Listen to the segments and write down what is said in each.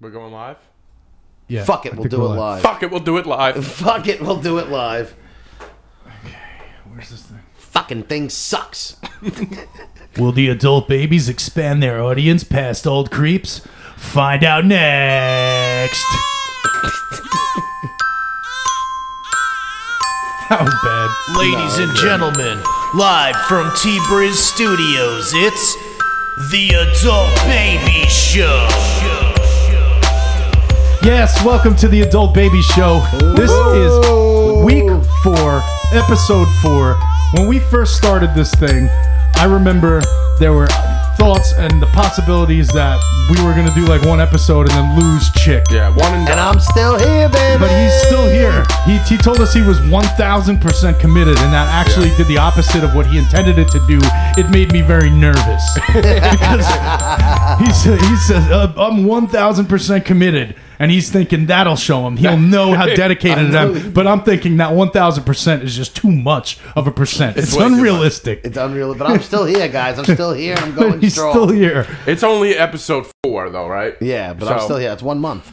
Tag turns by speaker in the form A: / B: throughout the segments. A: We're going live?
B: Yeah.
C: Fuck
B: I
C: it, we'll
B: think
C: do it
B: we're
C: live.
A: Fuck it, we'll do it live.
C: Fuck it, we'll do it live.
B: Where's this thing?
C: Fucking thing sucks.
B: Will the adult babies expand their audience past old creeps? Find out next. How bad?
D: Ladies and gentlemen, live from T Briz Studios, it's the Adult Baby Show.
B: Yes, welcome to the Adult Baby Show. This is week four, episode four. When we first started this thing, I remember there were thoughts and the possibilities that we were going to do like one episode and then lose chick.
A: Yeah, one and
C: And
A: done.
C: I'm still here, baby.
B: But he's still here. He, he told us he was 1,000% committed, and that actually did the opposite of what he intended it to do. It made me very nervous. because he, sa- he says, uh, I'm 1,000% committed. And he's thinking that'll show him. He'll know how dedicated I am. But I'm thinking that 1,000% is just too much of a percent. It's,
A: way too much.
B: unrealistic.
C: It's unreal, but I'm still here, guys. I'm still here. I'm
B: But
C: going
B: he's
C: strong.
B: still here.
A: It's only episode four, though, right?
C: Yeah, but I'm
A: So-
C: still here. It's one month.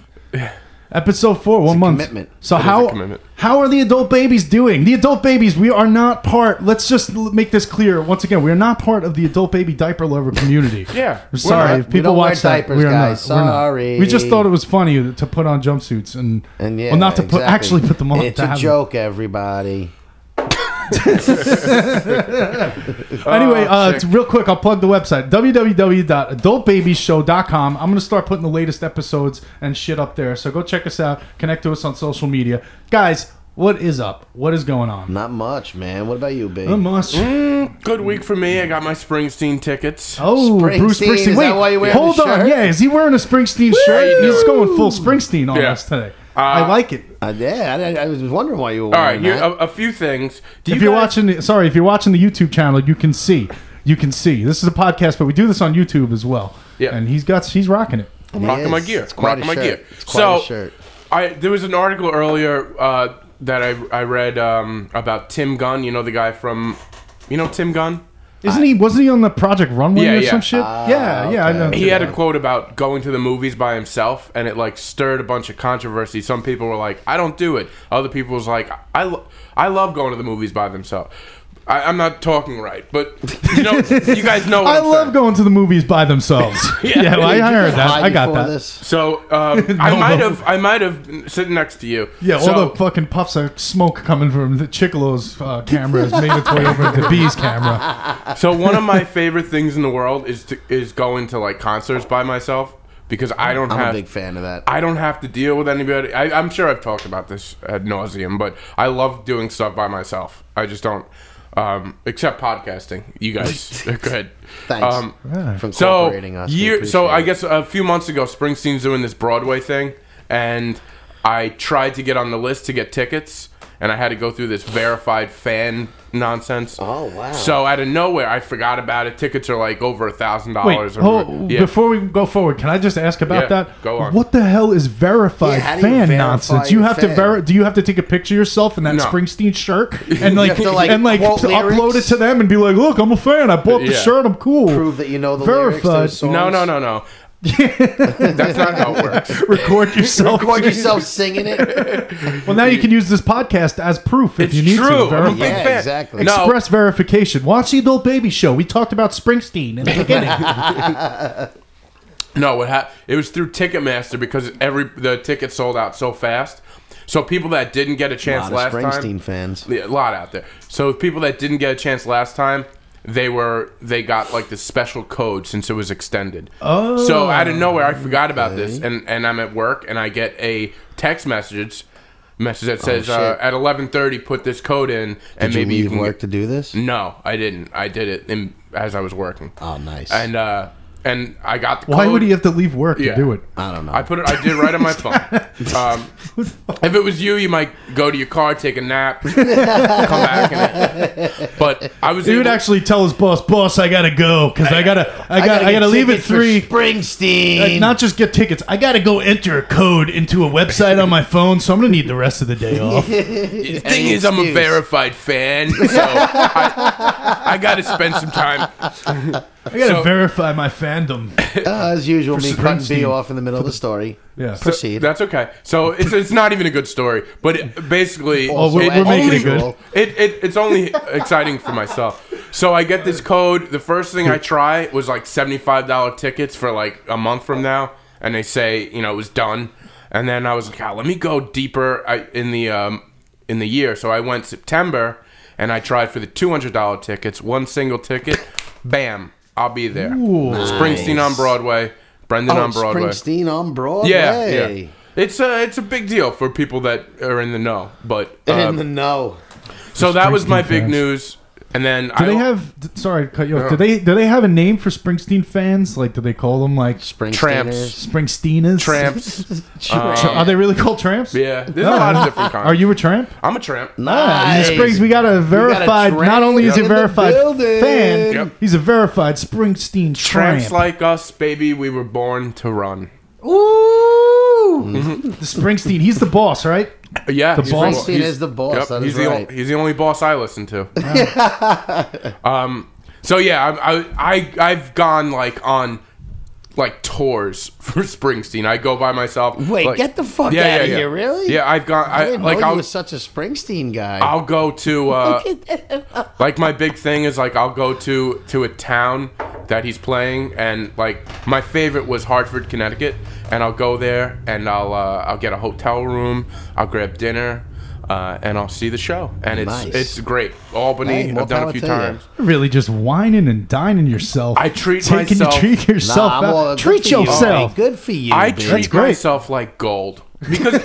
B: Episode four, one month.
C: commitment.
B: So
A: It is a
B: how
A: commitment.
B: how are the adult babies doing? The adult babies, we are not part. Let's just l- make this clear once again. We are not part of the adult baby diaper lover community.
A: Yeah,
B: We're
A: we're
B: sorry.
C: not.
B: if
C: We
B: people
C: don't wear
B: watch that,
C: diapers,
B: we are not.
C: guys.
B: We're not.
C: Sorry.
B: We just thought it was funny to put on jumpsuits and
C: And yeah,
B: well, not to put
C: exactly.
B: actually put them on.
C: It's
B: to
C: a
B: have them.
C: joke, everybody.
B: Anyway,
A: Oh,
B: uh,
A: sick.
B: it's real quick, I'll plug the website www.adultbabyshow.com. I'm going to start putting the latest episodes and shit up there. So go check us out. Connect to us on social media. Guys, what is up? What is going on?
C: Not much, man. What about you, big?
B: Not much.
C: Hmm?
A: Good week for me. I got my Springsteen tickets.
B: Oh,
C: Springsteen,
B: Bruce Springsteen.
C: is
B: Wait,
C: that why you're wearing
B: hold
C: the
B: on.
C: shirt?
B: Yeah, is he wearing a Springsteen shirt? He's going full Springsteen on
A: Yeah.
B: us today. I like it.
C: Uh, yeah, I, I was wondering why you were
A: All right,
C: wearing
A: here,
C: that.
A: a, a few things. Do
B: if you're
A: guys-
B: watching, the, sorry, if you're watching the YouTube channel, you can see. You can see. This is a podcast, but we do this on YouTube as well.
A: Yeah.
B: and he's got he's rocking it.
C: It
A: rocking
C: is.
A: my gear.
C: It's quite
A: rocking
C: a
A: my
C: shirt.
A: gear.
C: It's quite
A: so,
C: a shirt.
A: I there was an article earlier uh, that I I read um, about Tim Gunn. You know the guy from, you know Tim Gunn.
B: Isn't he? Wasn't he on the Project Runway
A: Yeah,
B: or
A: yeah.
B: some shit?
C: Ah,
B: yeah, yeah. I know.
A: He had a quote about going to the movies by himself, and it like stirred a bunch of controversy. Some people were like, "I don't do it." Other people was like, "I lo- I love going to the movies by themselves." I, I'm not talking right, but you know, you guys know. What
B: I
A: I'm
B: love
A: saying.
B: going to the movies by themselves. yeah, well, I
C: Did you
B: heard
C: just
B: that.
C: hide
B: I got
C: before
B: that.
C: This?
A: So um, I
B: No,
A: might
B: no.
A: have, I might have been sitting next to you.
B: Yeah,
A: so,
B: all the fucking puffs of smoke coming from the Chicolo's uh, camera has made its way over to the B's camera.
A: So one of my favorite things in the world is to, is going to like concerts by myself because I don't
C: I'm a
A: have
C: big fan of that.
A: I don't have to deal with anybody. I, I'm sure I've talked about this ad nauseum, but I love doing stuff by myself. I just don't, um, except podcasting. You guys are good.
C: Thanks
A: Um,
C: for
A: so
C: incorporating us. We
A: year, so
C: appreciate
A: I
C: it.
A: guess a few months ago, Springsteen's doing this Broadway thing, and I tried to get on the list to get tickets, and I had to go through this verified fan nonsense.
C: Oh, wow.
A: So out of nowhere, I forgot about it. Tickets are like over a thousand
B: Wait,
A: dollars.
B: hold,
A: yeah.
B: before we go forward, can I just ask about
A: Yeah,
B: that?
A: go on.
B: What the hell is
C: Yeah,
B: verified
C: how do you
B: fan
C: verify
B: nonsense?
C: your
B: You have to
C: fan?
B: ver- Do you have to take a picture of yourself in that
A: No.
B: Springsteen shirt and like,
C: have to, like,
B: and like
C: quote
B: to upload it
C: lyrics?
B: to them and be like, "Look, I'm a fan. I bought the
A: Yeah.
B: shirt. I'm cool."
C: prove that you know the lyrics to
B: Verified.
C: the songs.
A: no, no, no, no. That's not how it works.
B: Record yourself.
C: Record yourself singing it.
B: Well, now you can use this podcast as proof if
A: It's
B: you need
A: true.
B: to.
A: I'm a big
B: Verify.
C: Yeah,
A: fan.
C: exactly.
A: No,
B: Express verification. Watch the Adult Baby Show. We talked about Springsteen in the beginning.
A: No, it, ha- it was through Ticketmaster because every the tickets sold out so fast. So people that didn't get a
C: A
A: chance last
C: lot of Springsteen
A: time,
C: fans.
A: Yeah, a lot out there. So people that didn't get a chance last time, they were they got like the special code since it was extended.
B: Oh.
A: so out of nowhere, I forgot about this, and and I'm at work, and I get a text message message that says uh,
C: Oh, shit.
A: at 11:30 put this code in, and
C: Did
A: maybe you,
C: you leave
A: can
C: work
A: get-
C: to do this?
A: No, I didn't. I did it in, as I was working,
C: Oh, nice.
A: and uh, and I got the
B: Why
A: code.
B: would he have to leave work
A: Yeah.
B: to do it?
C: I don't know.
A: I put it. I did right on my phone. Um, if it was you, you might go to your car, take a nap, come back. And but I was.
B: He would
A: able-
B: actually tell his boss, "Boss, I gotta go because I gotta, I got, I
C: get
B: gotta leave at
C: tickets for
B: three.
C: Springsteen.
B: Like, not just get tickets. I gotta go enter a code into a website on my phone, so I'm gonna need the rest of the day off.
A: The thing
C: any
A: is, I'm a
C: excuse.
A: verified fan, so I, I got to spend some time.
B: I gotta
A: So-
B: verify my fandom.
C: Uh, as usual, me
B: For
C: cutting B
B: Springsteen.
C: off in the middle of the story.
B: Yeah.
C: Proceed.
A: That's okay. So it's it's not even a good story, but it, basically,
C: Oh,
B: we're-
A: it
B: we're making it
A: only-
C: good.
A: It, it it's only exciting for myself. So I get this code. The first thing I try was like seventy five dollar tickets for like a month from now, and they say you know it was done. And then I was like, oh, let me go deeper I, in the um, in the year. So I went September, and I tried for the two hundred dollar tickets, one single ticket, bam, I'll be there. Springsteen on Broadway, Brendan
C: Oh,
A: on Broadway.
C: Springsteen on Broadway.
A: Yeah, yeah. It's a it's a big deal for people that are in the know, but
C: In
A: um,
C: the know.
A: so that was my
B: Springsteen
A: big
B: fans.
A: news. And then
B: Do
A: I
B: they have? d- Sorry, to cut you off. Do they? Do they have a name for Springsteen fans? Like, do they call them like
C: Springsteeners.
A: Tramps.
B: Springsteeners?
A: tramps.
B: Tra- Are they really called tramps?
A: Yeah, there's a lot of different kinds.
B: Are you a tramp?
A: I'm a tramp.
C: Ah, Nice.
B: He Ah, Springs, we got a verified. not only is he
C: tramp
B: a
C: in the
B: verified
C: building.
B: fan,
A: Yep.
B: he's a verified Springsteen tramp.
A: Tramps like us, baby. We were born to run.
C: Mm-hmm.
B: Ooh, the Springsteen. He's the boss, right?
A: Yeah, the
B: boss.
C: Springsteen is the boss, that
A: he's
C: is
A: the
C: right.
A: only, he's the only boss I listen to. um, so yeah, I, I I I've gone like on like tours for Springsteen. I go by myself.
C: Wait,
A: like-
C: get the fuck
A: Yeah,
C: out
A: yeah,
C: of
A: yeah.
C: here, really?
A: Yeah, I've gone.
C: I
A: I,
C: didn't
A: like
C: know
A: I
C: you were
A: was.
C: such a Springsteen guy.
A: I'll go to uh,
C: Look at that.
A: like my big thing is like I'll go to to a town that he's playing and like my favorite was Hartford, Connecticut, and I'll go there and I'll uh, I'll get a hotel room, I'll grab dinner, uh, and I'll see the show, and it's
C: Nice.
A: it's great. Albany,
C: Hey, more
A: I've done
C: power
A: a few
C: to you.
A: times.
B: You're really just whining and dining yourself.
A: I treat
B: Taking
A: myself-
B: You treat yourself.
C: Nah,
B: out.
C: well, good
B: treat
C: for you,
B: yourself.
C: Mike. Good for you.
A: I
C: babe.
A: treat
B: great.
A: myself like gold because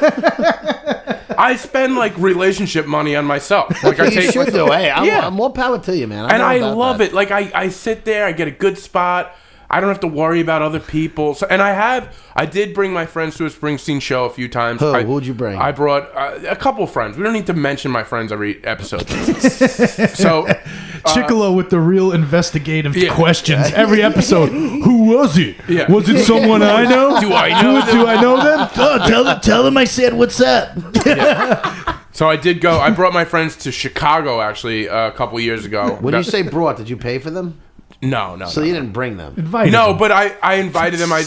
A: I spend like relationship money on myself. Like I
C: you
A: take
C: should do. Hey, I'm,
A: Yeah.
C: I'm more power to you, man.
A: and I love it. Like I, I sit there, I get a good spot. I don't have to worry about other people. So, and I have, I did bring my friends to a Springsteen show a few times.
C: Who?
A: I,
C: Who'd you bring?
A: I brought uh, a couple friends. We don't need to mention my friends every episode. so,
B: Chicolo with the real investigative
A: Yeah.
B: questions every episode. Who was it?
A: Yeah.
B: Was it someone I know?
A: Do I know
B: Who- Do I know them? Oh, tell them. Tell them I said what's up.
A: so I did go. I brought my friends to Chicago actually uh, a couple years ago.
C: When you
A: That-
C: say brought, did you pay for them?
A: no, no,
C: So
A: no.
C: you didn't bring them.
B: Invited
A: No,
B: him.
A: but I, I invited them. I,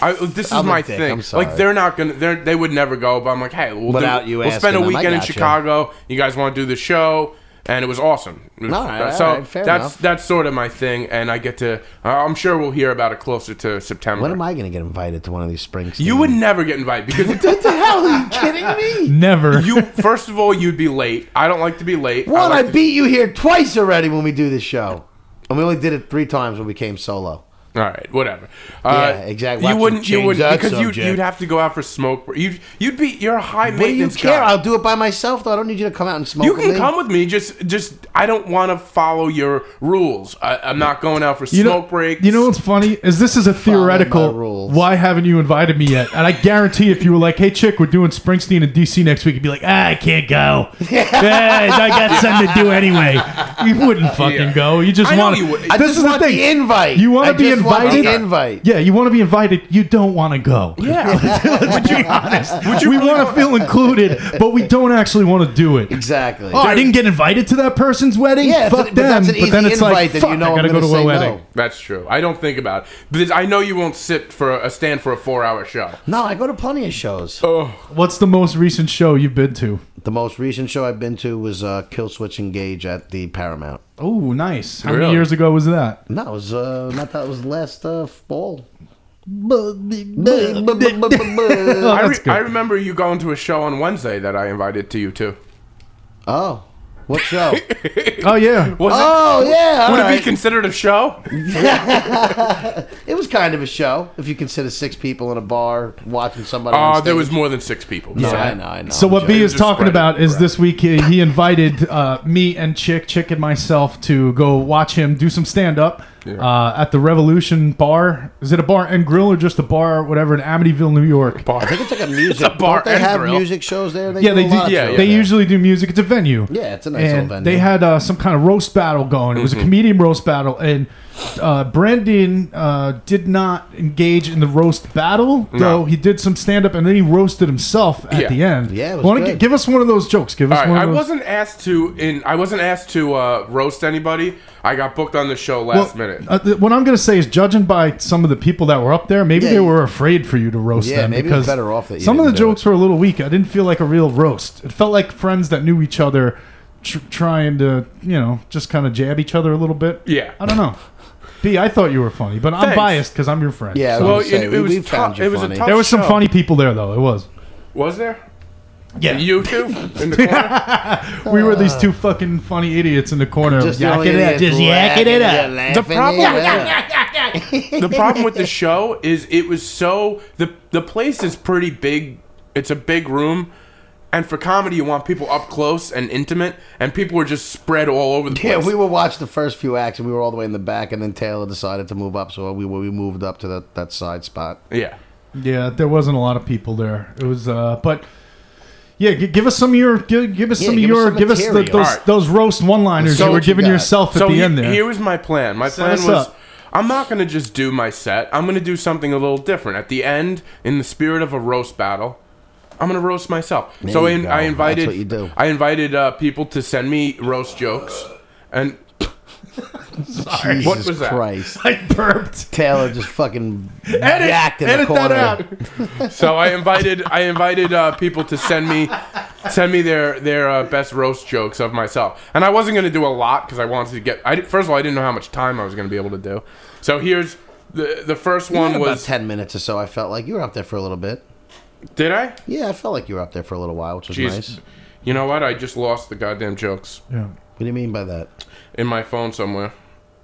A: I this is
C: I'm a
A: my
C: dick,
A: thing.
C: I'm sorry.
A: Like they're not gonna, they're, they would never go. But I'm like, hey, we'll do-
C: Without you
A: we'll
C: asking
A: spend a
C: them, I
A: weekend in
C: gotcha.
A: Chicago. You guys want to do the show, and it was awesome. It was-
C: All right, all
A: so
C: right, fair
A: that's
C: enough.
A: that's sort of my thing, and I get to. I'm sure we'll hear about it closer to September.
C: When am I going to get invited to one of these springs?
A: You would never get invited because
C: What the hell? Are you kidding me?
B: never.
A: you. First of all, you'd be late. I don't like to be late.
C: What?
A: I,
C: I
A: like to-
C: beat you here twice already when we do this show, and we only did it three times when we came solo.
A: All right, whatever. Uh,
C: Yeah, exactly. Why
A: You
C: don't you
A: wouldn't. You
C: change
A: wouldn't
C: that
A: because you
C: subject?
A: you'd have to go out for smoke. break. You'd you'd be you're a high
C: What do you
A: maintenance
C: care?
A: guy.
C: I'll do it by myself, though. I don't need you to come out and smoke.
A: You
C: with
A: can
C: me.
A: come with me. Just, just I don't want to follow your rules. I, I'm not going out for
B: You know,
A: smoke breaks.
B: You know what's funny is this is a theoretical.
C: my rules.
B: Why haven't you invited me yet? And I guarantee, if you were like, "Hey, chick, we're doing Springsteen in DC next week," you'd be like, "Ah, I can't go. Yeah, I got something to do anyway." You wouldn't fucking
A: Yeah.
B: go. You just
A: I know
B: want.
A: you would. I
C: just want the invite.
B: You want
C: I
B: to be
C: just want the
B: invited.
C: invite.
B: Yeah, you want to be invited. You don't want to go.
A: yeah.
B: Let's be honest. we want to feel included, but we don't actually want to do it.
C: Exactly.
B: Oh, I didn't get invited to that person's wedding.
C: Yeah,
B: fuck
C: but
B: them.
C: that's an
B: but then
C: easy
B: it's
C: invite
B: like,
C: that you
B: fuck,
C: know I'm
B: I gotta go
C: gonna
B: to a
C: say
B: wedding.
C: no.
A: That's true. I don't think about it because I know you won't sit for a stand for a four hour show.
C: No, I go to plenty of shows.
B: What's the most recent show you've been to?
C: The most recent show I've been to was uh, Kill Switch Engage at the Paramount.
B: Oh, nice. How
A: Really?
B: many years ago was that?
C: No, it was uh, not that it was last uh, fall.
B: Oh,
A: I, re-
B: that's good.
A: I remember you going to a show on Wednesday that I invited to you to.
C: Oh, what show?
B: oh yeah.
A: Was
C: oh yeah,
A: it?
C: all
A: Would it
C: right.
A: be considered a show?
C: it was kind of a show if you consider six people in a bar watching somebody. on
A: Uh,
C: stage.
A: there was more than six people.
C: No,
A: so-
C: I know, I know.
B: So
C: I'm
B: what B
C: joking.
B: is
A: Just
B: talking
A: spread it
B: about is
A: around.
B: this week he, he invited uh, me and Chick, Chick and myself to go watch him do some stand up uh, at the Revolution Bar. Is it a bar and grill or just a bar, whatever in Amityville, New York?
C: I think it's like a music.
A: bar
C: Don't they
A: and
C: have
A: grill.
C: music shows there?
B: Yeah, they
C: a
B: do.
C: lot of
A: yeah,
C: shows
B: they
C: there.
B: usually do music. It's a venue.
C: Yeah, it's a nice
B: and
C: old venue.
A: Mm-hmm.
B: they had uh, some kind of roast battle going. It was a comedian roast battle, and uh, Brendan uh, did not engage in the roast battle, though he did some stand up and then he roasted himself at
A: Yeah.
B: the end.
C: Yeah, it was
B: Wanna gi-
C: good.
B: give us one of those jokes. Give us
A: All right,
B: one
A: I
B: of those.
A: wasn't asked to in. I wasn't asked to uh, roast anybody. I got booked on the show last
B: Well,
A: minute.
B: uh, th- what I'm going to say is, judging by some of the people that were up there, maybe
C: Yeah,
B: they
C: you-
B: were afraid for you to roast
C: Yeah,
B: them.
C: maybe it was
B: because
C: better off that you
B: some of the
C: didn't do
B: jokes were a little weak. I didn't feel like a real roast. It felt like friends that knew each other tr- trying to, you know, just kind of jab each other a little bit.
A: Yeah.
B: I don't know. B, I thought you were funny, but I'm
A: Thanks.
B: biased because I'm your friend.
C: Yeah,
B: so-
A: Well,
C: gonna say,
A: it,
C: we-
A: it was
C: we've found
A: tough-
C: you
A: It was a
C: funny.
A: tough
B: there were some
A: show.
B: funny people there, though. It was.
A: Was there?
B: Yeah,
A: You two in the corner.
B: we were these
C: Uh.
B: two fucking funny idiots in the corner, yakking it up, just yakking it up.
A: The problem- the problem with the show is it was so the the place is pretty big. It's a big room. And for comedy, you want people up close and intimate, and people were just spread all over the place.
C: Yeah, we would watch the first few acts, and we were all the way in the back, and then Taylor decided to move up, so we we moved up to that, that side spot.
A: yeah.
B: Yeah, there wasn't a lot of people there. It was, uh, but yeah, g- give us some of your, give, give us
C: Yeah,
B: some of
C: give us
B: your,
C: some
B: give us the,
C: material.
B: those
A: All right.
B: those roast one liners
A: So
B: you were
A: what you
B: giving
C: got?
B: yourself at
A: so
B: the
A: he-
B: end there.
A: here was my plan. My
B: Set us
A: plan was
B: up.
A: I'm not going to just do my set. I'm going to do something a little different. At the end, in the spirit of a roast battle, I'm going to roast myself. so
C: you
A: I,
C: go.
A: I invited
C: That's what you do.
A: I invited uh, people to send me roast jokes and
C: Jesus
A: What was that?
C: Christ.
B: I burped.
C: Taylor just fucking
B: Edit,
C: yacked in the
B: edit
C: corner.
B: that out.
A: so I invited I invited uh, people to send me send me their their uh, best roast jokes of myself, and I wasn't going to do a lot because I wanted to get. I di- first of all I didn't know how much time I was going to be able to do. So here's the the first one
C: About
A: was
C: ten minutes or so. I felt like you were up there for a little bit.
A: did I?
C: Yeah, I felt like you were up there for a little while, which was
A: Jeez.
C: nice.
A: You know what? I just lost the goddamn jokes
B: Yeah.
C: What do you mean by that?
A: in my phone somewhere.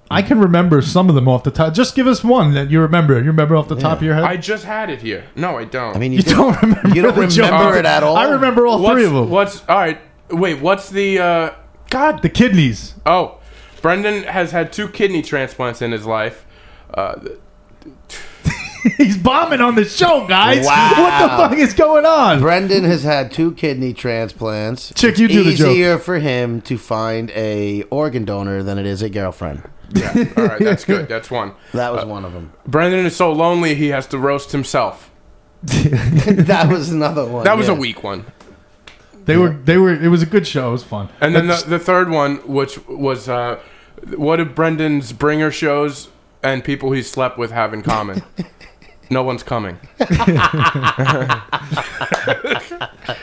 B: I can remember some of them off the top. Just give us one that you remember. You remember off the top of your head.
A: I just had it here. No, I don't.
C: I mean, you,
B: you
C: did-
B: don't remember.
C: You don't
B: the joke.
C: remember it at all?
B: I remember all
A: what's,
B: three of them.
A: What's all right? Wait, what's the uh, God?
B: The kidneys.
A: oh, Brendan has had two kidney transplants in his life. Uh,
B: He's bombing on the show, guys.
C: Wow.
B: What the fuck is going on?
C: Brendan has had two kidney transplants.
B: Chick, you do the
C: Easier
B: joke.
C: for him to find a organ donor than it is a girlfriend.
A: yeah, all right, that's good. That's one.
C: That
B: Uh,
C: was one of them.
A: Brendan is so lonely he has to roast himself.
C: That was another one.
A: That was
C: yeah.
A: a weak one.
B: They were, they were. It was a good show. It was fun.
A: And then the, the third one, which was uh, what if Brendan's bringer shows and people he slept with have in common? no one's coming.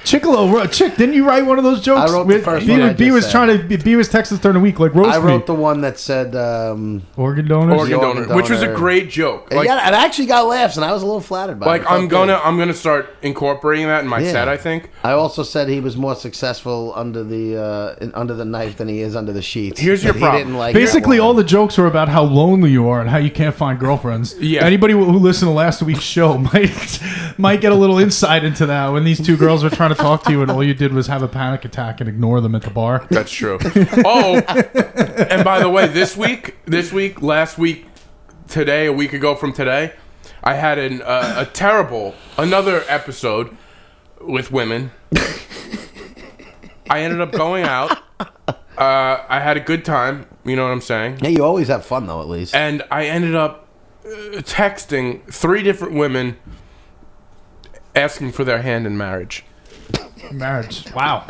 B: Chickalo, wrote- Chick, didn't you write one of those jokes?
C: I wrote the
B: With-
C: first
B: B,
C: one I
B: B
C: just
B: was
C: said.
B: trying to. B, B was Texas during the week, like roast
C: I
B: me.
C: wrote the one that said, um,
B: organ donors.
A: Organ
C: organ
A: donor, which was a
C: donor.
A: great joke. Like,
C: yeah, it actually got laughs, and I was a little flattered by it.
A: like
C: It. felt
A: I'm gonna
C: good.
A: I'm gonna start incorporating that in my
C: Yeah.
A: set. I think.
C: I also said he was more successful under the uh, in, under the knife than he is under the sheets.
A: Here's your
C: But
A: problem.
C: He didn't like
B: Basically,
C: that one.
B: all the jokes were about how lonely you are and how you can't find girlfriends.
A: Yeah.
B: Anybody who listened to last week's show might might get a little insight into that when these two girls were trying to talk to you and all you did was have a panic attack and ignore them at the bar.
A: That's true. oh, and by the way, this week, this week, last week, today, a week ago from today, I had an uh, a terrible another episode with women. I ended up going out. Uh, I had a good time. You know what I'm saying?
C: Yeah, you always have fun though. At least
A: and I ended up uh, texting three different women asking for their hand in marriage.
B: Marriage. Wow.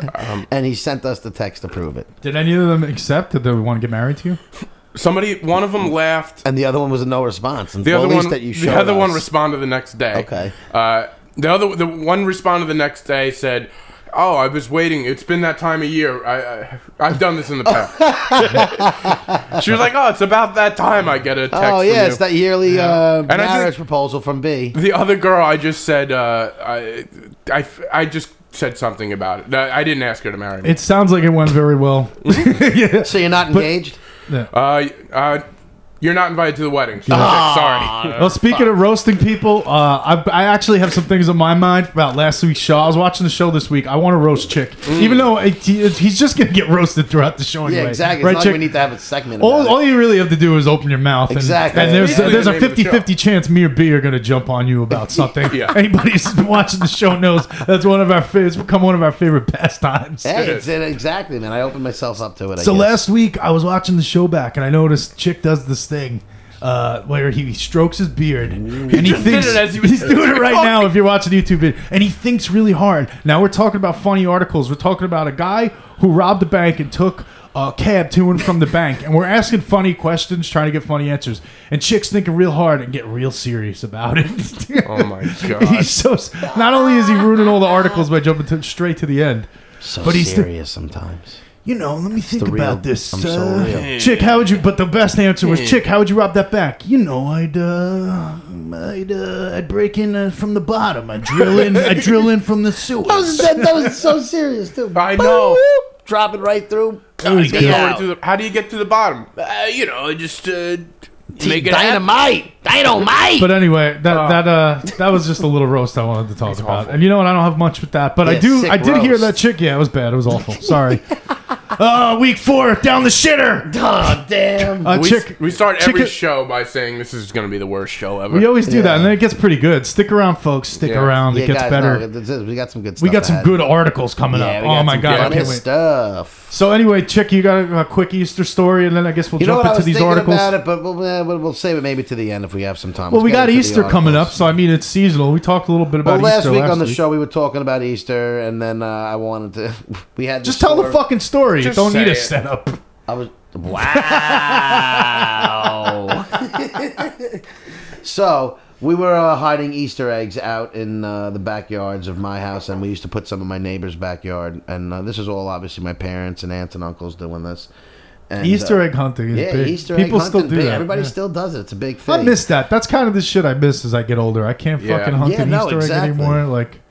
C: And he sent us the text to prove it.
B: Did any of them accept that they want to get married to you?
A: Somebody, one of them laughed.
C: And the other one was a no response. And
A: The
C: well,
A: other
C: at least
A: one,
C: that you
A: the
C: showed
A: other
C: us.
A: one responded the next day.
C: Okay.
A: Uh, the other, the one responded the next day said, "Oh, I was waiting. It's been that time of year. I, I I've done this in the past." she was like, "Oh, it's about that time I get a text."
C: Oh
A: from
C: yeah,
A: you."
C: it's that yearly uh,
A: And I
C: marriage
A: think-
C: proposal from B.
A: The other girl, I just said, uh, I, I, I just said something about it. I I didn't ask her to marry me.
B: It sounds like it went very well. yeah.
C: So you're not engaged?
A: Uh, uh, you're not invited to the wedding. She was like,
C: Oh,
A: Sorry.
B: Well, speaking of roasting people, uh, I, I actually have some things on my mind about last week's show. I was watching the show this week. I want to roast Chick, even though it, he- he's just gonna get roasted throughout the show.
C: Mm. yeah,
B: Anyway.
C: exactly. It's
B: Right,
C: not
B: Chick?
C: like we need to have a segment. About
B: all, all
C: it.
B: you really have to do is open your mouth. And,
C: Exactly.
B: And there's,
A: Basically
B: there's
A: the
B: a
A: name of the
B: 50 50 chance me or B are going to jump on you about something.
A: Yeah.
B: Anybody who's been watching the show knows that's one of our fa- it's become one of our favorite pastimes.
C: Hey, it's it, exactly, man. I opened myself up to it. I
B: So
C: guess.
B: last week I was watching the show back and I noticed Chick does this thing uh, where he strokes his beard and he
A: just
B: thinks
A: did it as he was
B: he's doing it right
A: talking.
B: now. If you're watching the YouTube video, and he thinks really hard. Now we're talking about funny articles. We're talking about a guy who robbed a bank and took. A cab to and from the bank, and we're asking funny questions, trying to get funny answers. And chicks thinking real hard and get real serious about it.
A: Oh my god.
B: He's so. s- Not only is he ruining all the articles by jumping to, straight to the end,
C: So
B: But he's the-
C: serious sometimes.
B: you know. Let me think
C: The real-
B: about this.
C: I'm so
B: uh,
C: real.
B: Chick, how would you? But the best answer was, Chick, how would you rob that back? You know, I'd, uh, I'd, uh, I'd break in uh, from the bottom. I'd drill in. I'd drill in from the sewer.
C: That was, that, that was so serious too.
A: I know.
C: Boop, Drop it right through.
B: was
A: Get
B: good.
A: over
C: out.
A: to the- how do you get to the bottom? Uh, you know, just uh, make it happen.
C: Dynamite. Dynamite.
B: But anyway, that that uh that was just a little roast I wanted to talk about.
A: Oh. awful.
B: And you know what? I don't have much with that, but I
C: Yeah,
B: do.
C: sick
B: I did hear
C: roast.
B: that chick. Yeah, it was bad. It was awful. Sorry. uh, week four down the shitter.
C: oh damn.
B: Uh,
A: We,
B: chick,
A: we start every
B: chicken-
A: show by saying this is going to be the worst show ever.
B: we always do that,
C: Yeah.
B: and then it gets pretty good. Stick around, folks. Stick
A: Yeah.
B: around.
C: Yeah,
B: it gets
C: guys,
B: better.
C: no, this is- we got some good. stuff
B: we got some
C: ahead.
B: good articles coming
C: Yeah,
B: up.
C: we got
B: Oh my
C: some
B: god, I
C: funny
B: can't wait.
C: stuff.
B: So anyway, Chick, you got a, a quick Easter story, and then I guess we'll
C: You know
B: jump
C: what I
B: into
C: was
B: these
C: thinking
B: articles.
C: about it, but we'll, eh, we'll, we'll save it maybe to the end if we have some time.
B: Well,
C: Let's
B: we
C: get
B: got
C: into the
B: Easter coming up,
C: articles.
B: so I mean it's seasonal. We talked a little bit
C: Well,
B: about
C: last
B: Easter
C: week
B: last
C: on the
B: week.
C: show we were talking about Easter, and then uh, I wanted to. We had
B: Just tell the
C: story-
B: fucking story. You
A: Just
B: don't need
A: say it.
B: a setup.
C: I was wow. so we were uh, hiding Easter eggs out in uh, the backyards of my house, and we used to put some in my neighbor's backyard. And uh, this is all obviously my parents and aunts and uncles doing this. And,
B: Easter
C: uh,
B: egg hunting is
C: yeah,
B: big.
C: Easter
B: People
C: egg
B: still
C: hunting,
B: do
C: big.
B: that.
C: Everybody
B: yeah.
C: still does it. It's a big thing.
B: I miss that. That's kind of the shit I miss as I get older. I can't
A: Yeah.
B: fucking hunt
C: Yeah,
B: an
C: no,
B: Easter
C: exactly.
B: egg anymore. Like.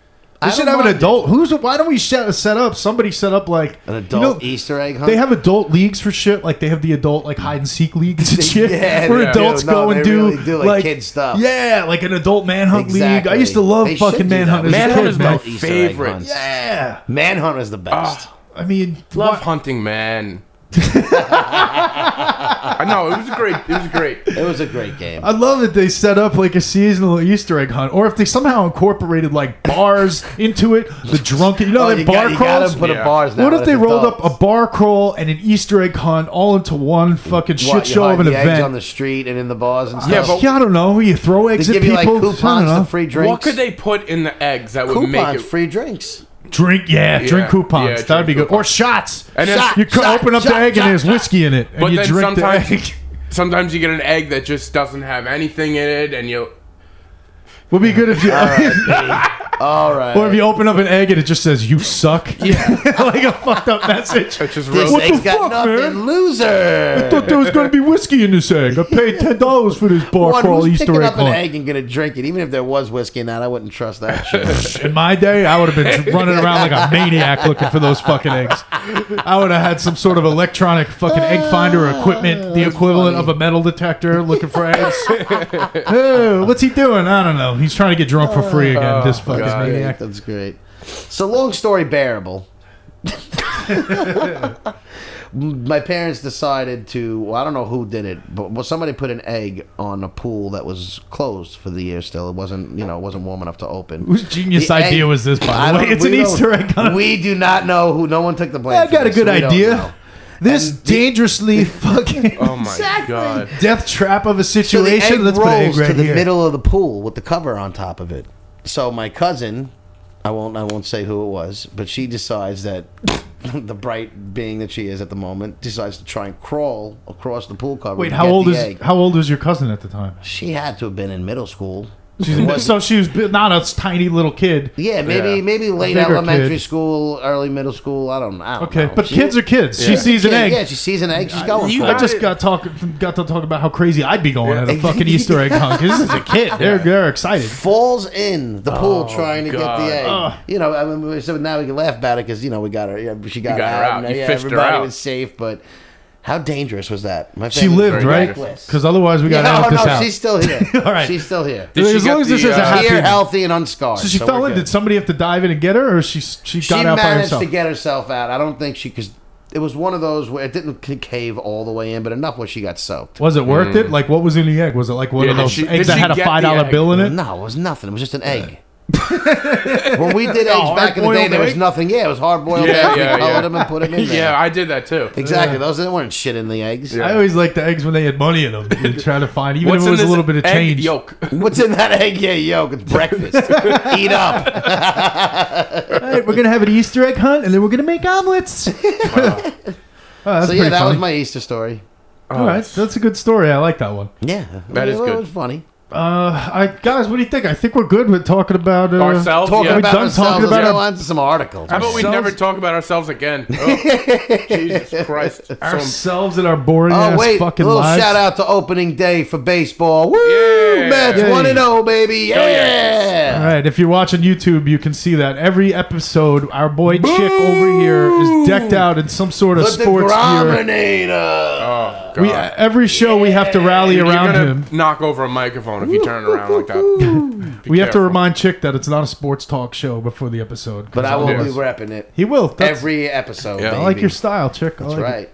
C: I
B: I should
C: don't
B: have an
C: mind it.
B: adult. Who's? Why don't we set, set up? Somebody set up like
C: An
B: you
C: adult
B: know,
C: Easter egg hunt.
B: They have adult leagues for shit. Like they have the adult like hide and seek leagues and shit.
C: yeah,
B: where
C: they
B: adults
C: do. No,
B: go
C: they
B: and do,
C: really do, like, kid stuff.
B: Yeah, like an adult manhunt league. I
C: Exactly.
B: used to love
C: They should
B: fucking
C: do that.
B: manhunt. as a
A: Manhunt
B: kid,
A: is
B: man.
A: my
C: Easter egg
A: favorite.
C: hunts.
B: Yeah, Ah.
C: Manhunt is the best.
B: I mean,
A: Love
B: why-
A: hunting, man. I know it was great. It was great.
C: it was a great game.
B: I love that they set up like a seasonal Easter egg hunt, or if they somehow incorporated like bars into it. The drunken, you know,
C: Oh,
B: that
C: you
B: bar
C: got, you
B: crawls.
C: gotta put
A: Yeah.
C: a bars now
B: What if
C: with
B: they rolled up
C: adults.
B: a bar crawl and an Easter egg hunt all into one fucking shit
C: What, you
B: show
C: hide
B: of an
C: the eggs
B: event?
C: on the street and in the bars and stuff.
A: Yeah, but-
B: yeah, I don't know. You throw
C: They
B: eggs at
C: give you like
B: people. I don't
C: coupons
B: know.
C: to free drinks.
A: What could they put in the eggs that would make
C: coupons
A: it?
C: free drinks?
B: Drink, yeah,
A: Yeah,
B: drink coupons.
A: yeah,
B: That'd
A: drink
B: be good.
A: coupons.
B: Or shots.
A: And then- Shot,
B: you could
C: shot,
B: open up the
C: shot,
B: egg
C: shot,
B: and there's whiskey in it, and
A: but
B: you
A: then
B: drink the
A: sometimes,
B: egg.
A: sometimes you get an egg that just doesn't have anything in it, and you.
B: Would be good if you,
C: All right.
B: or if you open up an egg and it just says "you suck,"
A: Yeah.
B: like a fucked up
A: It's
B: message.
A: just
C: this
A: roast.
B: egg-
C: egg's
B: the
C: got
B: fuck,
C: nothing,
B: man?
C: loser.
B: Thought there was gonna be whiskey in this egg. I paid ten dollars for this bar
C: One,
B: crawl
C: who's
B: Easter
C: picking
B: egg
C: up an
B: hunt.
C: egg and gonna drink it? Even if there was whiskey in that, I wouldn't trust that shit.
B: In my day, I would have been running around like a maniac looking for those fucking eggs. I would have had some sort of electronic fucking egg finder
C: Ah,
B: equipment, the equivalent of a metal detector, looking for eggs. oh, what's he doing? I don't know. He's trying to get drunk for free
C: Ah,
B: again.
C: oh,
B: This fucking
A: God.
B: maniac.
C: That's great. So long story bearable. My parents decided to. Well, I don't know who did it, but well, somebody put an egg on a pool that was closed for the year. Still, it wasn't. You know, it wasn't warm enough to open.
B: Whose genius
C: The egg-
B: idea was this? By
C: I
B: the
C: don't-
B: way, it's an
C: we don't-
B: Easter egg. hunt.
C: We do not know who. No one took the blame.
B: I
C: for
B: got a
C: this,
B: good
C: so we don't know.
B: idea. This dangerously fucking
A: Oh my god!
B: death trap of a
C: So the
B: situation.
C: egg
B: Let's put an egg
C: rolls
B: right
C: to the
B: here.
C: middle of the pool with the cover on top of it. So my cousin, I won't, I won't say who it was, but she decides that the bright being that she is at the moment decides to try and crawl across the pool cover.
B: Wait,
C: to
B: how
C: get
B: old
C: the
B: is
C: egg.
B: how old was your cousin at the time?
C: she? Had to have been in middle school.
B: so she was bi- not a tiny little kid.
C: Yeah, maybe
A: Yeah.
C: maybe late
B: Bigger
C: elementary
B: kid.
C: school, early middle school. I don't, I don't know.
B: Okay, but kids are kids. She
A: Yeah.
B: sees an
C: Yeah,
B: egg.
C: Yeah, she sees an egg. She's going.
A: You
C: for
B: I
C: it.
B: just got talk got to talk about how crazy I'd be going at a fucking Easter egg hunt. 'cause This is a kid. They're they're excited.
C: falls in the pool trying to get
A: Oh, God. Oh.
C: the egg.
B: Ugh.
C: You know, I mean, we- so now we can laugh about it because you know we got her. Yeah, she got,
A: You got her out.
C: and,
A: You
C: yeah,
A: fished her
C: everybody
A: out.
C: was safe, but how dangerous was that? My
B: She
C: family was
B: lived
A: very
B: right
C: reckless.
B: because otherwise we got to
C: Yeah,
B: edit
C: no,
B: this
C: no,
B: out.
C: she's still here.
B: All right.
C: She's still here.
A: Did
B: as
A: she
B: long
A: get
B: as this
A: the,
B: is a
A: uh,
B: happy.
C: Here,
B: ending.
C: healthy and unscarred.
B: so she
C: so
B: fell
C: we're
B: in.
C: good.
B: Did somebody have to dive in and get her, or she she
C: She
B: got out by
C: managed
B: herself?
C: to get herself out. I don't think she because it was one of those where it didn't cave all the way in, but enough where she got soaked.
B: was it worth it? Like, what was in the egg? Was it like one
A: Yeah,
B: of
A: did
B: those
A: she-
B: eggs
A: did
B: that
A: she
B: had a
A: get the
C: Mm.
B: five dollar
A: egg?
B: bill in it?
C: No, it was nothing. It was just an egg. when we did eggs back in the day,
B: hard-boiled
C: there was
B: egg?
C: nothing. Yeah, it was hard boiled
A: Yeah,
C: eggs.
A: yeah,
C: we colored
A: yeah.
C: them and put them in there.
A: yeah, I did that too.
C: exactly. Those there weren't shit in the eggs.
B: I always liked the eggs when they had money in them. And try to find even if it
A: in
B: was a
A: this
B: little bit of
A: egg
B: change.
A: Yolk.
C: What's in that egg? Yeah, yolk. It's breakfast. Eat up.
B: All right, we're gonna have an Easter egg hunt, and then we're gonna make omelets. Oh, that's
C: So yeah,
B: pretty
C: that
B: funny.
C: was my Easter story.
B: All right, that's a good story. I like that one.
C: Yeah,
A: That
C: it,
A: is
C: It
A: good.
C: was funny.
B: Uh, I guys, what do you think? I think we're good with talking about uh,
A: Ourselves?
C: Talking
A: Yeah. Are we
C: about
B: done
C: ourselves.
B: talking
C: Talking
B: about
C: about
B: our-
C: on to some articles.
A: How about we
B: Ourselves-
A: never talk about ourselves again? Oh, Jesus Christ. So,
B: ourselves and our boring
C: Oh
B: ass
C: wait! A
B: fucking
C: little
B: lives.
C: shout out to opening day for baseball. Woo!
A: Yeah.
C: Mets
B: Yay.
C: one and zero, baby.
A: Go
B: All
C: Yeah.
B: right, if you're watching YouTube, you can see that every episode, our boy Chick over here is decked out in some sort of
C: The
B: Uh, sports gear.
C: Grominator.
A: oh, God.
B: We, every show we have to rally
A: You're
B: around
A: gonna
B: him.
A: knock over a microphone if you turn around like that. Be
B: We have to
A: careful.
B: remind Chick that it's not a sports talk show before the episode. 'cause
C: But I will
B: otherwise-
C: be repping it
B: He will. That's,
C: every episode.
A: Yeah.
B: I like
C: baby.
B: your style, Chick. I
C: That's
B: like it.
C: right.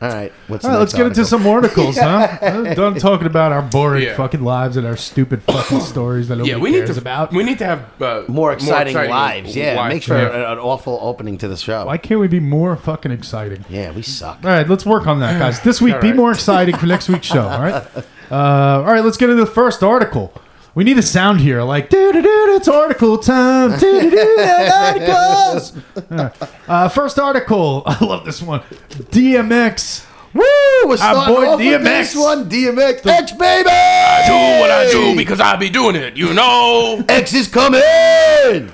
C: All right. What's
B: All right,
C: the
B: let's
C: next
B: get into
C: article?
B: some articles, huh? I'm done talking about our boring
A: Yeah.
B: fucking lives and our stupid fucking stories that nobody
A: Yeah, we
B: cares
A: need to
B: about.
A: We need to have uh,
C: more exciting, lives. Yeah,
A: lives.
C: makes for
B: Yeah.
C: a- an awful opening to the show.
B: Why can't we be more fucking exciting?
C: yeah, we suck.
B: All right, let's work on that, guys. This week, be
A: right.
B: more exciting for next week's show. All right. Uh, all right, let's get into the first article. We need a sound here, like doo doo doo. It's article time. Doo doo doo. Articles. All right. Uh, first article. I love this one. DMX.
C: Woo! We're starting
B: boy
C: off with
B: DMX.
C: this one. DMX, X baby. I
A: Do what I do because I be doing it. You know.
C: X is coming.
B: I-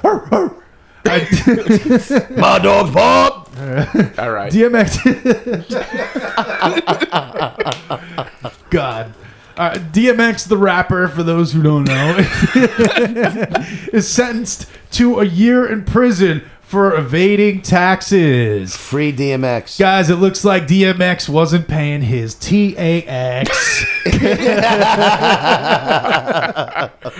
C: My dog's pop.
A: All right.
B: DMX. God. Uh, DMX, the rapper, for those who don't know, is sentenced to a year in prison for evading taxes.
C: Free DMX.
B: Guys, it looks like DMX wasn't paying his TAX. Come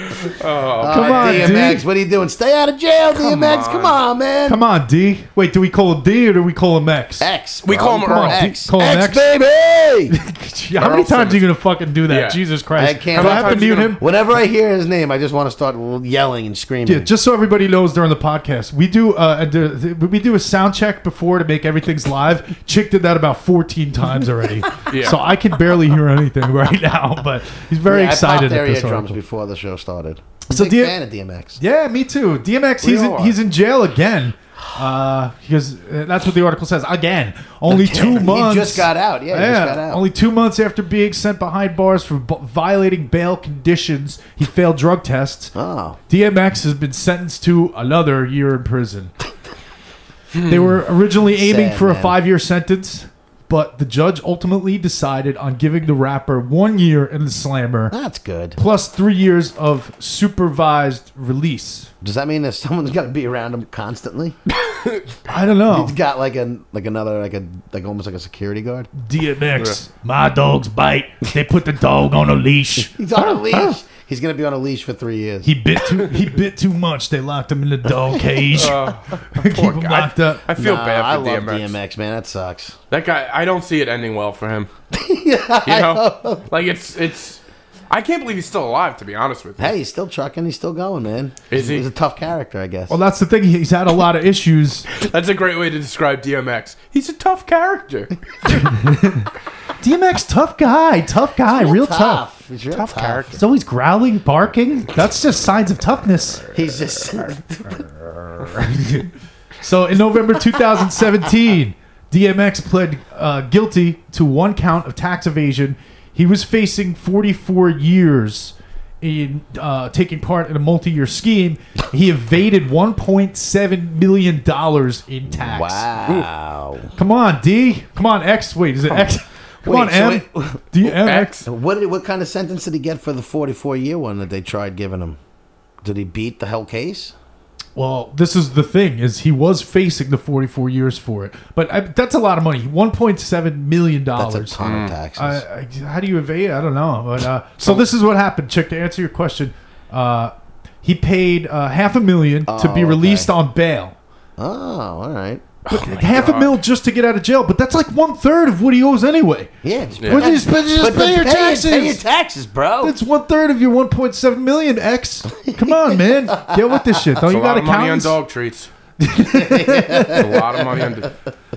C: Uh,
B: on,
C: DMX.
B: D.
C: What are you doing? Stay out of jail, DMX. Come on, man.
B: Come on, D. Wait, do we call him D or do we call him X?
C: X.
A: We
C: bro.
A: call him
C: Come on,
A: Earl.
C: X.
B: Call him
C: X,
B: X.
C: baby.
A: Earl
B: How many times are you
A: Simmons.
B: going to fucking do that?
A: Yeah.
B: Jesus Christ.
C: I can't-
B: Have I
C: How many
B: happened
A: times
B: to
A: you
B: mute
A: gonna-
B: him?
C: Whenever I hear his name, I just want to start yelling and screaming.
B: Yeah, just so everybody knows during the podcast, we do uh, a- the- we do a sound check before to make everything's live. Chick did that about 14 times already,
A: Yeah.
B: so I can barely hear anything right now. But he's very
C: Yeah, I
B: excited at
C: popped their
B: this
C: eardrums
B: article.
C: before the show started.
B: So
C: Big
B: D-
C: fan of DMX.
B: Yeah, me too. DMX,
A: We
B: he's in,
A: all are.
B: he's in jail again. Uh, because uh, that's what the article says. Again, only two
C: He
B: months.
C: just got out. Yeah, he
B: Yeah,
C: just got out.
B: only two months after being sent behind bars for b- violating bail conditions, he failed drug tests.
C: oh.
B: DMX has been sentenced to another year in prison. they were originally aiming
C: Sad,
B: for a
C: man.
B: five year sentence, but the judge ultimately decided on giving the rapper one year in the slammer
C: That's good.
B: plus three years of supervised release.
C: Does that mean that someone's got to be around him constantly?
B: I don't know.
C: He's got like an like another like a like almost like a security guard.
B: DMX, my dogs bite. They put the dog on a leash.
C: He's on a leash. He's gonna be on a leash for three years.
B: He bit too he bit too much. They locked him in the dog cage. Keep
A: Poor
B: him
A: guy.
B: locked up.
A: I feel
C: Nah, I
A: bad for
C: love
A: DMX.
C: DMX, man. That sucks.
A: That guy. I don't see it ending well for him. you know, like it's it's. I can't believe he's still alive. To be honest with you.
C: Hey, he's still trucking. He's still going, man.
A: Is
C: he's,
A: he?
C: he's a tough character, I guess.
B: Well, that's the thing. He's had a lot of issues.
A: That's a great way to describe DMX. He's a tough character.
B: DMX, tough guy, tough guy, real tough.
C: He's real tough,
B: He's always growling, barking. That's just signs of toughness.
C: He's just
B: So in November 2017, DMX pled uh, guilty to one count of tax evasion. He was facing 44 years in uh, taking part in a multi-year scheme. He evaded 1.7 million dollars in tax.
C: wow.
B: Come on, D. Come on, X. Wait, is it X? Come
C: Wait,
B: on,
C: so
B: M. DMX.
A: X.
C: What did, what kind of sentence did he get for the forty-four year one that they tried giving him? Did he beat the whole case?
B: Well, this is the thing: is he was facing the 44 years for it, but I, that's a lot of money. 1.7 million
C: That's a
B: dollars.
C: ton of taxes.
B: I, I, how do you evade? it? I don't know. But uh, so this is what happened, Chick. To answer your question, uh, he paid uh, half a million to
C: Oh,
B: be
C: okay.
B: released on bail.
C: oh, all right.
B: half a mil just to get out of jail, but that's like one third of what he owes anyway.
C: Yeah, just
B: But just, but just
C: But
B: pay your taxes.
C: Pay your taxes,
A: Oh.
C: bro.
B: That's one third of your 1.7 million, X. Come on, man. Get with this shit. Don't
A: It's a
B: you
A: lot
B: got
A: of money on
B: accountants?
A: dog treats. It's a lot of money on d-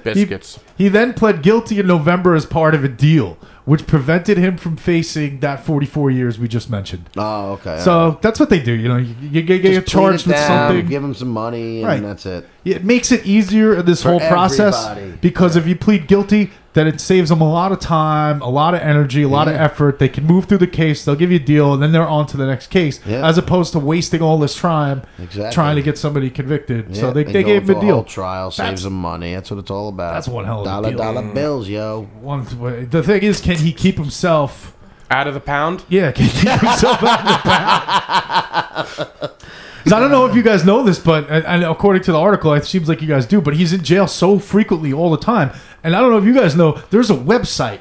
A: biscuits.
B: He then pled guilty in November as part of a deal, which prevented him from facing that 44 years we just mentioned.
C: oh, okay.
B: So that's what they do. You know, you, you get, get
C: Just plead
B: charged
C: it
B: with
C: down,
B: something.
C: Give him some money, and
B: Right.
C: that's it.
B: It makes it easier in this whole process
C: everybody.
B: because if you plead guilty, then it saves them a lot of time, a lot of energy, a lot of effort. They can move through the case. They'll give you a deal, and then they're on to the next case,
C: Yeah.
B: as opposed to wasting all this time
C: Exactly.
B: trying to get somebody convicted. so
C: Yeah,
B: they, they
C: go
B: gave
C: through
B: him a
C: a whole
B: deal.
C: trial
B: That's-
C: saves them money. That's what it's all about.
B: That's one hell of a
C: dollar
B: deal.
C: dollar bills, yo.
B: One, the thing is, can he keep himself?
A: Out of the pound?
B: Yeah, can keep himself out of the path. 'Cause I don't know if you guys know this, but and and according to the article, it seems like you guys do. But he's in jail so frequently all the time, and I don't know if you guys know. There's a website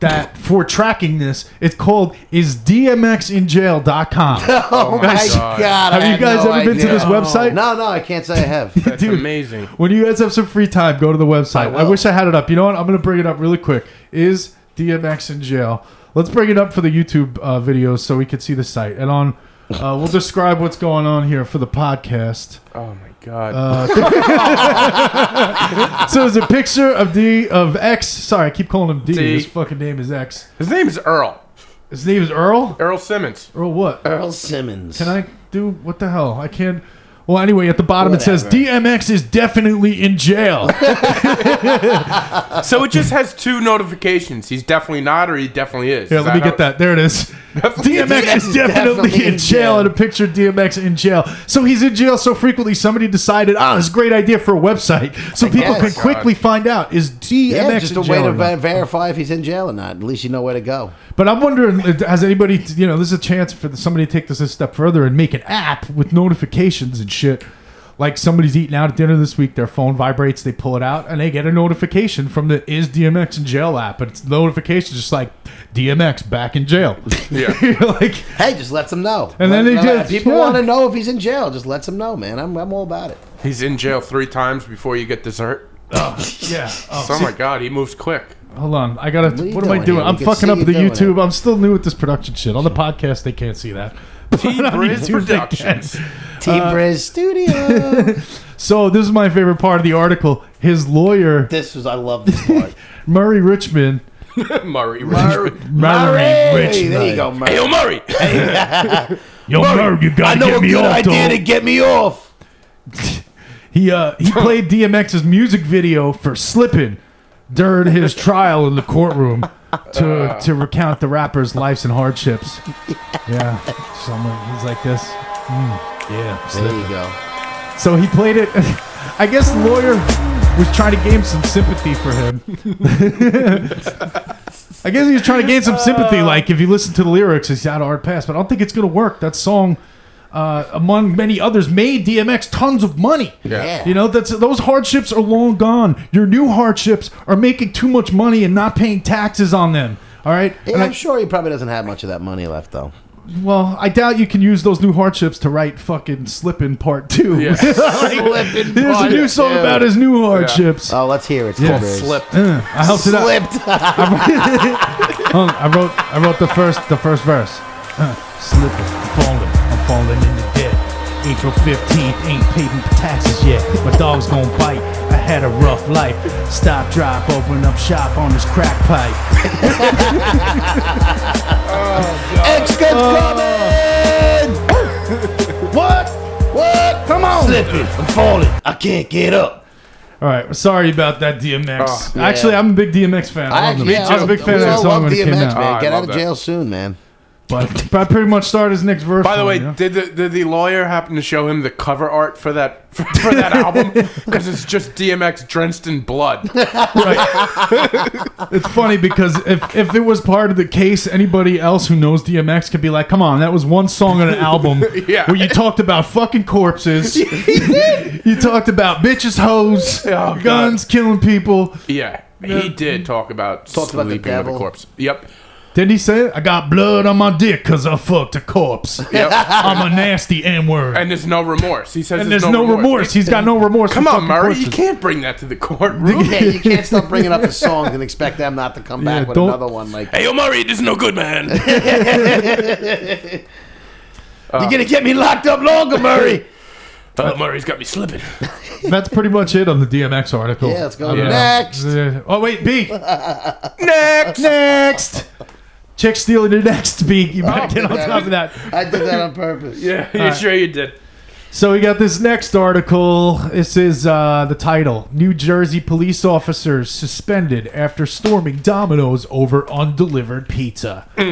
B: that for tracking this. It's called isdmxinjail.com.
A: Oh, my
B: guys.
A: god.
C: God, I
B: Have you
C: had
B: guys
C: no
B: ever been to
C: idea.
B: this website?
C: No, no, I can't say I have.
A: That's amazing.
B: When you guys have some free time, go to the website. I,
C: will.
B: wish I had it up. You know what? I'm going to bring it up really quick. Is DMX in jail? Let's bring it up for the YouTube uh, videos so we could see the site. And on, uh, we'll describe what's going on here for the podcast.
A: Oh my god.
B: Uh, So there's a picture of D of X. Sorry, I keep calling him D.
A: D.
B: His fucking name is X.
A: His name is Earl.
B: His name is Earl.
A: Earl Simmons.
B: Earl what?
C: Earl Simmons.
B: Can I do what the hell? I can't. Well, anyway, at the bottom it says DMX is definitely in jail.
A: So it just has two notifications. He's definitely not, or he definitely is.
B: Here,
A: Is
B: let me get
A: how-
B: that. There it is. DMX is definitely in jail, and a picture of DMX in jail. So he's in jail so frequently, somebody decided, ah, this is a great idea for a website. So people
C: guess.
B: can quickly find out, is DMX
C: Yeah, just
B: in
C: a
B: jail?
C: way to
B: or not?
C: ver- verify if he's in jail or not. At least you know where to go.
B: But I'm wondering, uh, has anybody, you know, this is a chance for somebody to take this a step further and make an app with notifications and shit. Like somebody's eating out at dinner this week, their phone vibrates, they pull it out, and they get a notification from the Is DMX in Jail app. And it's the notification just like DMX back in jail.
A: Yeah.
B: You're like,
C: Hey, just let them know.
B: And then
C: Let
B: he
C: them know.
B: just-
C: People
B: yeah.
C: want to know if he's in jail. Just let them know, man. I'm, I'm all about it.
A: He's in jail three times before you get dessert.
B: yeah. Oh,
A: Oh my god, he moves quick.
B: hold on. I gotta.
C: are you
B: What, am I
C: doing
B: doing?
C: here?
B: I'm
C: We can
B: fucking
C: see
B: up
C: you
B: the
C: doing
B: YouTube.
C: it.
B: I'm still new with this production shit. On the podcast, they can't see that.
A: T. Briz Productions.
B: Uh,
C: Team Briz Studio.
B: So this is my favorite part of the article. His lawyer,
C: this was I love this part.
B: Murray Richmond.
A: Murray.
C: Murray,
A: Richmond.
B: Murray Richmond.
C: there you go, Murray.
A: Hey, yo, Murray.
B: Yo, Murray, you
C: I
B: gotta
C: know a
B: get me
C: good
B: off,
C: idea
B: dog.
C: to get me off.
B: He uh he played DMX's music video for "Slippin'" during his trial in the courtroom to to recount the rapper's lives and hardships. Yeah, someone he's like this. Mm, yeah,
C: There
B: slippin'.
C: you go.
B: so he played it. I guess lawyer was trying to gain some sympathy for him. I guess he was trying to gain some sympathy.
C: Uh.
B: Like if you listen to the lyrics, it's out of hard pass, but I don't think it's gonna work. That song, uh, among many others, made DMX tons of money.
C: Yeah.
B: You know, that's those hardships are long gone. Your new hardships are making too much money and not paying taxes on them. All right.
C: Yeah,
B: And I-
C: I'm sure he probably doesn't have much of that money left, though.
B: well, I doubt you can use those new hardships to write fucking slippin' part two.
A: Yeah.
C: Slipping
B: There's a new song about his new hardships.
C: Oh, let's hear it.
B: Yeah.
C: Team Briz.
A: Slip.
B: Uh, I helped it out.
C: Slipped.
B: Hold on, I wrote I wrote the first the first verse. Uh, slipping, I'm falling, I'm falling into debt. April 15th, ain't paid my taxes yet. My dog's gonna bite. I had a rough life. Stop, drop, open up shop on this crack pipe.
C: X gets coming.
B: Uh. What?
C: What?
B: Come on!
C: Slipping. I'm falling. I can't get up.
B: All right, sorry about that, DMX.
A: Oh,
C: yeah.
B: Actually, I'm a big DMX fan. I, love him.
A: me
B: I was a
A: too.
B: big fan of
C: we
B: that
C: all
B: song
C: love
B: when it came
C: DMX,
B: out.
A: Oh,
C: man.
A: I
C: Get out
A: love
C: of
A: that.
C: jail soon, man.
B: But, but I pretty much started his next verse.
A: By the
B: for
A: way,
B: him, you know?
A: did the, did the lawyer happen to show him the cover art for that for, for that album? Because it's just DMX drenched in blood.
B: It's funny because if, if it was part of the case, anybody else who knows DMX could be like, come on, that was one song on an album
A: Yeah.
B: where you talked about fucking corpses. you talked about bitches, hoes,
A: Oh, God.
B: guns, killing people.
A: Yeah, he did talk about
C: Talked about
A: sleeping
C: the
A: with a
C: devil.
A: corpse. Yep.
B: Didn't he say it? I got blood on my dick because I fucked a corpse.
A: Yep.
B: I'm a nasty N word. And,
A: and there's no remorse. He says
B: there's no, remorse. He's got no remorse.
A: Come
B: for
A: on,
B: fucking
A: Murray.
B: corpses.
A: You can't bring that to the courtroom.
C: Yeah, you can't stop bringing up the songs and expect them not to come back
B: Yeah,
C: with
B: don't-
C: another one. Like,
A: hey, Omari, this is no good, man.
B: Uh,
C: you're gonna get me locked up longer, Murray.
A: Fellow Murray's got me slipping.
B: That's pretty much it on the DMX article.
C: Yeah, let's go
B: I don't know.
C: next.
B: Uh, Oh wait, B. next, next. Chick stealing your next B. You
A: Oh,
B: better get on top of that.
C: I did that on purpose.
A: Yeah, you sure you did.
B: So we got this next article. This is uh, the title: New Jersey police officers suspended after storming Domino's over undelivered pizza. All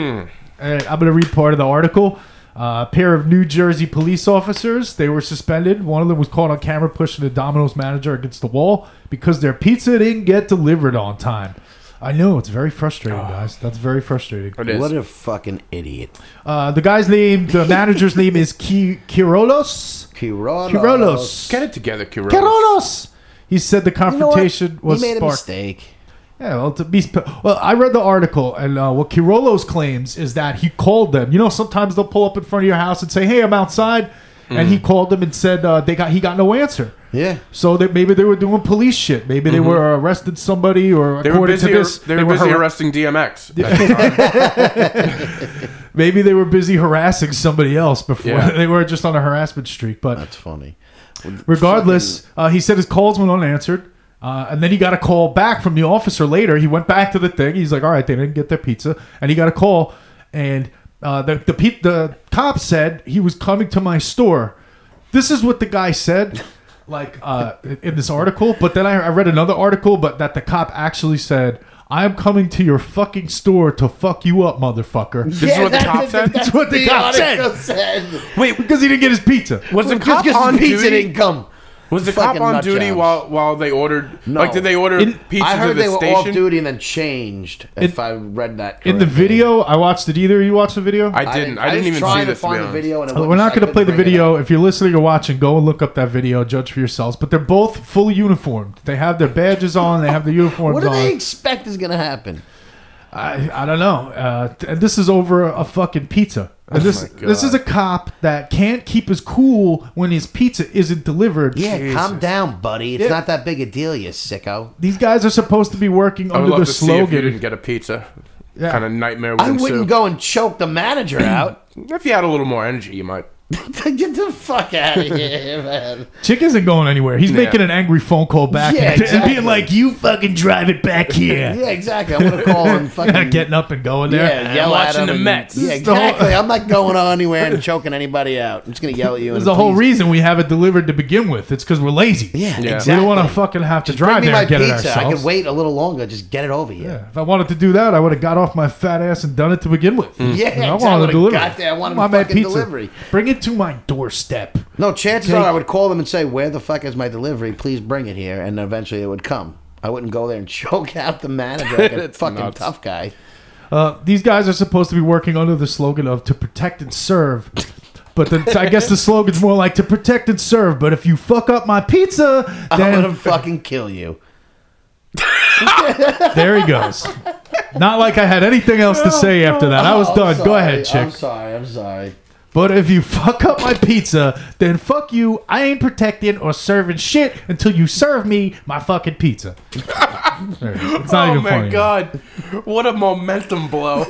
B: right, I'm going to read part of the article. Uh, a pair of New Jersey police officers, they were suspended. One of them was caught on camera pushing the Domino's manager against the wall because their pizza didn't get delivered on time. I know it's very frustrating, guys. That's very frustrating.
A: It is.
C: What a fucking idiot.
B: Uh, the guy's name, the manager's name is Ki- Kirolos.
C: Kirolos.
B: Kirolos.
A: Get it together, Kirolos.
B: Kirolos. He said the
C: You know what?
B: confrontation was
C: he made a
B: sparked.
C: mistake.
B: Yeah, well, to be sp- well, I read the article, and uh, what Kirolos claims is that he called them. You know, sometimes they'll pull up in front of your house and say, "Hey, I'm outside," and
A: Mm.
B: he called them and said uh, they got he got no answer.
C: Yeah.
B: So that maybe they were doing police shit. Maybe they were arrested somebody, or
A: Mm-hmm. They were
B: according
A: busy.
B: to this,
A: they, were busy
B: har-
A: arresting DMX. at the time.
B: maybe they were busy harassing somebody else before
A: Yeah.
B: they were just on a harassment streak. But
C: That's funny.
B: Regardless, uh, he said his calls went unanswered. Uh, and then he got a call back from the officer later. He went back to the thing. He's like, all right, they didn't get their pizza. And he got a call. And uh, the, the, pe- the cop said he was coming to my store. This is what the guy said, like uh, in this article. But then I, I read another article, but that the cop actually said, I'm coming to your fucking store to fuck you up, motherfucker.
A: This is what the cop said.
B: That's what the cop said.
C: said.
A: Wait,
B: Because he didn't get his pizza.
A: was the
C: Just
A: cop
C: because
A: on
C: his pizza
A: duty?
C: didn't come.
A: Was the cop
C: Fucking
A: on
C: nut
A: duty
C: jobs.
A: while while they ordered?
C: No.
A: Like, did they order
B: In-
A: pizza
C: I
A: to
C: heard
A: the
C: they were
A: station?
C: off duty and then changed. If I read that
B: In the
C: correctly.
B: video, I watched it either. You watched the video?
A: I didn't. I, didn't
C: was
A: even
C: trying
A: see
C: to
A: this. to be
C: find the
A: honest.
C: video, and it
B: But
C: wouldn't-
B: We're
C: I
B: not going
C: couldn't
B: to play the
C: bring it
B: video.
C: up.
B: If you're listening or watching, go and look up that video. Judge for yourselves. But they're both fully uniformed. They have their badges on. They have their uniforms
C: What do
B: on.
C: they expect is going to happen?
B: I, I don't know. Uh, th- and this is over a fucking pizza. And this
A: Oh my
B: this
A: God.
B: is a cop that can't keep his cool when his pizza isn't delivered.
C: Yeah, calm
A: Jesus.
C: down, buddy. It's
B: Yeah.
C: not that big a deal, you sicko.
B: These guys are supposed to be working
A: I would
B: under
A: love
B: the
A: to see if you didn't
B: slogan.
A: get a pizza.
B: Yeah.
A: Kind of nightmare. Would
C: I wouldn't go and choke the manager out.
A: If you had a little more energy, you might.
C: Get the fuck out of here, man.
B: Chick isn't going anywhere. He's
A: Yeah.
B: making an angry phone call back
C: Yeah,
B: and,
C: exactly.
B: being like, "You fucking drive it back here."
C: Yeah, exactly. I'm gonna call him fucking
B: Getting up and going there.
C: yeah, yell at
A: watching
C: him
A: the
C: and-
A: Mets.
C: Yeah,
B: It's the whole-
C: exactly. I'm not going anywhere and choking anybody out. I'm just gonna yell at you. and
B: This is the whole
C: please-
B: reason we have it delivered to begin with. It's because we're lazy.
C: Yeah,
A: Yeah.
C: exactly.
B: We don't want to fucking have to
C: Bring
B: drive
C: me
B: there
C: my
B: and get it
C: pizza. I
B: ourselves.
C: could wait a little longer. Just get it over here.
B: Yeah, if I wanted to do that, I would have got off my fat ass and done it to begin with.
C: Mm. Yeah,
B: You know, I
C: exactly.
B: wanted
C: I
B: to deliver.
C: got there, I wanted
B: want my
C: fucking delivery.
B: Bring it to my doorstep.
C: No, chances
B: Take-
C: are I would call them and say, "Where the fuck is my delivery? Please bring it here." And eventually it would come. I wouldn't go there and choke out the manager like a
A: It's
C: fucking
A: nuts.
C: tough guy.
B: Uh, these guys are supposed to be working under the slogan of "to protect and serve," but the, I guess the slogan's more like "to protect and serve." But if you fuck up my pizza,
C: I'm gonna
B: then
C: fucking kill you.
B: there he goes. Not like I had anything else to say after that. I was
C: Oh, I'm
B: done. Go
C: sorry.
B: ahead, chick.
C: I'm sorry. I'm sorry.
B: But if you fuck up my pizza, then fuck you. I ain't protecting or serving shit until you serve me my fucking pizza. There you go. It's not
A: oh
B: even
A: my
B: funny,
A: god! What a momentum blow.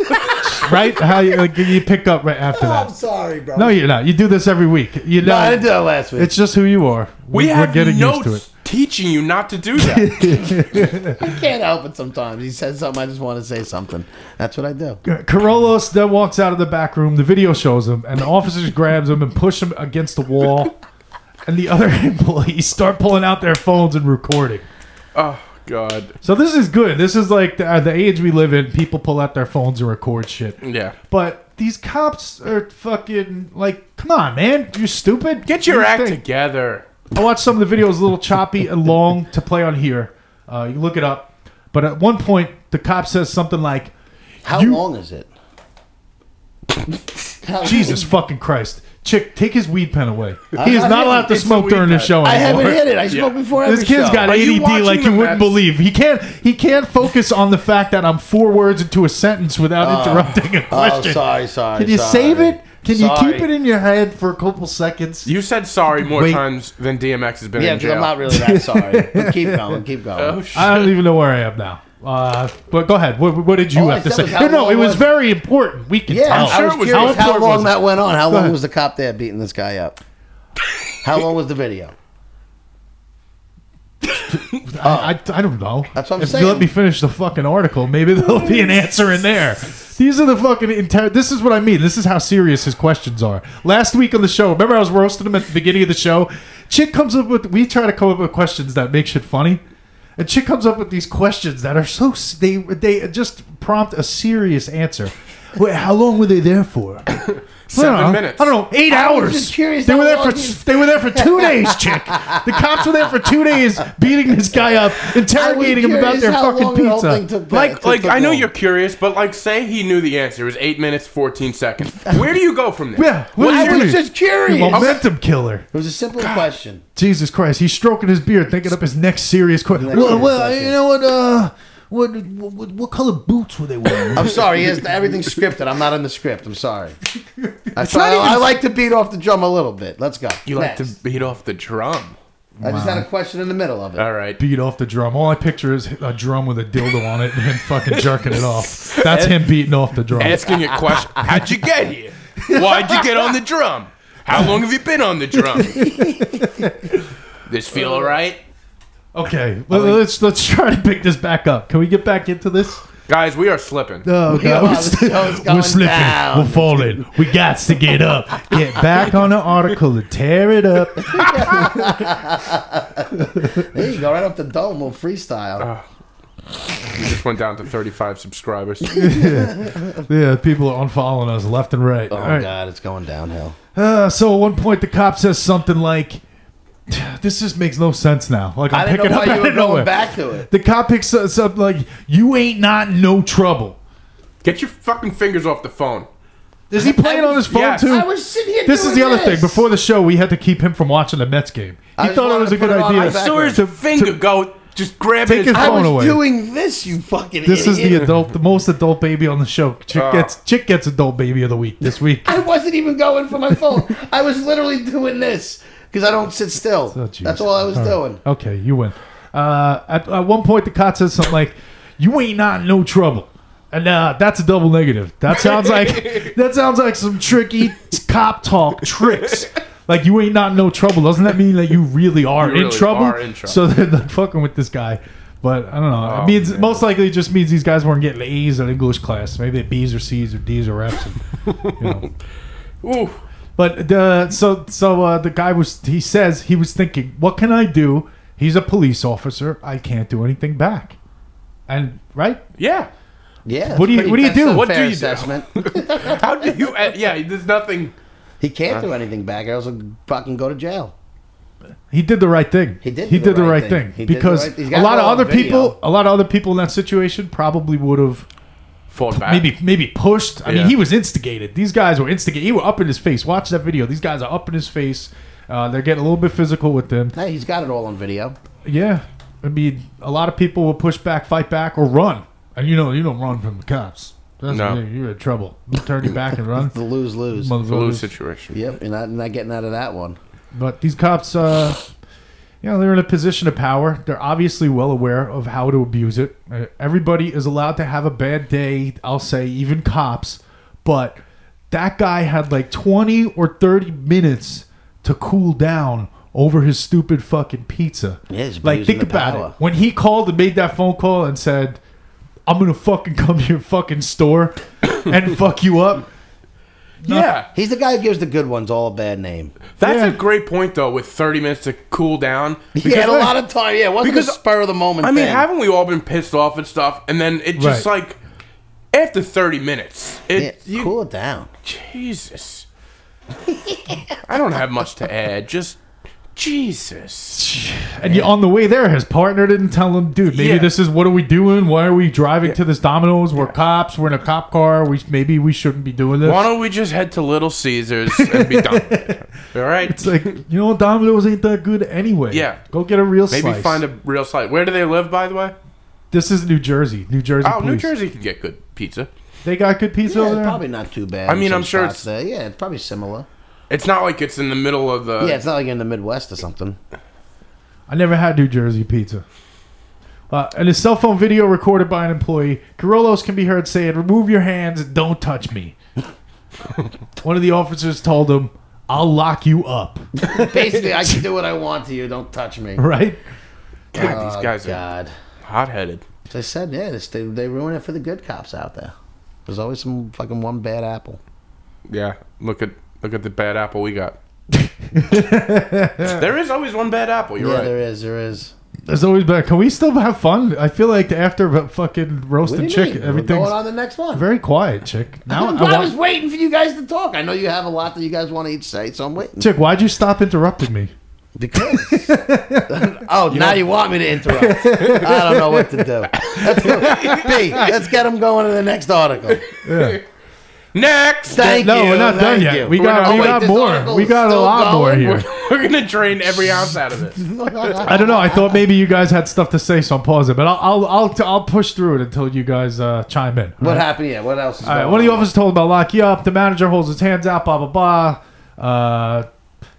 B: right? How you like, you pick up right after
C: Oh, I'm
B: that?
C: sorry, bro.
B: No, you're not. You do this every week. You
C: No, I
B: know,
C: didn't do that last week.
B: it's just who you are.
A: we
B: We're
A: have
B: getting
A: notes
B: used to
A: teaching you not to do that.
C: can't help it sometimes. He says something, I just want to say something. That's what I do.
B: it. Carolos then walks out of the back room. The video shows him, and the officers grabs him and push him against the wall. And the other employees start pulling out their phones and recording.
A: oh god.
B: So this is good. This is like the, uh, the age we live in. People pull out their phones and record shit.
A: Yeah.
B: But these cops are fucking like, come on, man, you're stupid.
A: Get your
B: Do
A: act
B: thing.
A: together.
B: I watched some of the videos, a little choppy and long to play on here. Uh, you look it up. But at one point, the cop says something like,
C: How
B: You-
C: long is it? How-
B: "Jesus fucking Christ." Chick, take his weed pen away.
C: I'm
B: He is
C: not
B: not allowed
A: hitting-
B: to
A: it's a
B: smoke
A: weed
B: during this
A: pen.
B: show
C: I haven't
B: anymore.
C: hit it. I smoked
A: Yeah.
C: before
B: This
C: every
B: kid's
C: show.
B: got
A: Are you
B: ADD like
A: watching
B: you
A: the
B: wouldn't
A: Mets?
B: believe. He can't he can't focus on the fact that I'm four words into a sentence without interrupting a question.
C: Uh, Oh, sorry, sorry.
B: Can you
C: sorry.
B: save it? Can you keep
C: Sorry.
B: it in your head for a couple seconds?
A: You said sorry more
B: Wait.
A: times than DMX has been
C: Yeah,
A: in
C: because
A: jail.
C: I'm not really that sorry. But keep going, keep going.
A: Oh, shit.
B: I don't even know where I am now. Uh, but go ahead. What, what did you
C: All I
B: have to
C: said
B: say?
C: was how
B: No, no,
C: long
B: it was
C: was-
B: very important. We can
C: yeah,
B: tell.
C: I'm sure
A: it
C: I was
A: was-
C: curious
B: how
C: how,
B: important
C: long
B: was it?
C: that went on. How
B: ahead.
C: long was the cop there beating this guy up? How long was the video?
B: I, I, I don't know.
C: That's what I'm
B: if
C: saying.
B: you let me finish the fucking article, maybe there'll be an answer in there. These are the fucking entire. This is what I mean. This is how serious his questions are. Last week on the show, remember I was roasting him at the beginning of the show. Chick comes up with. We try to come up with questions that make shit funny, and Chick comes up with these questions that are so s- they they just prompt a serious answer. Wait, how long were they there for?
A: Seven
B: I don't know.
A: minutes.
B: I don't know. Eight
C: I was
B: hours.
C: just curious
B: they
C: how
B: were there for
C: long
B: t- they were there for two days, chick. The cops were there for two days, beating this guy up, interrogating him about
C: curious
B: their
C: how
B: fucking
C: long the whole thing
B: pizza.
C: took that-
A: like,
C: took-
A: like
C: took
A: I know
C: long.
A: you're curious, but like, say he knew the answer. It was eight minutes, fourteen seconds. Where do you go from there?
B: Yeah, what
A: What
B: do
A: is
B: you
C: I
A: your-
B: do?
C: was just curious.
B: You
C: It
B: momentum killer.
C: was a simple question.
B: Jesus Christ, he's stroking his beard, thinking up his next serious question.
C: Next
B: Well,
C: serious
B: well,
C: question.
B: you know what? Uh, what, what what color boots were they wearing?
C: I'm sorry. Yes, everything's scripted. I'm not in the script. I'm sorry. I,
A: not
C: try,
A: even-
C: I like to beat off the drum a little bit. Let's go.
A: You like
C: Next.
A: to beat off the drum.
C: I just had a question in the middle of it.
A: All right.
B: Beat off the drum. All I picture is a drum with a dildo on it and him fucking jerking it off. That's him beating off the drum.
A: Asking a question. How'd you get here? Why'd you get on the drum? How long have you been on the drum? this feel alright?
B: Okay, let, us let's try to pick this back up. Can we get back into this?
A: Guys, we are slipping.
B: Oh,
C: Yeah,
B: God.
C: wow, this show's
B: We're
C: going
B: slipping.
C: down.
B: We're falling. We got to get up. Get back on the article and tear it up.
C: There you go, right off the dome, little freestyle.
A: We just went down to 35 subscribers.
B: Yeah, people are unfollowing us left and right.
C: oh
B: All right.
C: God, it's going downhill.
B: Uh, so at one point, the cop says something like, "This just makes no sense now." Like I'm
C: I didn't
B: picking
C: know
B: up
C: why
B: out
C: you
B: of
C: were going
B: nowhere.
C: back to it.
B: The cop picks us up like, "You ain't not in no trouble."
A: Get your fucking fingers off the phone.
B: Is he playing on his phone
A: yes.
B: too?
C: I was sitting here.
B: this is
C: doing
B: the other
C: this.
B: thing. Before the show, we had to keep him from watching the Mets game. He
C: I just
B: thought it
C: wanted
B: was
C: to
B: a good
C: put it on my
B: idea.
C: back.
A: So where's the finger go? Just grab
B: Take
A: it.
B: his
C: I
B: phone
C: was
B: away.
C: doing this, you fucking.
B: This is the
C: idiot.
B: adult, the most adult baby on the show. Chick
A: Oh.
B: gets chick gets adult baby of the week this week.
C: I wasn't even going for my phone. I was literally doing this because I don't sit still.
B: Oh, jeez.
C: That's all I was
B: right.
C: doing.
B: Okay, you win. Uh, at, at one point, the cop says something like, "You ain't not in no trouble," and uh, that's a double negative. That sounds like that sounds like some tricky cop talk tricks. Like you ain't not in no trouble. Doesn't that mean that you really are,
A: You
B: in,
A: really
B: trouble?
A: are in trouble.
B: So they're not fucking with this guy. But I don't know.
A: Oh,
B: it means
A: man.
B: most likely it just means these guys weren't getting A's in English class. Maybe they had B's or C's or D's or F's. And, you know.
A: Ooh.
B: But the so so uh, the guy was he says he was thinking, what can I do? He's a police officer. I can't do anything back. And right,
A: Yeah.
C: Yeah.
B: What do you-
C: that's
B: what do you
C: pretty-
B: do?
C: that's a
A: What do
C: fair
A: you do?
C: assessment.
A: How do you? Uh, yeah, there's nothing.
C: he can't do anything back. Or else he'll fucking go to jail.
B: he did the right thing.
C: He did
B: He
C: do
B: did the right thing,
C: He did the
B: because
C: right- he's
B: a
C: got
B: lot
C: it
B: of
C: all on
B: other
C: video.
B: people, a lot of other people in that situation probably would have
A: Fall back.
B: maybe maybe pushed. I mean,
A: Yeah.
B: he was instigated. These guys were instigated. He were up in his face. Watch that video. These guys are up in his face. Uh, they're getting a little bit physical with them.
C: Hey, he's got it all on video.
B: Yeah, I mean, a lot of people will push back, fight back, or run. And you know, you don't run from the cops. That's
A: No.
B: the thing, you're in trouble. You turn your back and run.
C: The lose lose.
A: Blue
B: Motherfuckers.
A: situation.
C: Yep, you're not, not getting out of that one.
B: But these cops, uh, you know, they're in a position of power. They're obviously well aware of how to abuse it. Uh, Everybody is allowed to have a bad day. I'll say even cops, but that guy had like 20 or 30 minutes to cool down over his stupid fucking pizza.
C: Yeah, he's
B: like
C: abusing
B: think
C: the
B: about
C: power.
B: it. When he called and made that phone call and said, "I'm gonna fucking come to your fucking store and fuck you up,"
A: Yeah,
C: He's the guy who gives the good ones all a bad name.
A: that's
B: Yeah.
A: a great point though. With 30 minutes to cool down.
C: he had a lot of time. Yeah, it wasn't
A: because-
C: a spur of the moment.
A: I mean,
C: thing.
A: haven't we all been pissed off and stuff? And then it just
B: Right.
A: like after 30 minutes,
C: Yeah,
A: it you,
C: cool it down.
A: Jesus. I don't have much to add. Just Jesus.
B: And you, on the way there, his partner didn't tell him, dude, maybe
A: Yeah.
B: this is what are we doing? Why are we driving to this Domino's? We're cops. We're in a cop car. We maybe we shouldn't be doing this.
A: Why don't we just head to Little Caesars and be done? All right.
B: it's like you know, Domino's ain't that good anyway.
A: Yeah.
B: go get a real
A: Maybe
B: slice.
A: find a real site. Where do they live, by the way?
B: This is New Jersey. New Jersey.
A: Oh, New
B: police.
A: Jersey can get good pizza.
B: They got good pizza
C: Yeah,
B: over there.
C: probably not too bad.
A: I
C: in
A: mean,
C: some
A: I'm sure
C: spots there. Yeah, it's probably similar.
A: It's not like it's in the middle of the.
C: yeah, it's not like you're in the Midwest or something.
B: I never had New Jersey pizza. Uh, and a cell phone video recorded by an employee, Carollos can be heard saying, "Remove your hands, and don't touch me." One of the officers told him, "I'll lock you up."
C: Basically, I can do what I want to you. Don't touch me.
B: Right?
A: God, these guys are
C: Oh, God.
A: hot headed.
C: As I said, yeah, this, they, they ruin it for the good cops out there. There's always some fucking one bad apple.
A: Yeah. Look at look at the bad apple we got. there is always one bad apple. You're
C: yeah,
A: right.
C: there is. There is.
B: There's always been. Can we still have fun? I feel like after the fucking
C: What
B: roasted
C: do you
B: chicken,
C: mean? We're
B: everything's
C: going on the next one.
B: very quiet, chick. Now
C: I,
B: I
C: was
B: want,
C: waiting for you guys to talk. I know you have a lot that you guys want to each say, so I'm waiting.
B: chick, why'd you stop interrupting me?
C: Because oh, now you want me to interrupt? I don't know what to do. Let's go. B, let's get them going to the next article.
A: Next!
C: Thank
B: no,
C: you.
B: we're not done
C: thank
B: yet.
C: you.
B: We got,
A: not-
B: we
A: oh, wait,
B: got
C: this
B: more.
C: article
B: We
C: is
B: got a
C: still
B: lot more
C: going?
B: here.
A: We're going to drain every ounce out of it.
B: I don't know. I thought maybe you guys had stuff to say, so I'm pausing. But I'll I'll I'll, I'll push through it until you guys uh, chime in.
C: what happened? Yeah. What else? Is
B: All right,
C: going
B: one of the
C: on?
B: officers told him about lock you up. The manager holds his hands out, blah blah blah. Uh,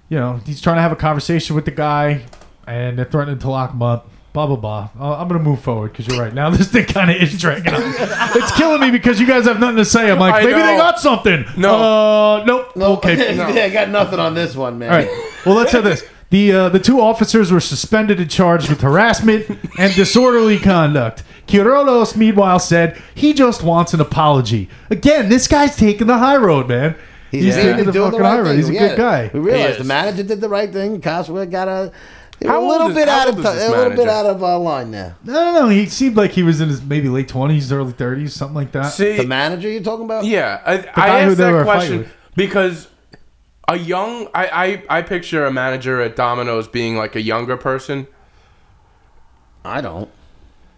B: you know, he's trying to have a conversation with the guy, and they're threatening to lock him up. Blah blah blah. Uh, I'm gonna move forward because you're right. Now this thing kind of is dragging on. It's killing me because you guys have nothing to say. I'm like,
A: I
B: maybe they
A: know.
B: got something.
A: No.
B: uh, nope.
C: No,
B: Okay.
C: yeah, I got nothing on this one, man.
B: All right. Well, let's have this. The uh, the two officers were suspended and charged with harassment and disorderly conduct. Quirolos, meanwhile, said he just wants an apology. Again, this guy's taking the high road, man. He's,
C: Yeah.
B: taking the
C: doing
B: fucking high road.
C: thing.
B: He's a
C: We
B: good
C: get it.
B: guy.
A: He
C: We realized
A: is.
C: the manager did the right thing. Cops we got a, they were
A: How
C: a
A: old
C: little
A: is-
C: bit
A: how
C: out of
A: old
C: t-
A: is this
C: a little bit
A: manager?
C: out of our line there.
B: I don't know. He seemed like he was in his maybe late twenties, early thirties, something like that.
A: See,
C: The manager you're talking about?
A: Yeah, I,
B: guy
A: I
B: who
A: asked
B: they were
A: that
B: fighting
A: question
B: with.
A: because a young I, I I picture a manager at Domino's being like a younger person.
C: I don't.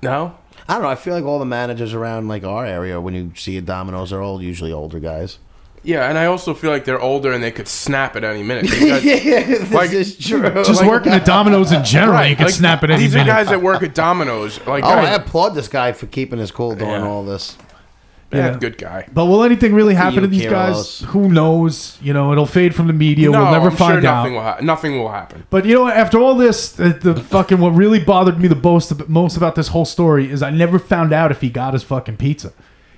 A: No,
C: I don't know. I feel like all the managers around like our area, when you see a Domino's, are all usually older guys.
A: yeah, and I also feel like they're older and they could snap at any minute. Because,
C: this
A: Like-
C: is true.
B: Just working at Domino's in general, you can
A: like,
B: snap it any
A: These
B: minute.
A: are guys that work at Domino's. Like,
C: Oh,
A: guys,
C: I applaud this guy for keeping his cool during
A: Yeah.
C: all this.
A: yeah,
B: Yeah.
A: good guy.
B: but will anything really happen to these guys?
C: Quirolos.
B: Who knows? You know, it'll fade from the media.
A: no,
B: we'll never
A: I'm
B: find
A: sure
B: out.
A: nothing will ha- nothing will happen.
B: But you know, what? after all this, the, the fucking what really bothered me the most, most about this whole story is I never found out if he got his fucking pizza.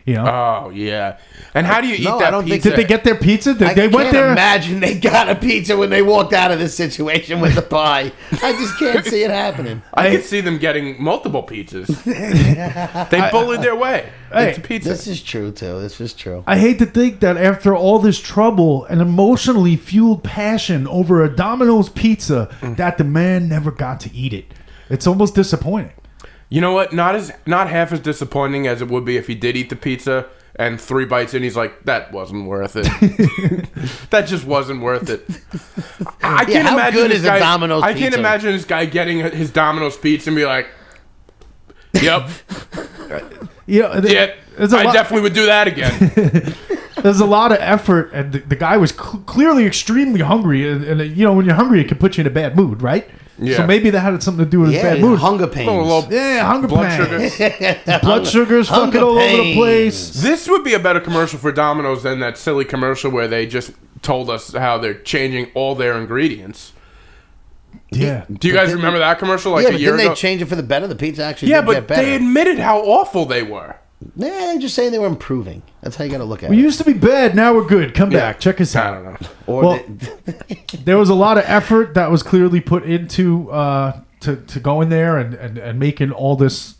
B: You know,
A: Oh yeah, and how do you eat
C: No, I
A: that
C: don't think-
A: pizza?
B: did they get their pizza? Did
C: I
B: they
C: can't
B: went there?
C: imagine they got a pizza when they walked out of this situation with the pie. I just can't see it happening.
A: I could see them getting multiple pizzas. they bullied their way.
B: Hey,
A: it's pizza.
C: This is true too. This is true.
B: I hate to think that after all this trouble and emotionally fueled passion over a Domino's pizza,
A: Mm.
B: that the man never got to eat it. It's almost disappointing.
A: You know what? Not as not half as disappointing as it would be if he did eat the pizza and three bites in, he's like, "That wasn't worth it. that just wasn't worth it." I I can't
C: how
A: imagine
C: good
A: this
C: is a
A: guy,
C: Domino's
A: I can't
C: pizza?
A: imagine this guy getting his Domino's pizza and be like, "Yep,
B: You know, th-
A: yeah,
B: there's a
A: I
B: lot-
A: definitely would do that again."
B: there's a lot of effort, and the, the guy was cl- clearly extremely hungry. And, and uh, you know, when you're hungry, it can put you in a bad mood, right? So
A: Yeah.
B: maybe that had something to do with his
C: Yeah,
B: bad mood.
C: hunger pains.
A: Oh, well,
B: yeah, hunger
A: Blood
B: pains.
A: sugar.
B: blood sugar's fucking
C: hunger
B: all over the
C: pains.
B: place.
A: This would be a better commercial for Domino's than that silly commercial where they just told us how they're changing all their ingredients.
B: Yeah.
A: Do you guys remember that commercial like
C: yeah,
A: a
C: but
A: year
C: then they
A: ago?
C: change it for the better. The pizza actually
A: yeah,
C: did
A: but
C: get better.
A: they admitted how awful they were.
C: Nah, they're just saying they were improving. That's how you got to look at
B: We
C: it.
B: used to be bad, now we're good. Come
A: Yeah.
B: back. Check us
A: I
B: out.
A: don't know.
C: or
B: Well,
C: they-
B: there was a lot of effort that was clearly put into uh, to, to going there and, and, and making all this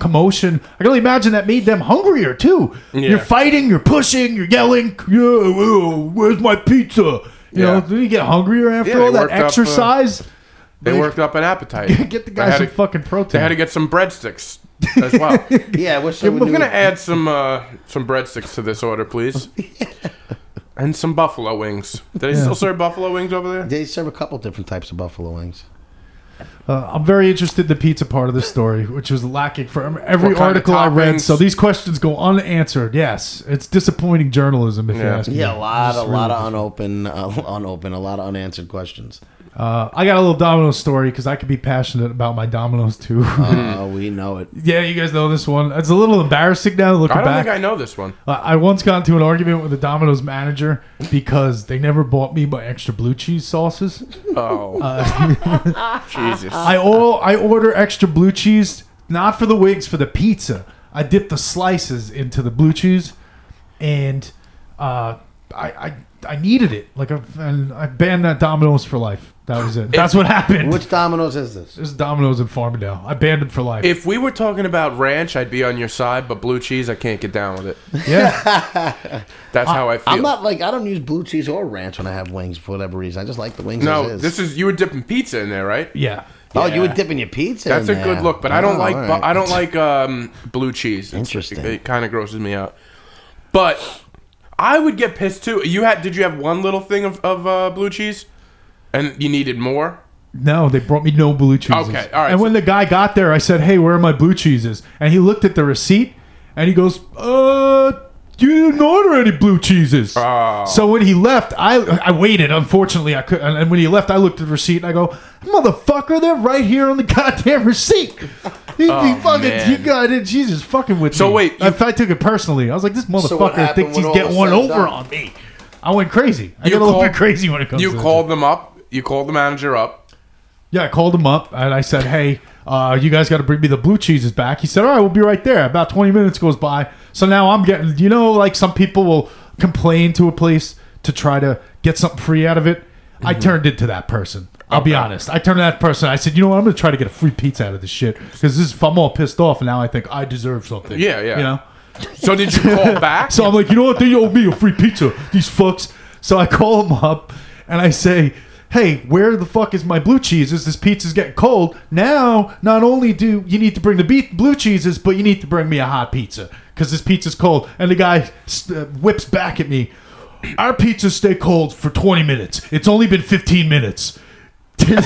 B: commotion. I can only imagine that made them hungrier too. You're fighting, you're pushing, you're yelling, yeah, whoa, where's my pizza? You
A: Yeah.
B: know, do you get hungrier after
A: Yeah, they
B: all that
A: worked up, uh,
B: exercise?
A: They worked up an appetite.
B: get the
A: They
B: guy
A: had
B: some
A: to-
B: fucking protein.
A: They had to get some breadsticks as well.
C: yeah, I wish they
A: We're
C: would do-
A: gonna add some uh, some breadsticks to this order, please. and some buffalo wings. Do they still serve buffalo wings over there?
C: They serve a couple different types of buffalo wings.
B: Uh, I'm very interested in the pizza part of the story, which was lacking from every
A: What kind of
B: article I read.
A: toppings?
B: So these questions go unanswered. Yes, it's disappointing journalism if you
A: Yeah.
B: ask me. Uh,
C: Yeah, a lot, a
B: It's
C: lot
B: really-
C: of unopened, uh, unopened, a lot of unanswered questions.
B: Uh, I got a little Domino's story because I could be passionate about my Domino's too.
A: Hmm.
C: Uh, we know it.
B: yeah, you guys know this one. It's a little embarrassing now looking
A: I don't
B: back.
A: think I know this one.
B: I-, I once got into an argument with the Domino's manager because they never bought me my extra blue cheese sauces.
A: Oh,
C: Uh,
A: Jesus!
B: I all I order extra blue cheese, not for the wings, for the pizza. I dip the slices into the blue cheese, and uh, I, I I needed it like I, and I banned that Domino's for life. That was it. That's what happened.
C: Which Domino's is this?
B: There's Domino's in Farmingdale. I banned it for life.
A: If we were talking about ranch, I'd be on your side, but blue cheese, I can't get down with it.
B: yeah,
A: That's how I feel.
C: I'm not like I don't use blue cheese or ranch when I have wings for whatever reason. I just like the wings.
A: no,
C: as is.
A: this is you were dipping pizza in there, right?
B: yeah.
C: Oh,
A: yeah.
C: you were dipping your pizza.
A: That's
C: in
A: a
C: there.
A: good look, but I don't
C: Oh,
A: like
C: all
A: bu-
C: right.
A: I don't like um, blue cheese. It's-
C: Interesting.
A: It kind of grosses me out. But I would get pissed too. You had? Did you have one little thing of, of uh, blue cheese, and you needed more?
B: No, they brought me no blue cheeses.
A: Okay, all right,
B: And
A: so-
B: when the guy got there, I said, "Hey, where are my blue cheeses?" And he looked at the receipt, and he goes, "Uh, you didn't order any blue cheeses."
A: Oh.
B: So when he left, I I waited. Unfortunately, I could. And and when he left, I looked at the receipt and I go, "Motherfucker, they're right here on the goddamn receipt." He'd be fucking.
A: Oh, man.
B: You got it. Jesus fucking with
A: So
B: me.
A: wait,
B: I, I took it personally. I was like, "This motherfucker
C: happened
B: thinks
C: when
B: he's
C: all
B: getting
C: was
B: one
C: said and
B: over
C: done?
B: on me." I went crazy. I
A: You
B: got a little
A: called-
B: bit crazy when it comes.
A: You
B: to that shit.
A: called them up. You called the manager up.
B: Yeah, I called him up and I said, "Hey, uh, you guys got to bring me the blue cheeses back." He said, "All right, we'll be right there." About twenty minutes goes by, so now I'm getting. You know, like some people will complain to a place to try to get something free out of it.
A: Mm-hmm.
B: I turned into that person. I'll be honest. I turned to that person. I said, "You know what? I'm going to try to get a free pizza out of this shit because this. Is, if I'm all pissed off, and now I think I deserve something."
A: Yeah, yeah.
B: You know.
A: So did you call back?
B: So I'm like, you know what? They owe me a free pizza. These fucks. So I call them up and I say, hey, where the fuck is my blue cheeses? This pizza's getting cold. Now, not only do you need to bring the be- blue cheeses, but you need to bring me a hot pizza because this pizza's cold. And the guy s- uh, whips back at me. Our pizzas stay cold for 20 minutes. It's only been 15 minutes.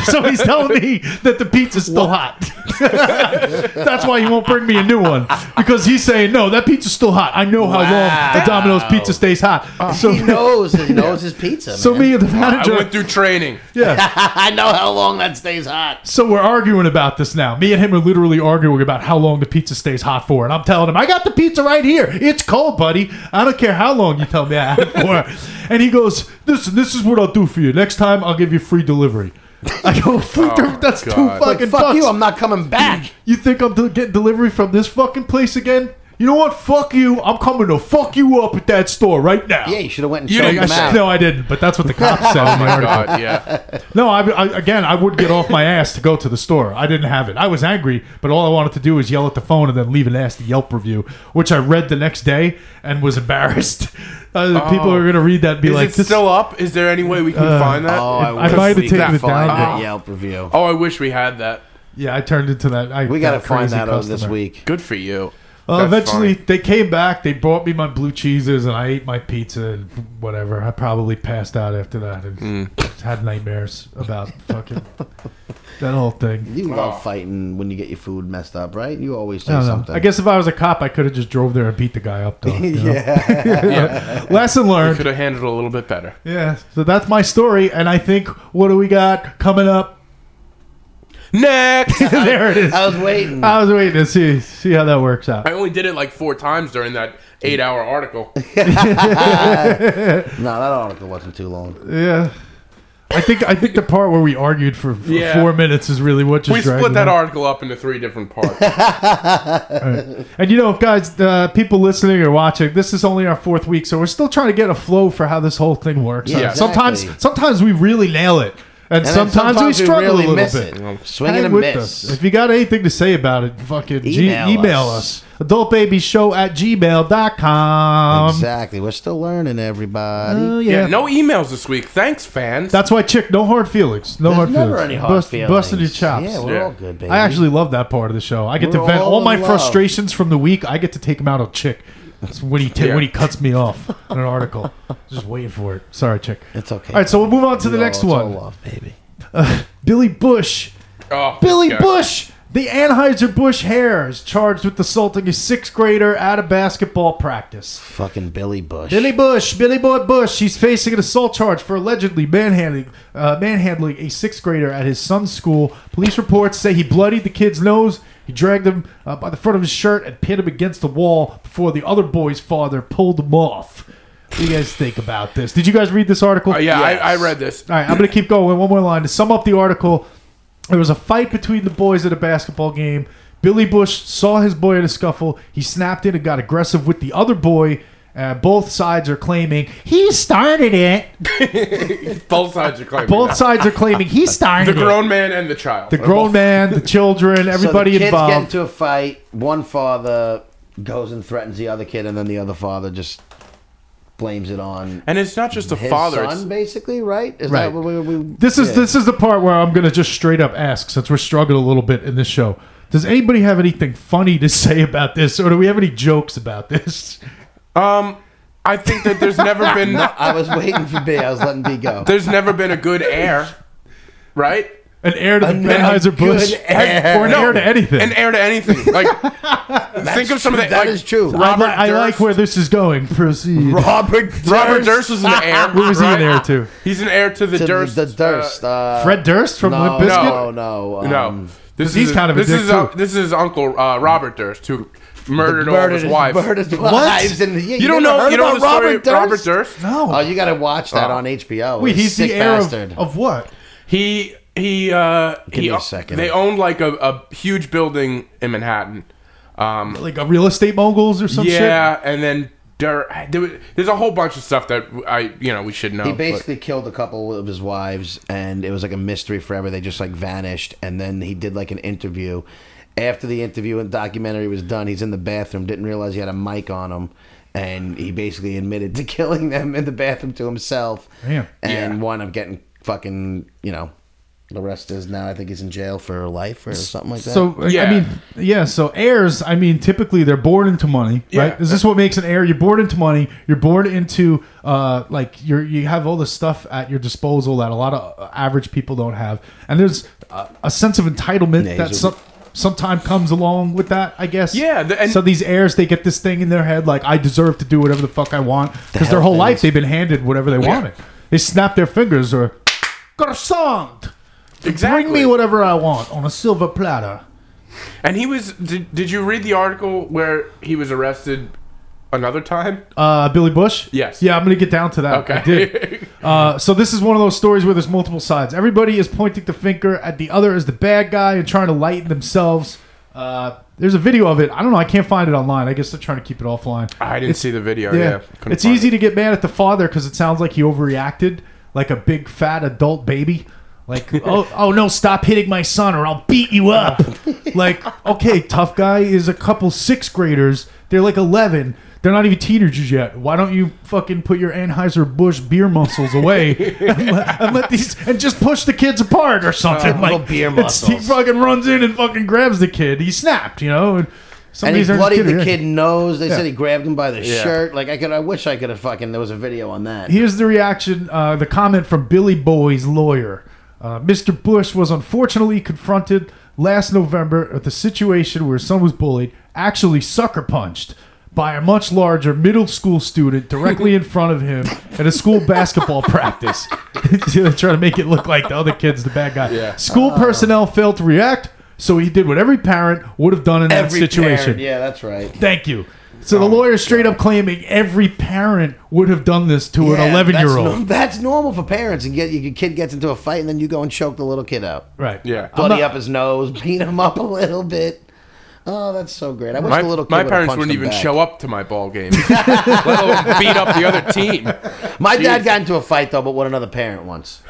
B: so he's telling me that the pizza's still hot. That's why he won't bring me a new one because he's saying no. That pizza's still hot. I know how long the Domino's pizza stays hot. so
C: He knows. He knows his pizza.
B: so
C: man.
B: me and the
A: I
B: manager.
A: went through training.
B: yeah.
C: I know how long that stays hot.
B: So we're arguing about this now. Me and him are literally arguing about how long the pizza stays hot for, and I'm telling him I got the pizza right here. It's cold, buddy. I don't care how long you tell me I had it for. and he goes, "Listen, this is what I'll do for you. Next time, I'll give you free delivery." I go, free delivery? that's two
A: God.
B: fucking
A: Like,
C: Like, fuck
B: bucks.
C: you. I'm not coming back.
B: You think I'm del- getting delivery from this fucking place again? You know what? Fuck you. I'm coming to fuck you up at that store right now.
C: Yeah, you should have went and
A: You
C: choked
A: didn't
C: him
A: say-
C: out.
B: no, I didn't. But that's what the cops said in my article.
A: God, Uh, yeah.
B: No, I, I- again, I would get off my ass to go to the store. I didn't have it. I was angry, but all I wanted to do was yell at the phone and then leave an nasty Yelp review, which I read the next day and was embarrassed. Uh,
C: Oh.
B: People are going to read that and be
A: Is
B: like,
A: it
B: this, Uh,
A: still up? Is there any way we can find that?
C: Oh,
A: Oh,
C: I,
B: I
C: wish
B: might have
C: we
B: taken
C: could
B: it
C: find
B: down,
C: that
A: but-
C: Yelp review.
A: I wish we had that.
B: Yeah, I turned into that. I,
C: we got to
B: that
C: find
B: crazy
C: that out this
B: customer.
C: week.
A: Good for you.
B: Well,
A: That's
B: Uh, eventually,
A: funny.
B: they came back. They brought me my blue cheeses, and I ate my pizza and whatever. I probably passed out after that and
A: Hmm.
B: had nightmares about fucking that whole thing.
C: You love fighting when you get your food messed up, right? You always say
B: I, don't know.
C: something.
B: I guess if I was a cop, I could have just drove there and beat the guy up. Though, you know?
C: Yeah.
B: Lesson
A: could
B: learned.
A: have handled it a little bit better.
B: Yeah. So that's my story, and I think what do we got coming up?
A: Next.
B: there it is.
C: I was waiting.
B: I was waiting to see see how that works out.
A: I only did it like four times during that eight-hour article.
C: no, that article wasn't too long.
B: Yeah. I think I think the part where we argued for, for
A: Yeah.
B: four minutes is really what just
A: we
B: dragged
A: split
B: it
A: that
B: out.
A: article up into three different parts.
B: And you know, guys, uh, people listening or watching, this is only our fourth week, so we're still trying to get a flow for how this whole thing works. Uh,
C: Yeah,
B: Sometimes,
C: exactly.
B: sometimes we really nail it, and,
C: And then
B: sometimes, we struggle
C: really
B: a
C: miss
B: little bit.
C: It.
B: Hang
C: Swing and a
B: with us.
C: miss.
B: If you got anything to say about it, fucking email,
C: Email
B: g- email us.
C: us.
B: adultbabyshow at gmail.com.
C: Exactly. We're still learning, everybody.
B: Oh,
A: Yeah,
B: yeah.
A: no emails this week. Thanks, fans.
B: That's why, chick, no hard feelings. No
C: There's
B: hard
C: never
B: feelings.
C: any hard
B: Bust-
C: feelings.
B: Busted your chops.
C: Yeah, we're
A: Yeah.
C: all good, baby.
B: I actually love that part of the show. I get to
C: We're
B: vent
C: all
B: all
C: in
B: my
C: love.
B: frustrations from the week. I get to take them out on Chick. That's when he ta-
A: Yeah.
B: when he cuts me off in an article. Just waiting for it. Sorry, chick.
C: It's okay.
B: All right, so we'll move on to the
C: It's
B: next
C: all
B: one.
C: love, baby.
B: Billy Bush.
A: Oh,
B: Billy
A: yeah.
B: Bush. The Anheuser-Busch Hare is charged with assaulting a sixth grader at a basketball practice.
C: Fucking Billy Bush.
B: Billy Bush, Billy Boy Bush, he's facing an assault charge for allegedly manhandling, uh, manhandling a sixth grader at his son's school. Police reports say he bloodied the kid's nose. He dragged him uh, by the front of his shirt and pinned him against the wall before the other boy's father pulled him off. What do you guys think about this? Did you guys read this article?
A: Uh, yeah, I, I read this.
B: All right, I'm going to keep going. One more line. To sum up the article, there was a fight between the boys at a basketball game. Billy Bush saw his boy in a scuffle. He snapped in and got aggressive with the other boy. Uh, both sides are claiming he started it.
A: Both sides are claiming.
B: Both
A: that.
B: sides are claiming he started
A: The
B: it.
A: grown man and the child.
B: the grown man, the children, everybody
C: so the kids get
B: involved.
C: into a fight. One father goes and threatens the other kid, and then the other father just blames it on
A: And it's not just the
C: his
A: father.
C: son,
A: It's,
C: basically, right? Is
B: Right.
C: that what we, we
B: This is
C: yeah.
B: this is the part where I'm gonna just straight up ask, since we're struggling a little bit in this show. Does anybody have anything funny to say about this, or do we have any jokes about this?
A: um, I think that there's never been
C: I was waiting for B. I was letting B go.
A: there's never been a good heir, right?
B: An heir to the
C: Another
B: Anheuser Busch,
C: good heir.
B: or an
A: No,
B: heir to anything.
A: An heir to anything. Like, think of some of the.
C: That
A: like,
C: is true.
B: I,
A: Robert
B: li- I like
A: Durst-
B: where this is going. Proceed.
C: Robert Durst.
A: Robert Durst was an heir.
B: Who was he an heir to?
A: He's an heir to the
C: To
A: Durst.
C: The Durst. uh,
B: Fred Durst from
C: no,
B: Limp Bizkit.
C: No, no.
A: no,
C: um,
A: this
B: he's
A: is
B: kind of a
A: this
B: dick,
A: is uh,
B: too.
A: this is Uncle uh, Robert Durst who murdered, all of his wives.
C: Murdered his wives. And, yeah,
A: You, don't
C: never
A: know
C: heard
A: you don't know the
C: about
A: story
C: Robert
A: of Robert
C: Durst?
A: Durst?
B: No.
C: Oh, you got to watch that
A: Oh.
C: on HBO.
B: Wait, he's
C: Sick
B: the heir of,
C: bastard.
B: of what?
A: He he uh
C: Give
A: he
C: me a second.
A: they owned like a, a huge building in Manhattan. Um
B: Like a real estate moguls or some
A: yeah, and then Durst there was, there's a whole bunch of stuff that I you know we should know.
C: He
A: but-
C: basically killed a couple of his wives, and it was like a mystery forever. They just like vanished, and then he did like an interview. After the interview and documentary was done, he's in the bathroom, didn't realize he had a mic on him, and he basically admitted to killing them in the bathroom to himself.
B: Damn.
C: And
A: Yeah.
C: wound up getting fucking, you know, the rest is now I think he's in jail for life or something like
B: shit?
C: that.
B: So I
A: Yeah.
B: mean, yeah. So heirs, I mean, typically they're born into money,
A: Yeah.
B: right? Is this what makes an heir? You're born into money. You're born into uh, like you you have all this stuff at your disposal that a lot of uh, average people don't have, and there's a, a sense of entitlement
C: Yeah,
B: that
C: he's a-
B: some. Sometime comes along with that, I guess.
A: Yeah, the- and-
B: so these heirs, they get this thing in their head, like I deserve to do whatever the fuck I want, because their
C: hell
B: whole
C: things.
B: life they've been handed whatever they wanted. They snap their fingers or, croissant.
A: exactly.
B: Bring me whatever I want on a silver platter.
A: And he was did, did you read the article where he was arrested another time?
B: Uh, Billy Bush?
A: Yes.
B: Yeah, I'm going to get down to that. I did. Uh, so this is one of those stories where there's multiple sides. Everybody is pointing the finger at the other as the bad guy and trying to lighten themselves. Uh, there's a video of it. I don't know. I can't find it online. I guess they're trying to keep it offline.
A: I didn't see the video. Yeah.
B: Yeah,
A: Couldn't
B: it's
A: find
B: easy
A: it.
B: to get mad at the father because it sounds like he overreacted, like a big fat adult baby. Like, oh, oh no, stop hitting my son or I'll beat you up. like, okay, tough guy is a couple sixth graders. They're like eleven. They're not even teenagers yet. Why don't you fucking put your Anheuser Busch beer muscles away and, let, and let these and just push the kids apart or something?
C: Uh, little
B: like
C: beer
B: it's- He
C: muscles.
B: fucking runs in and fucking grabs the kid. He snapped, you know. And, some
C: and he
B: of these aren't
C: bloodied
B: kidding,
C: the
B: yeah.
C: kid nose. They
B: Yeah.
C: said he grabbed him by the
A: Yeah.
C: shirt. Like I could, I wish I could have fucking. There was a video on that.
B: Here's the reaction, uh, the comment from Billy Boy's lawyer. Uh, Mr. Bush was unfortunately confronted last November with a situation where his son was bullied, actually sucker punched by a much larger middle school student directly in front of him at a school basketball practice. They're trying to make it look like the other kid's the bad guy.
A: Yeah.
B: School
C: Uh.
B: personnel failed to react, so he did what every parent would have done in
C: Every
B: that situation.
C: parent- yeah, that's right.
B: Thank you. So
C: Oh
B: the lawyer straight up claiming every parent would have done this to
C: Yeah,
B: an 11 year old.
C: That's, no- that's normal for parents. And get your kid gets into a fight, and then you go and choke the little kid out,
B: Right.
A: Yeah.
C: bloody
B: not-
C: up his nose, beat him up a little bit. Oh, that's so great. I wish
A: My,
C: the little kid
A: my parents wouldn't even show up to my ball game, let alone beat up the other team.
C: My dad got into a fight though, but with another parent once.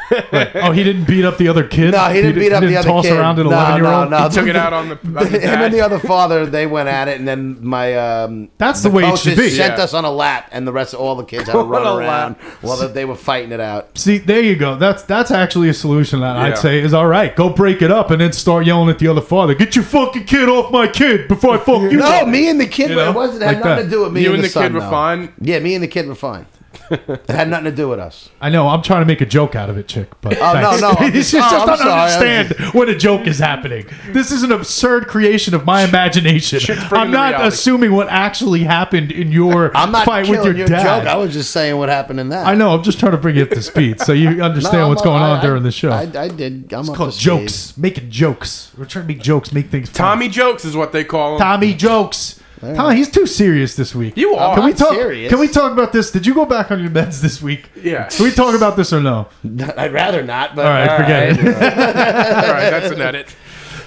B: Oh, he didn't beat up the other kid.
C: No, he didn't beat up the other
B: toss
C: kid.
B: around an
C: No,
B: eleven year old.
C: no, no.
A: Took it out on the. On the
C: Him
A: dad.
C: and the other father, they went at it, and then my um,
B: That's the way it should
C: coaches
B: be.
C: sent
A: Yeah.
C: us on a lap, and the rest of all the kids had to
A: What
C: run
A: a
C: around
A: lap.
C: while they- they were fighting it out.
B: See, there you go. That's that's actually a solution that
A: Yeah.
B: I'd say is all right. Go break it up and then start yelling at the other father. Get your fucking kid off my kid before I fuck you.
C: No, me and the kid.
B: You know,
C: it wasn't it had
B: like
C: nothing
B: that.
C: to do with me.
A: You
C: and
A: and
C: the,
A: the kid
C: son,
A: were
C: though.
A: fine?
C: Yeah, me and the kid were fine. it had nothing to do with us.
B: I know. I'm trying to make a joke out of it, chick. But
C: Oh, no,
B: thanks.
C: no, I'm
B: It's
C: just-
B: just
C: oh, I'm
B: doesn't
C: sorry.
B: understand when a joke is happening. This is an absurd creation of my imagination.
A: Chick's bringing
B: I'm
A: the
B: not
A: reality.
B: assuming what actually happened in your
C: I'm not
B: fight with
C: killing your
B: your, dad.
C: joke. I was just saying what happened in that.
B: I know. I'm just trying to bring you up to speed so you
C: No,
B: understand
C: I'm
B: what's
C: up-
B: going
C: I-
B: on
C: I-
B: during the show.
C: I, I did. I'm
B: it's
C: up
B: called
C: to speed.
B: jokes. Making jokes. We're trying to make jokes, make things. fun.
A: Tommy jokes is what they call him.
B: Tommy jokes. Tommy, he's too serious this week.
A: You are.
B: Can we
C: I'm
B: talk?
C: serious.
B: Can we talk about this? Did you go back on your meds this week?
A: Yeah.
B: Can we talk about this or no?
C: I'd rather not. But
B: All right, forget it.
A: All right, that's an edit.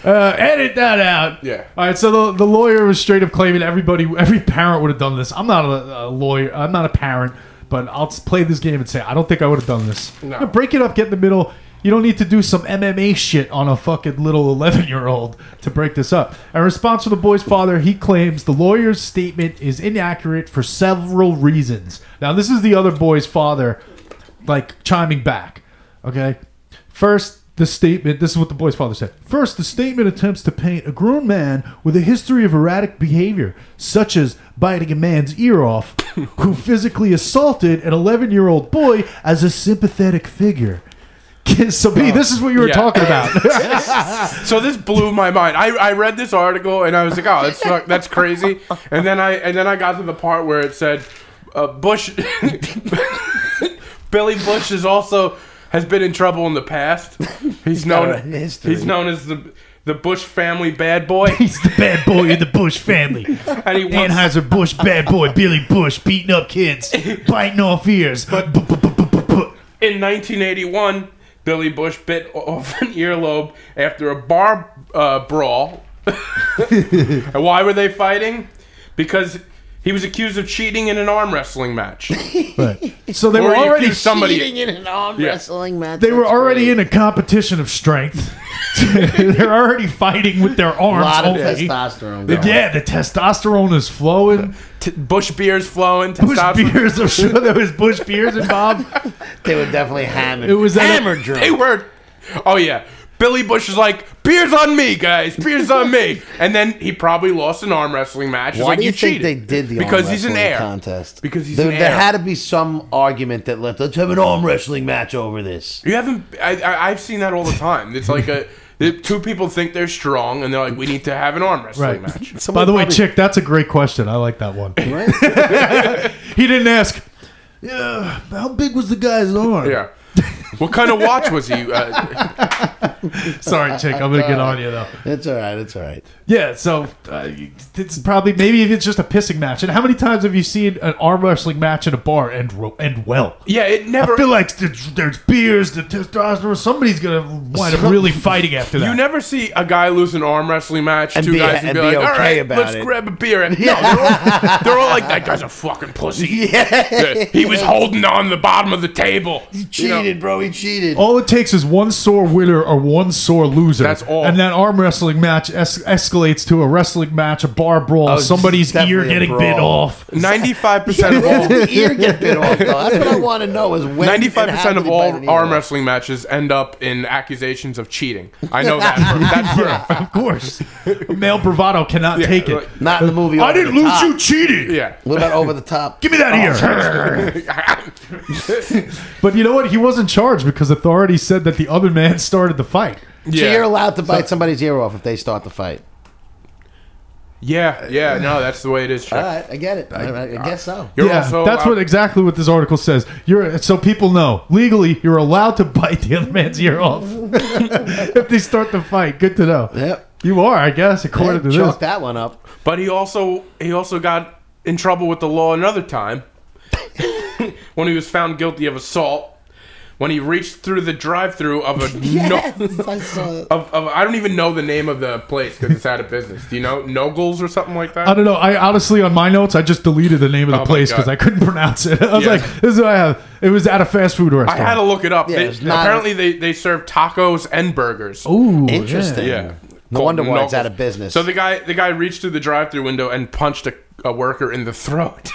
B: Uh, edit that out.
A: Yeah.
B: All right. So the, the lawyer was straight up claiming everybody, every parent would have done this. I'm not a, a lawyer. I'm not a parent, but I'll s- play this game and say I don't think I would have done this.
A: No.
B: Yeah, break it up. Get in the middle. You don't need to do some MMA shit on a fucking little 11 year old to break this up. In response from the boy's father, he claims the lawyer's statement is inaccurate for several reasons. Now, this is the other boy's father like chiming back. Okay. First, the statement this is what the boy's father said. First, the statement attempts to paint a grown man with a history of erratic behavior, such as biting a man's ear off, who physically assaulted an 11 year old boy as a sympathetic figure. So, B, this is what you were
A: Yeah.
B: talking about.
A: So this blew my mind. I, I read this article and I was like, oh, that's fuck- that's crazy. And then I and then I got to the part where it said, uh, Bush, Billy Bush is also has been in trouble in the past. He's
C: got a
A: known
C: history.
A: he's known as the the Bush family bad boy.
B: He's the bad boy in the Bush family.
A: And he wants-
B: Bush bad boy Billy Bush beating up kids, biting off ears.
A: In 1981, Billy Bush bit off an earlobe after a bar uh, brawl. and why were they fighting? Because he was accused of cheating in an arm wrestling match.
B: Right. So they
A: Or
B: were
A: you
B: already
A: accuse somebody.
C: Cheating in an arm
A: Yeah.
C: wrestling match.
B: they were already in a competition of strength. They're already fighting with their
C: a
B: arms
C: lot of
B: only.
C: testosterone.
B: The-
C: going.
B: yeah, the testosterone is flowing.
A: T- Bush beers flowing.
B: Bush
A: testosterone-
B: beers, I'm sure there was Bush beers involved.
C: They were definitely hammered.
B: It was at a-
C: hammered drunk.
A: They were. Oh yeah. Billy Bush is like, beers on me, guys. Beers on me. And then he probably lost an arm wrestling match. It's
C: Why
A: like,
C: do you,
A: cheated.
C: think they did the
A: because
C: arm
A: he's an
C: wrestling
A: heir
C: contest?
A: Because he's
C: there,
A: an
C: there
A: heir.
C: had to be some argument that let let's have an arm wrestling match over this.
A: You haven't. I, I, I've seen that all the time. It's like a the two people think they're strong, and they're like, "We need to have an arm wrestling
B: Right.
A: match."
B: By the way,
C: probably-
B: chick, that's a great question. I like that one.
C: Right?
B: He didn't ask. Yeah, how big was the guy's arm?
A: Yeah. What kind of watch was he? Uh,
B: Sorry, chick, I'm gonna get on you though.
C: it's all right. It's all right.
B: Yeah, so uh, it's probably maybe if it's just a pissing match. And how many times have you seen an arm wrestling match in a bar end ro- end well?
A: yeah, it
B: I
A: never.
B: feel like there's, there's beers, the testosterone. Somebody's gonna wind up really fighting after that.
A: You never see a guy lose an arm wrestling match,
C: And
A: two
C: be-
A: guys, and,
C: and
A: be,
C: be
A: like,
C: okay
A: "All right,
C: about
A: let's
C: it."
A: grab a beer." And, No, they're all, they're all like, "That guy's a fucking pussy. Yeah, He was holding on the bottom of the table. He
C: Cheated, bro. He cheated.
B: all it takes is one sore winner or one sore loser.
A: That's all.
B: And that arm wrestling match es- escalates to a wrestling match, a bar brawl,
C: it's
B: somebody's ear
C: definitely a
B: getting
C: brawl.
B: bit off.
A: Ninety-five percent of
C: Where
A: all
C: did Oh, the ear get bit off? Though? That's what I want to know. Is when and
A: Ninety-five
C: how did
A: percent of
C: he bite an
A: all
C: ear
A: arm
C: off?
A: wrestling matches end up in accusations of cheating. I know that. For, that's for a fact.
B: Of course, male bravado cannot take it.
A: like-
C: Not in the movie.
B: I
C: Over
B: didn't
C: the
B: lose.
C: Top.
B: You cheated.
A: Yeah.
C: What about over the top?
B: Give me that ear. but you know what? He wasn't charged because authorities said that the other man started the fight.
C: So
A: Yeah.
C: you're allowed to bite somebody's ear off if they start the fight.
A: yeah, yeah, no, that's the way it is. Chuck.
C: All right, I get it. I, I guess so.
A: You're
B: yeah,
A: also-
B: that's what
A: uh,
B: exactly what this article says. You're so people know legally you're allowed to bite the other man's ear off if they start the fight. Good to know.
C: Yep.
B: You are, I guess, according to
C: Chalk
B: this.
C: that one up.
A: But he also he also got in trouble with the law another time when he was found guilty of assault when he reached through the drive-through of a
C: Yes,
A: no,
C: I saw it.
A: of, of I don't even know the name of the place because it's out of business. Do you know Nogles or something like that?
B: I don't know. I honestly, on my notes, I just deleted the name of the
A: Oh my
B: place because
A: God.
B: I couldn't pronounce it. I was
A: Yeah.
B: like, "This is what I have." It was at a fast food
A: I
B: restaurant.
A: had to look it up.
C: Yeah,
A: They-
C: it's not-
A: apparently, they, they serve tacos and burgers.
B: Ooh,
C: Interesting.
B: Oh, yeah.
A: yeah.
C: No
A: Called
C: wonder why it's
A: Knuckles.
C: out of business.
A: So the guy the guy reached through the drive-through window and punched a, a worker in the throat.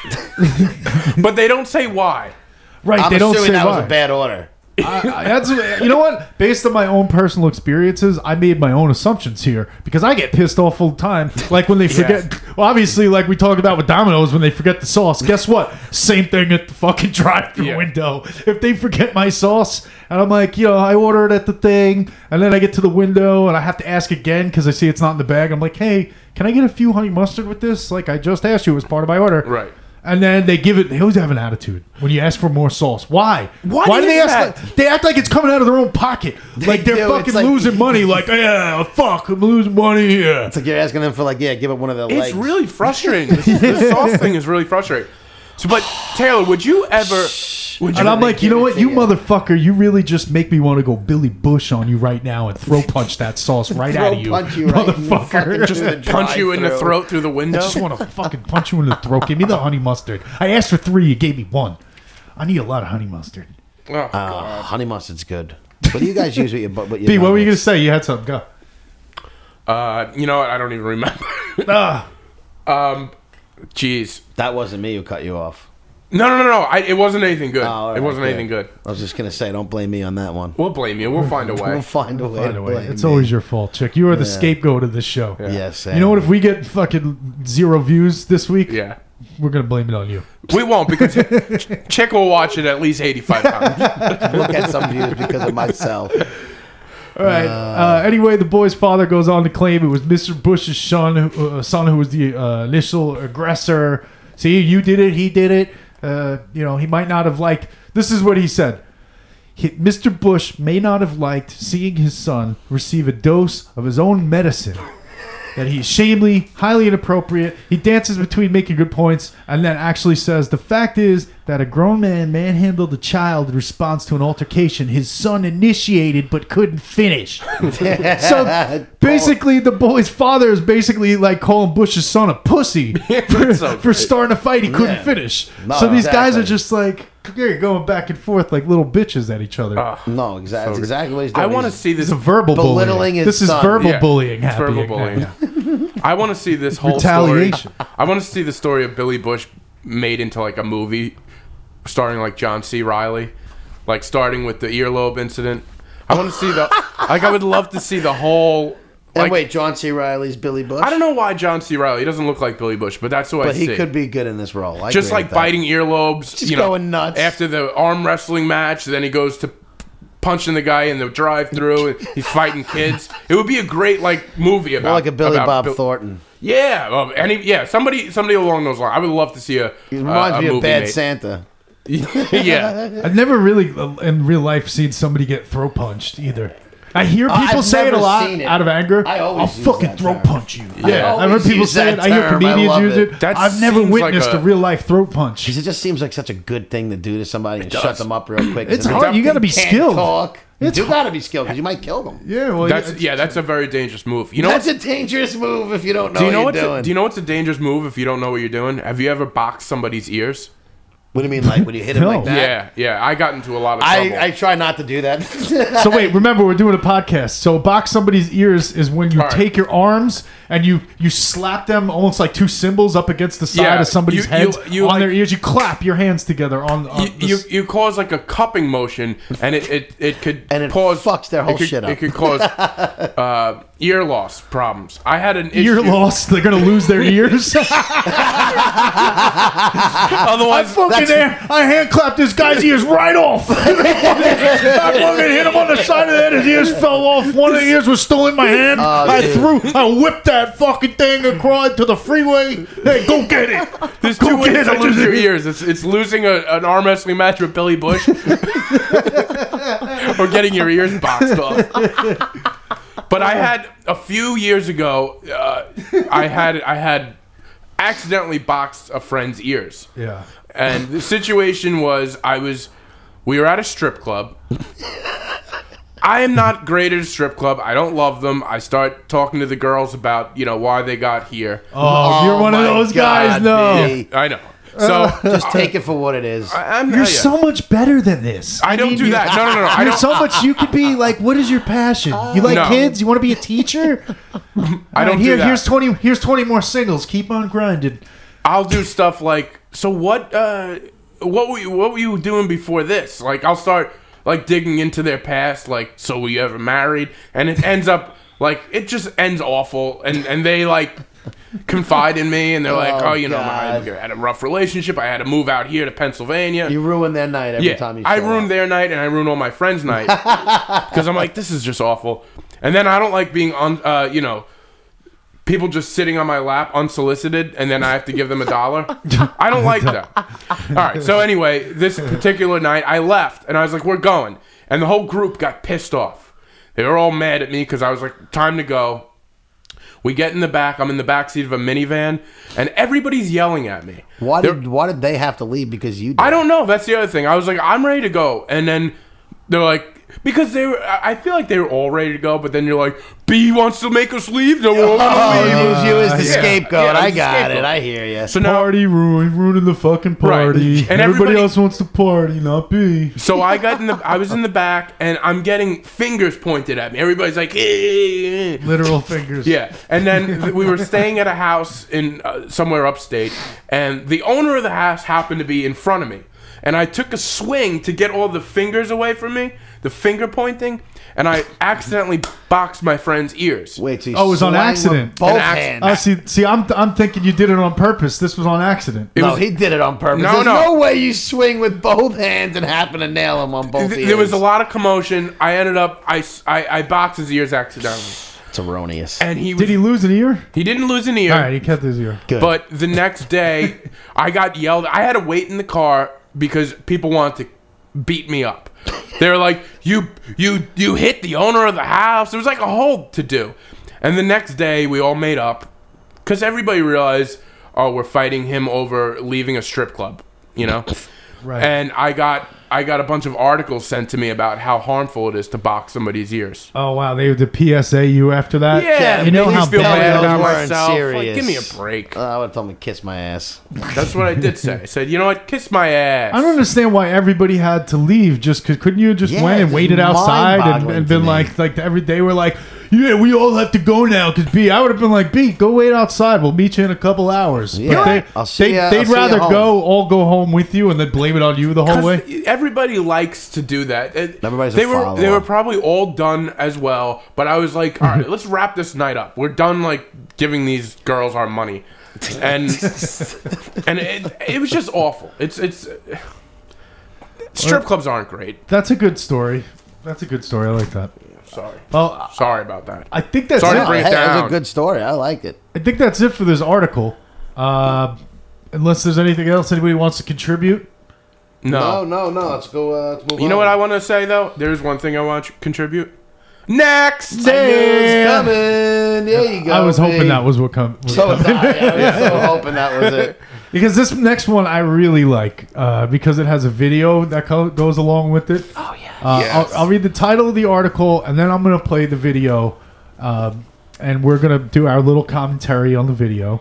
A: but they don't say why.
B: Right?
C: I'm
B: they don't
C: assuming
B: say
C: that
B: why.
C: was a bad order.
B: I- I- that's you know what? Based on my own personal experiences, I made my own assumptions here because I get pissed off all the time. Like when they forget, well, obviously, like we talked about with Domino's, when they forget the sauce. Guess what? Same thing at the fucking drive-through
A: Yeah.
B: window. If they forget my sauce, and I'm like, you know, I ordered at the thing, and then I get to the window and I have to ask again because I see it's not in the bag. I'm like, hey, can I get a few honey mustard with this? Like I just asked you, it was part of my order,
A: Right.
B: And then they give it. They always have an attitude when you ask for more sauce. Why?
A: What
B: Why do they
A: is
B: ask?
A: that?
B: like- they act like it's coming out of their own pocket. like they're
C: do. It's
B: fucking
C: like-
B: losing money. Like, yeah, fuck, I'm losing money here.
C: It's like you're asking them for like, yeah, give up one of their legs.
A: It's really frustrating. This, this sauce thing is really frustrating. So, but Taylor, would you ever? Would
B: And
A: you,
B: I'm like, you know what,
C: to
B: you
C: you.
B: motherfucker, you really just make me want to go Billy Bush on you right now and throw punch that sauce right out
C: Throw
B: of you,
C: punch you right in the
B: motherfucker.
C: fucking
B: just,
C: through
B: I
C: the
A: punch you in the
C: drive-thru.
A: throat through the window?
B: just want to fucking punch you in the throat. Give me the honey mustard. I asked for three, you gave me one. I need a lot of honey mustard.
A: Oh,
C: Uh, honey mustard's good. What do you guys use with your? bu- With your
B: B, what were you gonna
C: nuggets?
B: say? You had something. Go.
A: uh, you know what? I don't even remember.
B: Ah,
A: um, jeez.
C: That wasn't me who cut you off.
A: No, no, no, no. I, it wasn't anything good.
C: Oh, all
A: it
C: right,
A: wasn't
C: good.
A: anything good.
C: I was just gonna say, don't blame me on that one.
A: We'll blame you. We'll find a way.
C: We'll find a way.
B: by
C: to
B: the way,
C: blame
B: it's
C: me.
B: always your fault, chick. You are the scapegoat of this show.
C: Yes.
B: You know what? If we get fucking zero views this week,
A: yeah.
B: we're gonna blame it on you.
A: We won't because Ch- Chick will watch it at least 85 times.
C: Look at some views because of myself.
B: All right. Uh, anyway, the boy's father goes on to claim it was Mr. Bush's son, who- uh, son who was the uh, initial aggressor. See, you did it. He did it. Uh, you know, he might not have liked. This is what he said. He, Mr. Bush may not have liked seeing his son receive a dose of his own medicine. That he's shamefully, highly inappropriate. He dances between making good points and then actually says, The fact is that a grown man manhandled a child in response to an altercation his son initiated but couldn't finish. so basically, the boy's father is basically like calling Bush's son a pussy for,
A: so
B: for starting a fight he couldn't
C: Yeah.
B: finish.
C: No,
B: so these guys
C: exactly.
B: are just like, they're going back and forth like little bitches at each other.
A: Ah.
C: No, exactly. That's exactly what he's doing.
A: I want to
C: He's-
A: see this.
B: It's a verbal
C: Belittling
B: bullying.
C: his
B: this is
C: son.
B: verbal
A: Yeah.
B: bullying.
A: It's
B: happening
A: verbal bullying.
B: now.
A: I want to see this whole
B: Retaliation.
A: Story. I want to see the story of Billy Bush made into like a movie, starring like John C. Riley, like starting with the earlobe incident. I want to see the like. I would love to see the whole.
C: And
A: Like,
C: wait, John C. Riley's Billy Bush.
A: I don't know why John C. Riley. He doesn't look like Billy Bush, but that's who I
C: but
A: see.
C: he could be good in this role. I
A: just
C: agree
A: like
C: with that.
A: biting earlobes.
C: Just
A: you know,
C: going nuts.
A: after the arm wrestling match. Then he goes to punching the guy in the drive-through. and he's fighting kids. It would be a great like movie about
C: Or like a Billy
A: about
C: Bob
A: Bill-
C: Thornton.
A: Yeah, um, any yeah somebody somebody along those lines. I would love to see a
C: He reminds
A: uh, a
C: me of
A: movie
C: Bad
A: made.
C: Santa.
A: yeah,
B: I've never really uh, in real life seen somebody get throw punched either. I hear people
C: Uh, I've
B: say it a
C: never
B: lot
C: seen it.
B: out of anger.
C: I always
B: will
C: use
B: fucking
C: that
B: throw
C: term.
B: punch you.
A: I
B: Yeah, I heard
C: always
B: people
C: use
B: say it.
C: that
B: I hear
C: term. I
B: comedians
C: love
B: use
C: it.
B: it.
A: That
B: I've never
A: seems like
B: witnessed
A: a-
B: a, real life throat punch.
C: Because it just seems like such a good thing to do to somebody and shut them up real quick.
B: It's
C: And
B: hard.
C: they
B: You gotta be
C: can't
B: skilled.
C: Talk. You
B: It's
C: do gotta be skilled because you might kill them.
B: Yeah, well,
A: that's yeah, that's a very dangerous move. You know
C: That's
A: what's
C: a dangerous move if you don't know
A: do you know
C: what
A: what's
C: you're
A: a,
C: doing.
A: do you know what's a dangerous move if you don't know what you're doing? Have you ever boxed somebody's ears?
C: what do you mean, like when you hit him
B: No.
C: like that?
A: Yeah, yeah. I got into a lot of trouble.
C: I, I try not to do that.
B: So wait, remember we're doing a podcast. So box somebody's ears is when you
A: All right.
B: take your arms and you you slap them almost like two cymbals up against the side
A: Yeah,
B: of somebody's
A: you-
B: head
A: you- you
B: on
A: like-
B: their ears. You clap your hands together on, on
A: you,
B: the
A: you
B: s-
A: you cause like a cupping motion, and it it, it could
C: And it
A: cause
C: fucks their
A: it
C: whole
A: could-
C: shit up.
A: It could cause uh, ear loss problems. I had an
B: ear
A: issue.
B: lost. They're gonna lose their ears.
A: Otherwise,
B: fucking there. I hand clapped this guy's ears right off. I fucking hit him on the side of the head. His ears fell off. One of the ears was still in my hand. I
C: dude.
B: threw, I whipped that fucking thing across to the freeway. Hey, go get it.
A: There's
B: Go
A: two
B: get
A: ways
B: it. I
A: to lose
B: just-
A: your ears. It's, it's losing a, an arm wrestling match with Billy Bush, or getting your ears boxed off. But I had a few years ago. Uh, I had I had accidentally boxed a friend's ears.
B: Yeah.
A: And the situation was I was We were at a strip club. I am not great at a strip club. I don't love them. I start talking to the girls about, you know, why they got here.
B: Oh, you're one of
C: my
B: those
C: God,
B: guys, though.
C: B.
A: I know. So
C: Just take it for what it is.
A: I, am
B: You're so much better than this.
A: I don't
B: mean,
A: do
B: you-
A: that. No, no, no. no. I
B: You're
A: don't,
B: so much. You could be like, what is your passion? You like
A: No.
B: kids? You want to be a teacher?
A: I don't
B: Here,
A: do that.
B: here's twenty. Here's twenty more singles. Keep on grinding.
A: I'll do stuff like so what uh what were you, what were you doing before this? Like I'll start like digging into their past like so were you ever married? And it ends up like it just ends awful and and they like confide in me and they're like,
C: Oh,
A: "Oh, you know, I
C: God.
A: had a rough relationship. I had to move out here to Pennsylvania."
C: you ruin their night every time you.
A: I
C: show
A: ruin
C: up.
A: their night and I ruin all my friends' night because I'm like, this is just awful. And then I don't like being on, uh, you know, people just sitting on my lap unsolicited, and then I have to give them a dollar. I don't like that. All right. So anyway, this particular night, I left and I was like, we're going, and the whole group got pissed off. They were all mad at me because I was like, time to go. We get in the back. I'm in the back seat of a minivan, and everybody's yelling at me.
C: Why did why did they have to leave because you? Did?
A: I don't know. That's the other thing. I was like, I'm ready to go, and then they're like, because they were. I I feel like they were all ready to go, but then you're like, B wants to make us leave. No, we're all
C: Oh,
A: gonna leave.
C: you was you as the
A: yeah.
C: scapegoat.
A: Yeah, I was
C: I
A: the
C: got
A: scapegoat.
C: it. I hear you.
A: So now,
B: Party ruin, ruining the fucking
A: Right.
B: party.
A: And
B: And
A: everybody-
B: everybody else wants to party, not be.
A: so I got in the. I was in the back, and I'm getting fingers pointed at me. Everybody's like, "Eh."
B: Literal fingers.
A: Yeah, and then th- we were staying at a house in uh, somewhere upstate, and the owner of the house happened to be in front of me, and I took a swing to get all the fingers away from me, the finger pointing, and I accidentally boxed my friend's ears.
C: Wait, so you
B: Oh, it was on
C: swung with
B: accident.
C: Both
A: An acc-
C: hands.
B: Oh, see, see, I'm, I'm thinking you did it on purpose. This was on accident.
A: It
C: no,
A: was-
C: he did it on purpose.
A: No,
C: There's
A: no.
C: no. way you swing with both hands and happen to nail him on both.
A: Th- there was a
C: ears.
A: lot of commotion. I ended up I s- I- I boxed his ears accidentally,
C: It's erroneous.
A: and he was,
B: Did he lose an ear?
A: he didn't lose an ear.
B: All right, he kept his ear.
C: Good.
A: But the next day, I got yelled. I had to wait in the car because people wanted to beat me up. They were like, "You, you, you hit the owner of the house." It was like a whole to do. And the next day, we all made up because everybody realized, "Oh, we're fighting him over leaving a strip club," you know.
B: Right.
A: And I got, I got a bunch of articles sent to me about how harmful it is to box somebody's ears.
B: Oh wow, they did PSA you after that.
A: Yeah,
B: you know
A: made me
B: how
A: feel
B: bad
A: bad
B: that
A: about
C: those
B: was.
C: weren't
A: myself. Like,
C: serious.
A: give me a break.
C: Uh, I would have told him to kiss my ass.
A: That's what I did say. I said, you know what? Kiss my ass.
B: I don't understand why everybody had to leave. Just could couldn't you just
C: Yeah,
B: went and
C: it's
B: waited outside and,
C: mind-boggling
B: and
C: to
B: been
C: me.
B: like like every day we're like, yeah, we all have to go now because B. I would have been like B, go wait outside. We'll meet you in a couple hours.
C: Yeah.
B: they
C: I'll see
B: they
C: ya- I'll
B: they'd
C: see ya
B: rather
C: home.
B: go all go home with you and then blame it on you the whole way.
A: Because Everybody likes to do that. It-
C: Everybody's a
A: they were
C: follower.
A: they were probably all done as well, but I was like, all right, let's wrap this night up. We're done like giving these girls our money, and and it, it was just awful. It's it's strip clubs aren't great.
B: That's a good story. That's a good story. I like that.
A: Sorry,
B: Well,
A: sorry about that.
B: I think that's
A: Sorry,
B: it.
A: Brandon. Break it
C: hey, that was
A: down.
C: a good story. I like it.
B: I think that's it for this article. Uh, unless there's anything else anybody wants to contribute.
A: No,
C: no, no. Let's go. Uh, let's move
A: Oh. you know what I want to say though. There's one thing I want to contribute. Next,
C: News
B: Yeah.
C: coming. There you go.
B: I was hoping
C: babe.
B: that was what come. was
C: So
B: coming.
C: was I. I was so hoping that was it.
B: Because this next one I really like uh, because it has a video that co- goes along with it. Oh yeah. Uh,
A: Yes.
B: I'll, I'll read the title of the article and then I'm gonna play the video, um, and we're gonna do our little commentary on the video.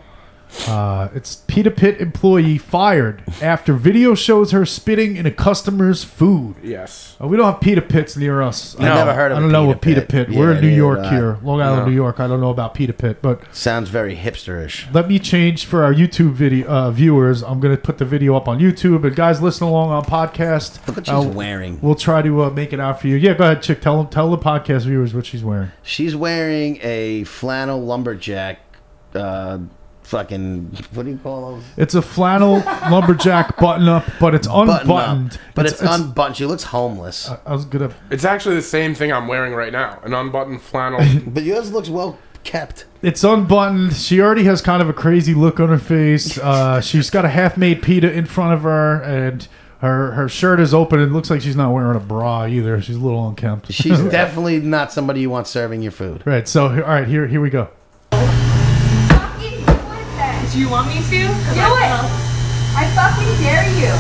B: Uh, it's Pita Pit employee fired after video shows her spitting in a customer's food.
A: yes.
B: Uh, we don't have Pita Pits near us.
A: No.
B: I,
C: Never heard of. a
B: I don't know what Pita Pit. We're
C: Yeah,
B: in New
C: neither
B: York
C: did I.
B: here, Long Island,
A: No.
B: New York. I don't know about Pita Pit, but
C: Sounds very hipsterish.
B: let me change for our YouTube video uh, viewers. I'm going to put the video up on YouTube, and guys, listen along on podcast.
C: Look what she's
B: Uh,
C: wearing.
B: We'll try to uh, make it out for you. Yeah, go ahead, chick. Tell them, tell the podcast viewers what she's wearing.
C: She's wearing a flannel lumberjack. Uh, fucking what do you call those?
B: It's a flannel lumberjack button up, but it's
C: Button
B: unbuttoned. Uh,
C: up. But it's, unbuttoned. She looks homeless.
B: I was gonna.
A: It's actually the same thing I'm wearing right now. An unbuttoned flannel.
C: but yours looks well kept.
B: It's unbuttoned. She already has kind of a crazy look on her face. Uh, she's got a half-made pita in front of her, and her her shirt is open. It looks like she's not wearing a bra either. She's a little unkempt.
C: She's definitely not somebody you want serving your food.
B: right. So, all right, here here we go.
E: fucking do it then.
F: Do you want me to?
E: Do it. I fucking dare you.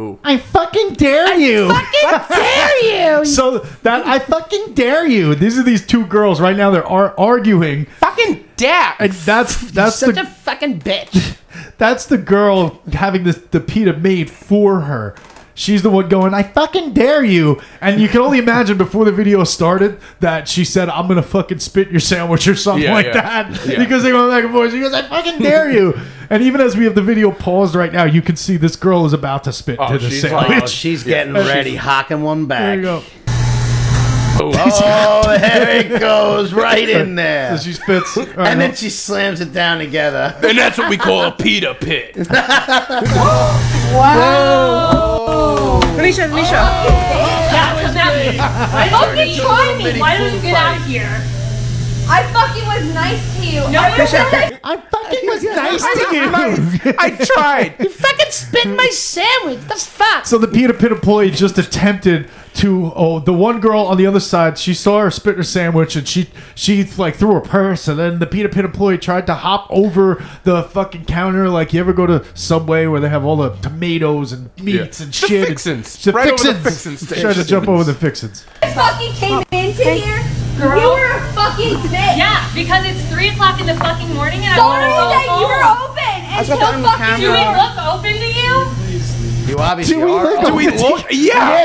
A: Ooh.
B: I fucking dare you.
F: fucking dare you.
B: so that I fucking dare you. These are these two girls right now. They're ar- arguing,
F: fucking dare.
B: and that's that's
F: Such
B: the
F: a fucking bitch.
B: that's the girl having this the pita made for her. She's the one going, I fucking dare you. And you can only imagine before the video started that she said, I'm gonna fucking spit your sandwich or something
A: Yeah,
B: like
A: yeah.
B: that.
A: Yeah.
B: Because they went back and forth. She goes, I fucking dare you. And even as we have the video paused right now, you can see this girl is about to spit
A: Oh,
B: to the
A: she's
B: sandwich.
A: like-
C: Oh, she's getting ready, hocking one back.
B: there you go.
A: Ooh.
C: Oh, there it goes, right in there.
B: So she spits. All right,
C: And then
B: well,
C: she slams it down together.
A: and that's what we call a pita pit.
G: Misha, Misha.
E: That was not me.
G: Okay.
E: Fucking join me. Why don't you get out of here? I fucking was nice to you. No, I was nice.
B: I fucking was nice to you.
A: I tried.
F: You fucking spit my sandwich. The fuck?
B: So the Peter Pit employee just attempted to. Oh, the one girl on the other side, she saw her spit her sandwich and she she like threw her purse. And then the Peter Pit employee tried to hop over the fucking counter. Like you ever go to Subway where they have all the tomatoes and meats
A: Yeah.
B: and
A: The
B: shit. and-
A: fixins.
B: The
A: Right over the
B: fixins.
A: fixins
B: Tried to
A: station.
B: jump over the fixins.
E: I fucking came into here.
G: Girl.
E: You were a fucking bitch.
H: Yeah, because it's three o'clock in the fucking morning and
E: Told
H: I
E: her
H: want
E: that
H: to go
E: you were
H: home.
E: open and
F: got
E: she'll
F: that on
E: fucking
H: Do we
E: do it.
H: look open to you?
C: You obviously
B: Do we
C: are.
B: look
C: open.
A: Do we look?
C: Yeah,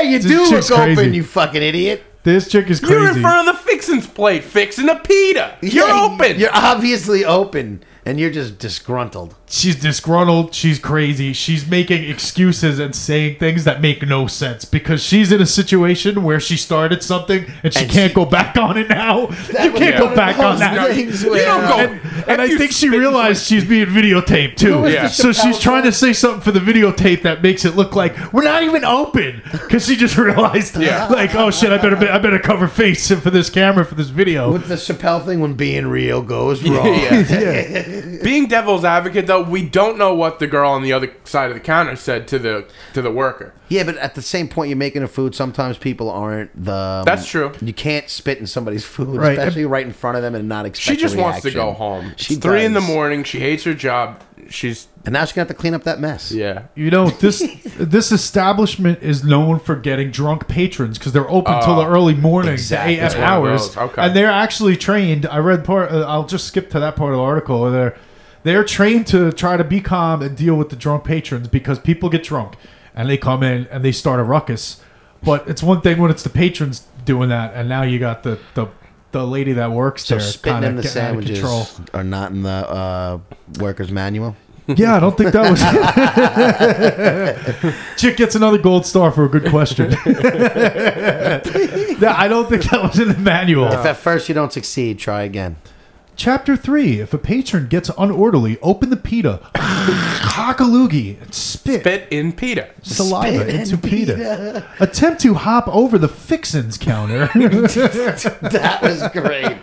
A: Yeah.
C: you
B: This
C: do
B: chick's
C: look
B: crazy.
C: open, you fucking idiot.
B: This chick is
A: You're in
B: crazy.
A: front of the fixins plate, fixing a pita. You're
C: Yeah,
A: open.
C: You're obviously open, and you're just disgruntled.
B: She's disgruntled. She's crazy. She's making excuses and saying things that make no sense because she's in a situation where she started something and she
C: And
B: can't
C: she-
B: go back on it now. You
C: was
B: can't
C: one
B: go
C: of
B: back on
C: those
B: that.
C: things
B: You
C: where-
B: don't go.
A: And-
B: And,
A: and
B: I
A: you
B: think she
A: spit-
B: realized she's being videotaped too.
C: was
A: Yeah. the
B: So she's
C: Chappelle
B: trying to say something for the videotape that makes it look like we're not even open because she just realized,
A: Yeah.
B: like, oh shit, I better, I better cover face for this camera for this video.
C: With the Chappelle thing, when being real goes wrong.
A: Being devil's advocate, though, we don't know what the girl on the other side of the counter said to the to the worker.
C: Yeah, but at the same point, you're making a food. Sometimes people aren't the.
A: That's true.
C: You can't spit in somebody's food,
B: Right.
C: especially right in front of them, and not expect.
A: She just
C: a
A: wants to
C: reaction.
A: go home.
C: She
A: it's three in the
C: does.
A: morning. She hates her job. She's
C: and now she's gonna have to clean up that mess.
A: yeah.
B: You know this this establishment is known for getting drunk patrons because they're open till the early morning,
C: Oh, exactly.
B: the
C: It's
B: a.m.
A: one of
B: hours,
A: those. Okay.
B: and they're actually trained. I read part. Uh, I'll just skip to that part of the article. Where they're they're trained to try to be calm and deal with the drunk patrons because people get drunk and they come in and they start a ruckus. But it's one thing when it's the patrons doing that, and now you got the the, the lady that works
C: So
B: there
C: spitting
B: kinda
C: in the
B: getting out of
C: sandwiches
B: control.
C: are not in the uh, workers' manual.
B: Yeah, I don't think that was. Chick gets another gold star for a good question. no, I don't think that was in the manual.
A: Uh.
C: If at first you don't succeed, try again.
B: Chapter three: If a patron gets unorderly, open the pita, cock a loogie, and spit,
A: Bit in pita.
B: saliva into pita. Attempt to hop over the fixins counter. Uh,
C: That was great.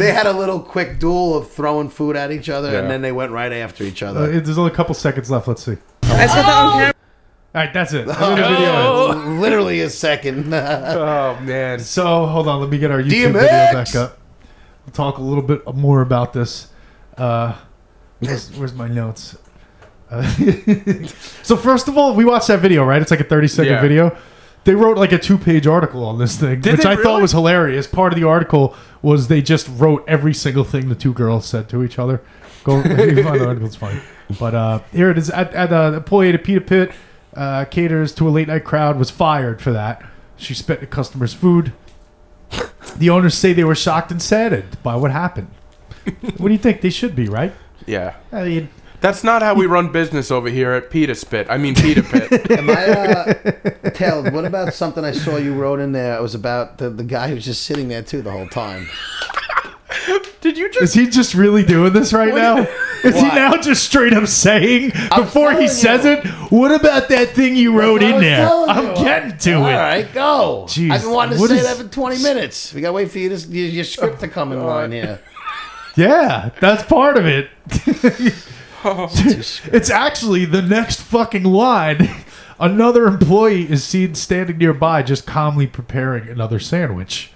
C: they had a little quick duel of throwing food at each other,
A: Yeah.
C: and then they went right after each
B: Uh,
C: other.
B: it- There's only a couple seconds left. Let's see. All
G: I saw that on camera.
B: right, that's it. That's the video.
C: Oh. Literally a second.
A: Oh man.
B: So hold on, let me get our YouTube video
C: DMX.
B: back up. We'll talk a little bit more about this. Uh, where's, where's my notes? Uh, so first of all, we watched that video, right? It's like a thirty-second
A: Yeah.
B: video. They wrote like a two-page article on this thing,
A: Did
B: which
A: they
B: I thought
A: really?
B: was hilarious. Part of the article was they just wrote every single thing the two girls said to each other. Go you can find the article; it's funny. But uh, here it is. At, at uh, employee at Pita Pit uh, caters to a late-night crowd was fired for that. She spit at customers' food. The owners say they were shocked and saddened by what happened. what do you think? They should be, right?
A: Yeah.
B: I mean,
A: That's not how we run business over here at Pita Spit. I mean Pita Pit.
C: Am I, uh, Tel, what about something I saw you wrote in there? It was about the, the guy who's just sitting there, too, the whole time.
A: Did you just
B: is he just really doing this right now? Is he
C: Why?
B: now just straight up saying before he
C: telling
B: says
C: you.
B: it? What about that thing you wrote
C: what I
B: in
C: was
B: there?
C: telling
B: I'm
C: you.
B: getting to
C: All
B: it.
C: right, go.
B: Jeez,
C: I've been wanting to
B: what
C: say
B: is-
C: that for 20 minutes. We got to wait for you to, your, your script to come in line here.
B: Yeah, that's part of it. it's actually the next fucking line. Another employee is seen standing nearby, just calmly preparing another sandwich.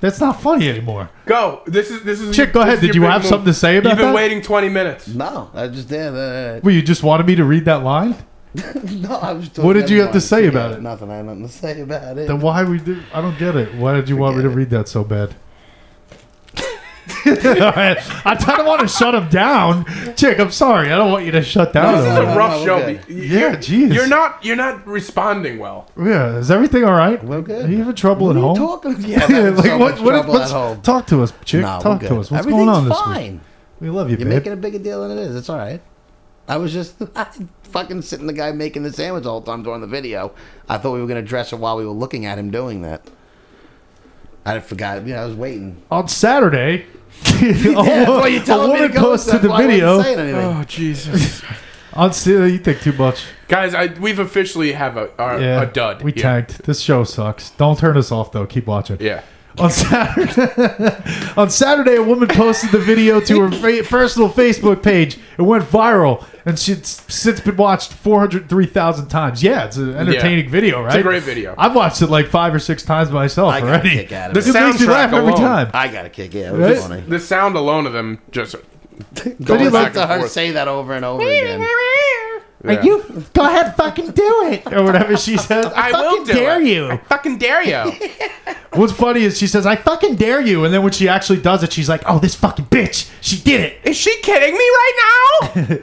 B: That's not funny anymore.
A: go? This is this is.
B: Chick, go
A: this
B: ahead.
A: is
B: Did
A: your
B: you
A: big
B: have something to say about
A: You've been
B: that?
A: waiting twenty minutes.
C: No, I just did. Uh,
B: Well, you just wanted me to read that line?
C: no, I was
B: What did you have to say
C: Forget
B: about
C: it.
B: it?
C: Nothing. I had nothing to say about it.
B: Then why we do? I don't get it. Why did you want me to
C: Forget
B: read that so bad? I don't want to shut him down, chick. I'm sorry. I don't want you to shut down.
A: This is
B: on
A: a
B: me.
C: no,
A: rough
C: no,
A: show.
C: we're
A: but y-
B: yeah, jeez.
A: You're not you're not responding well.
B: Yeah, is everything all right?
C: We're good.
B: Are you having trouble
C: What
B: at
C: are you
B: home?
C: talking- Yeah, I'm
B: Yeah,
C: having
B: like
C: so
B: what?
C: much
B: What?
C: trouble at
B: What's,
C: home.
B: talk to us, chick.
C: No, we're
B: talk
C: good.
B: to us. What's
C: Everything's
B: going on this
C: fine.
B: week? We love you,
C: You're
B: babe.
C: making a bigger deal than it is. It's all right. I was just fucking sitting the guy making the sandwich the whole time during the video. I thought we were going to dress it while we were looking at him doing that. I forgot. You know, I was waiting.
B: on Saturday.
C: Yeah,
B: a,
C: that's why
B: woman-
C: you're telling
B: Oh, a
C: me
B: woman
C: to go
B: posted
C: that's
B: the
C: why I wasn't saying
B: video.
A: Oh.
C: anything.
A: Jesus,
B: On Saturday, you think too much.
A: guys! I, we've officially have a our,
B: Yeah,
A: a dud.
B: We
A: here.
B: tanked. This show sucks. Don't turn us off though. Keep watching.
A: Yeah.
B: On Saturday, on Saturday, a woman posted the video to her fa- personal Facebook page. It went viral, and she's since been watched 403,000 times. Yeah, it's an entertaining
A: Yeah.
B: video, right?
A: a great video.
B: I've watched it like five or six times myself
C: I got a
B: already.
C: kick out of
B: this
C: it.
B: just makes me
A: Soundtrack
B: laugh every
A: alone.
B: time.
C: I got a kick. Yeah, it
B: Right?
C: was funny.
A: The sound alone of them just
C: Going
B: like
C: back
A: to
C: to her
A: forth.
C: say that over and over again.
A: Yeah.
B: you go ahead, fucking do it, or whatever she says. I,
A: I will
B: fucking
A: do
B: dare
A: it.
B: you.
A: I fucking dare you.
B: What's funny is she says, "I fucking dare you," and then when she actually does it, she's like, "Oh, this fucking bitch, she did it."
A: Is she kidding me right now?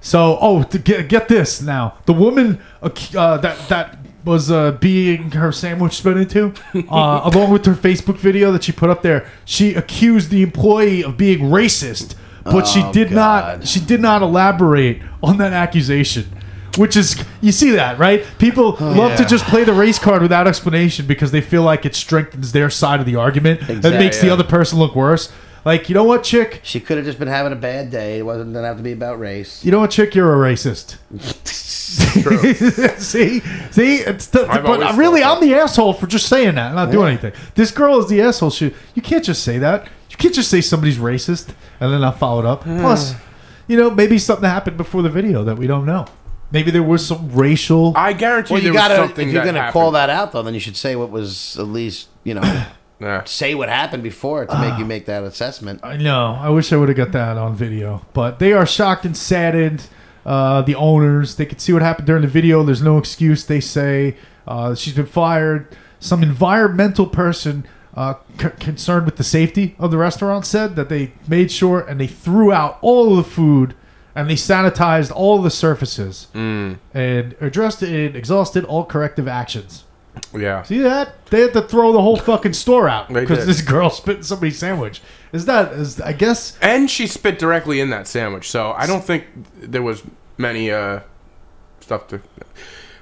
B: So, oh, to get, get this now. The woman ac- uh, that that was uh, being her sandwich spit into, uh, along with her Facebook video that she put up there, she accused the employee of being racist, but she
C: Oh,
B: did not
C: God.
B: she did not elaborate on that accusation. Which is you see that right? People love to
C: Oh, Yeah.
B: just play the race card without explanation because they feel like it strengthens their side of the argument and
C: Exact-
B: makes the
C: yeah.
B: other person look worse. Like you know what, chick?
C: She could have just been having a bad day. It wasn't going to have to be about race.
B: You know what, chick? You're a racist.
A: True.
B: see, see, it's the,
A: I've
B: but
A: always
B: really,
A: thought
B: I'm the asshole for just saying that, not doing anything. This girl is the asshole. She, you can't just say that. You can't just say somebody's racist and then not follow it up. Plus, you know, maybe something happened before the video that we don't know. Maybe there was some racial.
A: I guarantee
C: Well,
A: there
C: you
A: was
C: got to.
A: something
C: If you're
A: that
C: going to
A: happened.
C: call that out, though, then you should say what was at least, you know,
A: Yeah.
C: say what happened before to make you make that assessment.
B: I know. I wish I would have got that on video. But they are shocked and saddened. Uh, the owners, they could see what happened during the video. There's no excuse, they say. Uh, she's been fired. Some environmental person uh, c- concerned with the safety of the restaurant said that they made sure and they threw out all of the food and they sanitized all the surfaces and addressed and exhausted all corrective actions.
A: Yeah.
B: See that? They had to throw the whole fucking store out
A: They
B: because
A: did.
B: this girl spit in somebody's sandwich. Is that? Is I guess
A: And she spit directly in that sandwich, so I don't think there was many uh, stuff to.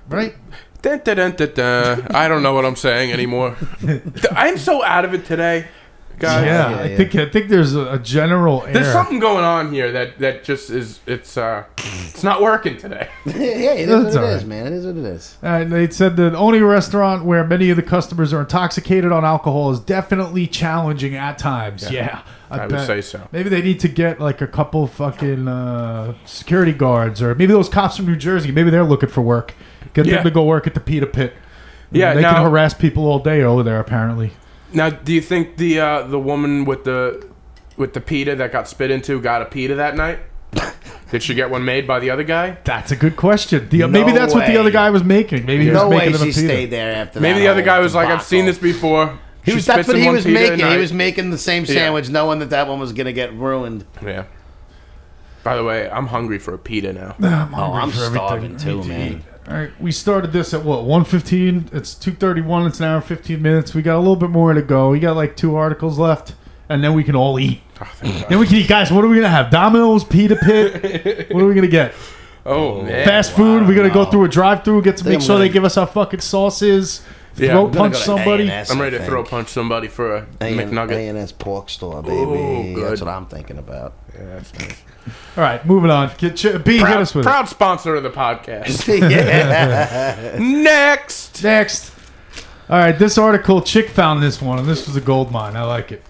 B: right?
A: Dun, dun, dun, dun, dun. I don't know what I'm saying anymore. I'm so out of it today, guys.
B: Yeah,
C: yeah,
B: I think I think there's a, a general
A: There's
B: error.
A: something going on here that that just is it's uh it's not working today.
C: yeah, it is
B: That's
C: what it is,
B: all right.
C: man. It is what it is.
B: Uh, they said the only restaurant where many of the customers are intoxicated on alcohol is definitely challenging at times. Yeah,
A: I would say so.
B: Maybe they need to get like a couple fucking uh, security guards, or maybe those cops from New Jersey. Maybe they're looking for work. Get
A: Yeah.
B: them to go work at the pita pit.
A: Yeah,
B: they
A: now-
B: can harass people all day over there. Apparently,
A: Now, do you think the uh, the woman with the with the pita that got spit into got a pita that night? Did she get one made by the other guy?
B: That's a good question. The, maybe
C: No
B: that's what the
C: way.
B: other guy was making. Maybe he
C: No
B: was
C: way
B: making them
C: she
B: a pita.
C: stayed there after that.
A: Maybe the other
C: whole
A: guy was like, "I've seen
C: debacle."
A: this before."
C: He
A: She
C: was, that's
A: spits
C: what
A: in
C: he
A: one
C: was
A: pita a
C: making. He
A: night.
C: was making the same sandwich, knowing that that one was going to get ruined.
A: Yeah. By the way, I'm hungry for a pita now.
C: Oh, I'm
B: for everything.
C: starving too, man.
B: All right, we started this at what 1:15. It's 2:31. It's an hour and 15 minutes. We got a little bit more to go. We got like two articles left, and then we can all eat. Then we can eat, guys. What are we gonna have? Domino's, Pita Pit. what are we gonna get?
A: Oh man.
B: Fast food. We gotta go through a drive-through. Get to
C: Think
B: make
C: I'm
B: sure they
C: gonna-
B: give us our fucking sauces.
A: Yeah,
B: throat
A: I'm gonna
B: punch
C: go to
B: somebody.
C: A&S.
A: I'm ready to
C: I
A: throw
C: think.
A: punch somebody for a McNugget.
C: A&S pork store,
A: Ooh,
C: baby.
A: good.
C: That's what I'm thinking about.
A: Yeah, that's nice.
B: All right, moving on. Get Ch- B. hit
A: Proud,
B: us with it.
A: proud sponsor of the podcast.
C: yeah.
A: Next.
B: Next. All right, this article, Chick found this one, and this was a gold mine. I like it.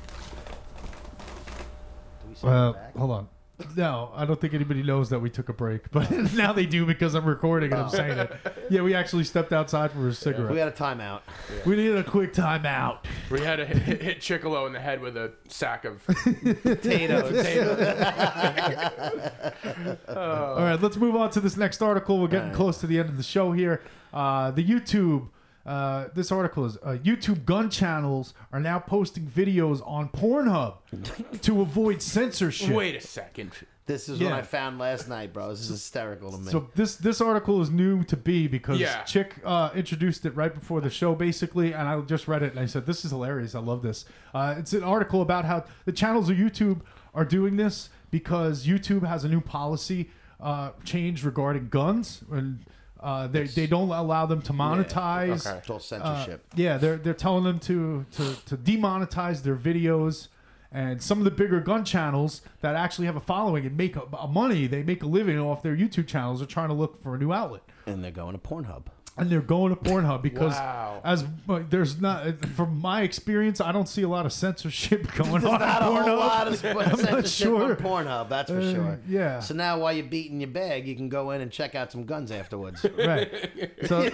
B: Uh, hold on. No, I don't think anybody knows that we took a break, but now they do because I'm recording and I'm saying it. Yeah, we actually stepped outside for a cigarette.
C: We had a timeout.
B: we needed a quick timeout.
A: We had to hit, hit, hit Chicolo in the head with a sack of
C: Potatoes.
A: potatoes.
B: All right, let's move on to this next article. We're getting
C: All right.
B: close to the end of the show here. Uh, the YouTube. Uh, this article is uh, YouTube gun channels are now posting videos on Pornhub to avoid censorship.
A: Wait a second.
C: This is
B: Yeah.
C: what I found last night, bro. This is hysterical to me.
B: So this this article is new to B because
A: Yeah.
B: Chick uh, introduced it right before the show, basically, and I just read it and I said, "This is hilarious. I love this." Uh, it's an article about how the channels of YouTube are doing this because YouTube has a new policy uh, change regarding guns, and uh, they they don't allow them to monetize.
A: Okay.
C: it's all censorship.
B: Yeah, they're they're telling them to to to demonetize their videos. And some of the bigger gun channels that actually have a following and make a, a money, they make a living off their YouTube channels, are trying to look for a new outlet,
A: uh,
C: and they're going to Pornhub.
B: and they're going to Pornhub because,
A: Wow.
B: as like, there's not, from my experience, I don't see a lot of censorship going on.
C: Not
B: on
C: a whole
B: Pornhub.
C: lot of censorship
B: sure.
C: on Pornhub, that's for
B: Uh,
C: sure.
B: yeah.
C: So now, while you're beating your bag, you can go in and check out some guns afterwards.
B: right. So,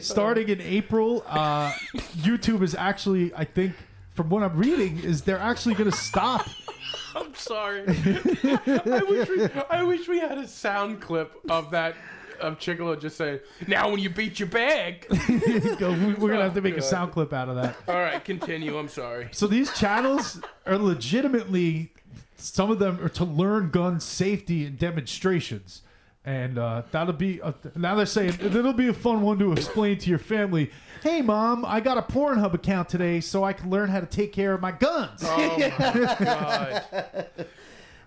B: starting in April, uh, YouTube is actually, I think, from what I'm reading, is they're actually going to stop.
A: I'm sorry. I wish we I wish we had a sound clip of that of Chicolo just saying, "Now when you beat your bag."
B: Go- we- We're gonna have to make a
A: Oh, God.
B: sound clip out of that.
A: All right, continue. I'm sorry.
B: So these channels are legitimately some of them are to learn gun safety and demonstrations, and uh, that'll be a, now they're saying it'll be a fun one to explain to your family. Hey, mom, I got a Pornhub account today, so I can learn how to take care of my guns.
A: Oh my god.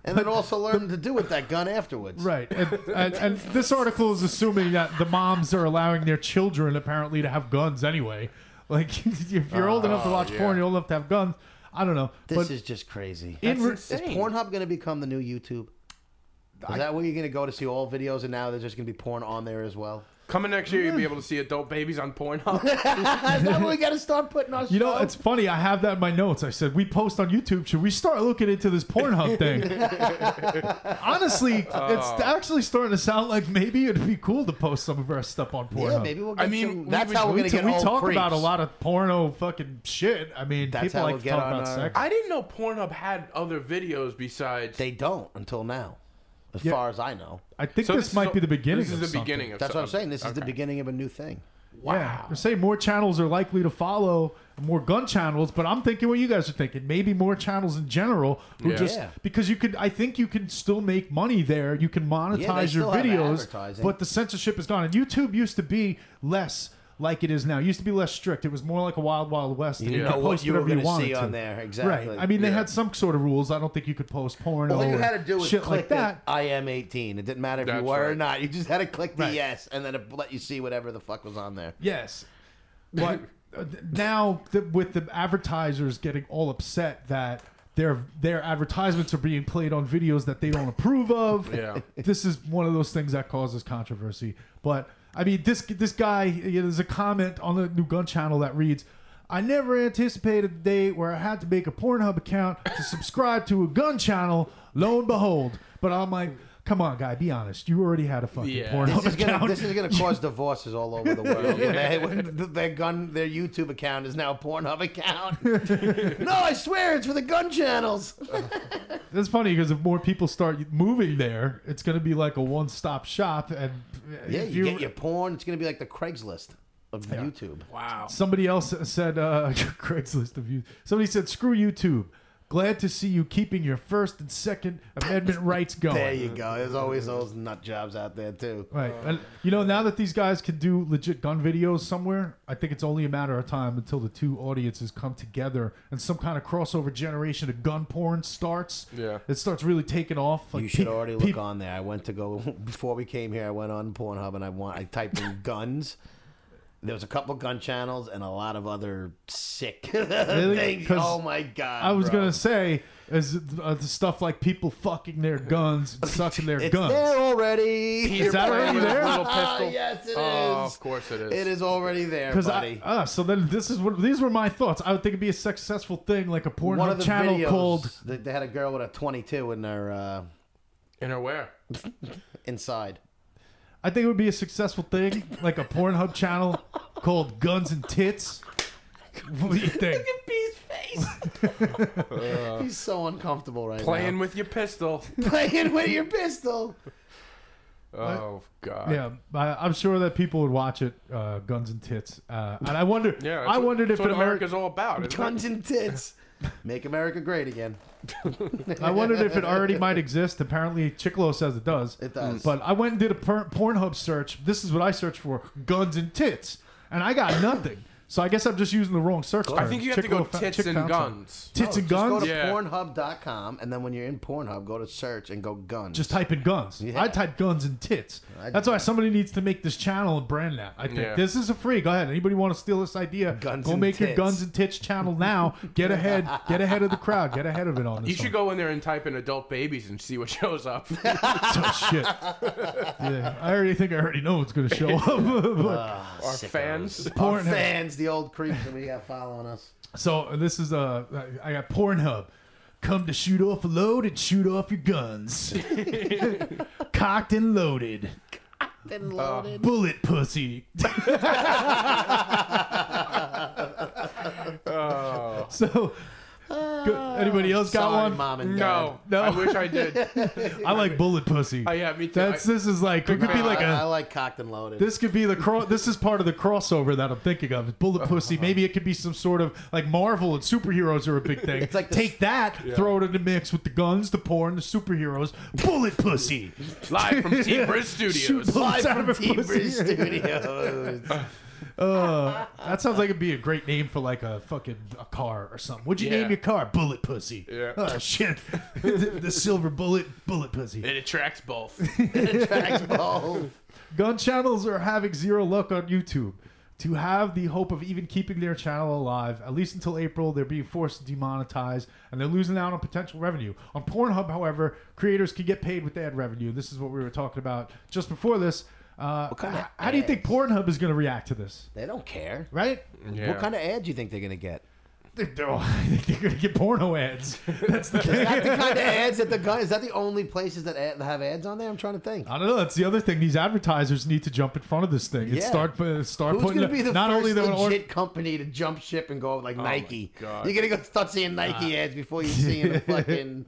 C: and then also learn to do with that gun afterwards.
B: Right, and, and, and this article is assuming that the moms are allowing their children apparently to have guns anyway. Like, if you're old enough to
A: Oh,
B: watch
A: yeah.
B: porn, you're old enough to have guns. I don't know.
C: This
B: but
C: is just crazy.
B: in re-
C: Is Pornhub going to become the new YouTube? Is that where you're going to go to see all videos, and now there's just going to be porn on there as well?
A: Coming next year, you'll be able to see adult babies on Pornhub.
C: Is that where we got to start putting our
B: You know, it's funny. I have that in my notes. I said, we post on YouTube. Should we start looking into this Pornhub thing? Honestly,
C: Oh.
B: it's actually starting to sound like maybe it'd be cool to post some of our stuff on Pornhub.
C: yeah, maybe we'll get
A: I mean,
C: some,
A: we
C: that's
A: would-
C: how we're
B: we,
C: going to get
B: we
C: all
B: talk
C: creeps.
B: about a lot of porno fucking shit. I mean,
C: That's
B: people
C: how
B: like
C: we'll
B: to
C: get
B: talk
C: on
B: about
C: our-
B: sex.
A: I didn't know Pornhub had other videos besides.
C: They don't until now, as
B: Yeah.
C: far as I know.
B: I think
A: So
B: this,
A: is
B: might
A: a-
B: be the beginning.
A: This is
B: of
A: the
B: something.
A: beginning of
C: That's what I'm
A: something.
C: saying. This is the
A: Okay.
C: beginning of a new thing.
B: Yeah, they're saying more channels are likely to follow more gun channels, but I'm thinking what you guys are thinking. Maybe more channels in general who
A: Yeah.
B: just
C: Yeah.
B: because you could. I think you can still make money there. You can
C: Yeah, they
B: monetize
C: still
B: your
C: have
B: videos,
C: advertising.
B: but the censorship is gone. And YouTube used to be less like it is now. It used to be less strict. It was more like a wild wild west. and
C: You
B: could
C: know what
B: post
C: you were
B: whatever
C: going to
B: wanted
C: see
B: to.
C: on there exactly.
B: Right. I mean, they
A: Yeah.
B: had some sort of rules. I don't think you could post porn
C: all
B: or
C: you had to do was
B: shit
C: click
B: like that.
C: The, I am 18. It didn't matter if
A: That's
C: you were or
A: right.
C: not. You just had to click the
B: Right.
C: yes, and then it let you see whatever the fuck was on there.
B: Yes, but uh, th- now the, with the advertisers getting all upset that their their advertisements are being played on videos that they don't approve of.
A: Yeah.
B: this is one of those things that causes controversy. But I mean, this this guy you know, there's a comment on the new gun channel that reads. I never anticipated the day where I had to make a Pornhub account to subscribe to a gun channel. Lo and behold, but I'm like, come on, guy, be honest. You already had a fucking
A: Yeah.
B: Pornhub
C: This is
B: account.
C: gonna this is gonna cause divorces all over the world. They- when th- their gun, their YouTube account is now a Pornhub account. no, I swear it's for the gun channels.
B: That's funny because if more people start moving there, it's going to be like a one-stop shop, and uh,
C: Yeah,
B: if
C: you get your porn. It's gonna be like the Craigslist of YouTube.
A: Wow.
B: somebody else said uh, Craigslist of you. Somebody said, "Screw YouTube." Glad to see you keeping your First and Second Amendment rights going.
C: There you go. There's always those nut jobs out there too.
B: Right, and you know now that these guys can do legit gun videos somewhere, I think it's only a matter of time until the two audiences come together and some kind of crossover generation of gun porn starts.
A: Yeah.
B: it starts really taking off. Like
C: You should
B: pe-
C: already look
B: pe-
C: on there. I went to go before we came here. I went on Pornhub and I want I typed in guns. There was a couple gun channels and a lot of other sick things.
B: 'Cause
C: Oh my god!
B: I was
C: bro.
B: gonna say as uh, the stuff like people fucking their guns, and sucking their
C: It's
B: guns.
C: there already.
B: Is that already
A: With his
B: there?
A: little pistol.
C: yes, it is.
A: Oh, of course it is.
C: It is already there,
B: Because
C: buddy.
B: ah, so then this is what these were my thoughts. I would think it'd be a successful thing, like a porn
C: One of the
B: channel
C: videos,
B: called
C: They, they had a girl with a 22 in her uh,
A: In her where?
C: inside.
B: I think it would be a successful thing, like a Pornhub channel called Guns and Tits. What do you think? Uh,
C: He's so uncomfortable right
A: Playing
C: now.
A: with your pistol.
C: playing with your pistol.
A: Oh God.
B: Yeah, I, I'm sure that people would watch it, uh, Guns and Tits. Uh, and I wonder,
A: Yeah. that's
B: I
A: what-
B: wondered if
A: that's
B: in
A: what
B: America,
A: America's all about. isn't it?
C: Guns and tits. Make America great again.
B: I wondered if it already might exist. Apparently, Chicolo says it does.
C: It does.
B: But I went and did a per- Pornhub search. This is what I searched for: guns and tits, and I got nothing. So I guess I'm just using the wrong search term.
A: I think you have to go
B: Chicolo fo-
A: tits
B: Chick
A: and
B: found something.
A: guns.
B: Tits and
C: Oh, Just
B: guns.
C: go to
A: Yeah.
C: Pornhub.com, and then when you're in Pornhub, go to search and go guns.
B: Just type in guns.
C: Yeah.
B: I type guns and tits.
C: I-
B: That's why somebody needs to make this channel and brand that. I think
A: Yeah.
B: this is a free. Go ahead. Anybody want to steal this idea?
C: Guns
B: go
C: and
B: make your
C: tits.
B: guns and tits channel now. Get ahead. Get ahead of the crowd. Get ahead of it on this.
A: You should go in there and type in adult babies and see what shows up.
B: one. So shit. Yeah, I already think I already know what's going to show up. but
A: Our fans.
C: Our
B: Pornhub.
C: fans, the old creeps that we got following us.
B: So this is uh, I I got Pornhub. Come to shoot off a load and shoot off your guns. Cocked and loaded.
F: Been loaded.
B: Bullet pussy. So, good. anybody else got
C: Sorry,
B: one?
C: mom and
A: No,
C: dad.
A: no. Oh, I wish I did.
B: I like bullet pussy.
A: Oh, yeah, me too.
B: That's
A: I-
B: this is like it could be
A: fan.
B: like
C: I, I
B: a
C: like cocked and loaded.
B: this could be the cro- this is part of the crossover that I'm thinking of. Bullet
A: Uh-huh.
B: pussy. Maybe it could be some sort of like Marvel and superheroes are a big thing.
C: It's like the-
B: take that, throw it in the mix with the guns, the porn, the superheroes. Bullet pussy.
A: Live from T Briz
B: Shoot
A: Studios.
B: bullets out of a
C: T-Bridge
B: pussy.
C: Studios.
B: Uh, That sounds like it'd be a great name for like a fucking a car or something. What'd you
A: Yeah.
B: name your car? Bullet Pussy.
A: Yeah.
B: Oh shit. the, the silver bullet, bullet pussy.
A: It attracts both.
C: Trackball.
B: Gun channels are having zero luck on YouTube. To have the hope of even keeping their channel alive, at least until April, they're being forced to demonetize and they're losing out on potential revenue. On Pornhub, however, creators can get paid with ad revenue. This is what we were talking about just before this. Uh,
C: kind of
B: h- how do you think Pornhub is going to react to this?
C: They don't care.
B: Right?
A: Yeah.
C: What kind of ad do you think they're going to get?
B: They- They're, I think they're going to get porno ads. That's the
C: Is
B: thing.
C: that the kind of ads that the gun? Is that the only places that ad, have ads on there? I'm trying to think.
B: I don't know. That's the other thing. These advertisers need to jump in front of this thing. and
C: Yeah.
B: Start uh, start
C: Who's
B: putting
C: going to be
B: the-
C: the
B: not
C: first
B: only the
C: legit company to jump ship and go like Nike?
A: Oh God.
C: You're going to go start seeing Nike ads before you see the fucking.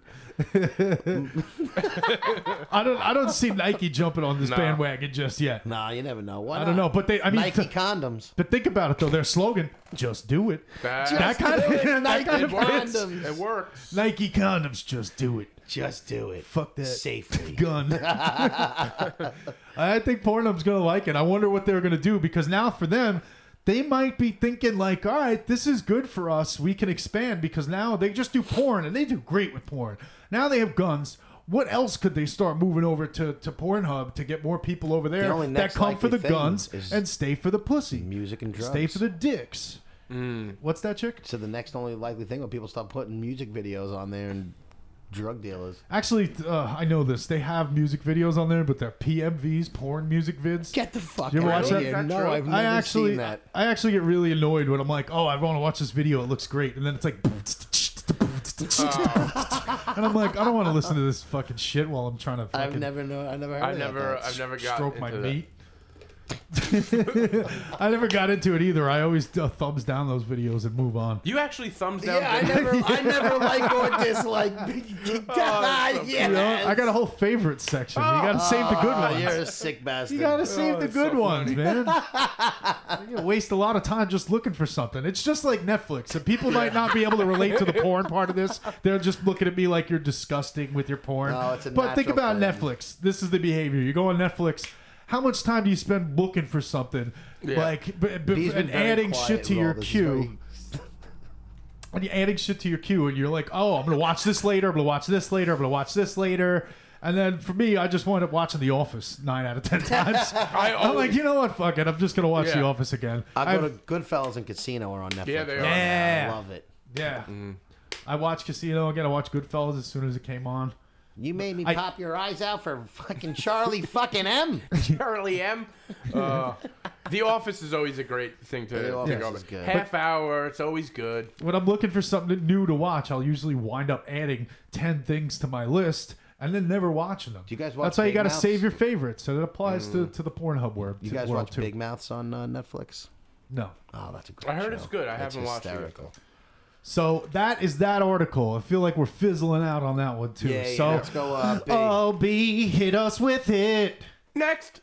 B: I don't I don't see Nike jumping on this
A: No.
B: bandwagon just yet.
C: Nah, you never know. Why
B: I don't know,
C: not?
B: but they I mean
C: Nike
B: t-
C: condoms.
B: but think about it though. Their slogan, "Just do it."
A: That-
B: that kind
C: do it,
B: of that
C: Nike
B: kind
A: it
B: of
A: works.
B: fits.
C: condoms.
A: It works.
B: Nike condoms, just do it.
C: Just do it.
B: Fuck that
C: Safely.
B: gun. I think Pornhub's gonna like it. I wonder what they're gonna do because now for them, they might be thinking like, all right, this is good for us. We can expand because now they just do porn and they do great with porn. Now they have guns. What else could they start moving over to, to Pornhub to get more people over there
C: The only
B: that
C: next
B: come for
C: likely
B: the
C: thing
B: guns
C: is
B: and stay for the pussy?
C: music and
B: Stay
C: drugs.
B: for the dicks. What's that chick?
C: So the next only likely thing when people start putting music videos on there and drug dealers.
B: Actually, uh, I know this. They have music videos on there, but they're PMVs, porn music vids.
C: Get the fuck
B: You ever
C: out
B: watch
C: of
B: that?
C: here.
A: Is that
C: no,
A: true?
C: I've never
B: I actually,
C: seen that.
B: I actually get really annoyed when I'm like, oh, I want to watch this video. It looks great, and then it's like,
C: Oh.
B: and I'm like, I don't want to listen to this fucking shit while I'm trying to
C: I've
B: fucking
C: never know. I never heard
A: I
C: of
A: never,
C: That.
A: I've never got
B: Oh, stroke my
A: into that.
B: meat. I never got into it either. I always uh, thumbs down those videos and move on.
A: You actually thumbs down.
C: yeah, I
A: video-
C: never, I never like or dislike. God, yeah.
B: You know, I got a whole favorite section. You gotta save the good ones.
C: Ah, You're a sick bastard.
B: You gotta save the
A: Oh, it's
B: good
A: so
B: ones,
A: funny.
B: man. you gotta waste a lot of time just looking for something. It's just like Netflix, and people might not be able to relate to the porn part of this. They're just looking at me like you're disgusting with your porn.
C: No, it's a
B: but think
C: natural
B: about
C: thing.
B: Netflix. This is the behavior. You go on Netflix. How much time do you spend looking for something, like b- b-
C: He's been
B: and
C: very
B: adding
C: quiet
B: shit to
C: with all
B: your
C: this. He's
B: queue?
C: very-
B: and you're adding shit to your queue, and you're like, oh, I'm gonna watch this later, I'm gonna watch this later, I'm gonna watch this later. And then for me, I just wind up watching The Office nine out of ten times. I am like,
A: always-
B: you know what? Fuck it. I'm just gonna watch
A: Yeah.
B: The Office again.
C: I go
B: I've-
C: to Goodfellas and Casino are on Netflix.
A: Yeah, they are.
C: right now.
B: Yeah.
C: I love it.
B: yeah. I watched Casino again. I watched Goodfellas as soon as it came on.
C: You made me
B: I-
C: pop your eyes out for fucking Charlie fucking M.
A: Currently am. Uh, the Office is always a great thing to,
C: The
A: to
C: Office
A: go
C: is
A: to.
C: good.
A: Half hour, it's always good.
B: When I'm looking for something new to watch, I'll usually wind up adding ten things to my list and then never watching them.
C: you guys watch
B: That's why you
C: Big
B: gotta
C: Mouth?
B: save your favorites, and it applies to, to the Pornhub world.
C: You guys
B: world
C: watch
B: too.
C: Big Mouths on uh, Netflix?
B: No.
C: Oh, that's a great
A: I heard
C: show.
A: it's good. I
C: That's
A: haven't watched it yet,
C: hysterical.
B: So that is that article. I feel like we're fizzling out on that one too.
C: Yeah, yeah,
B: so
C: let's go, uh, big.
B: Oh, B hit us with it.
A: Next.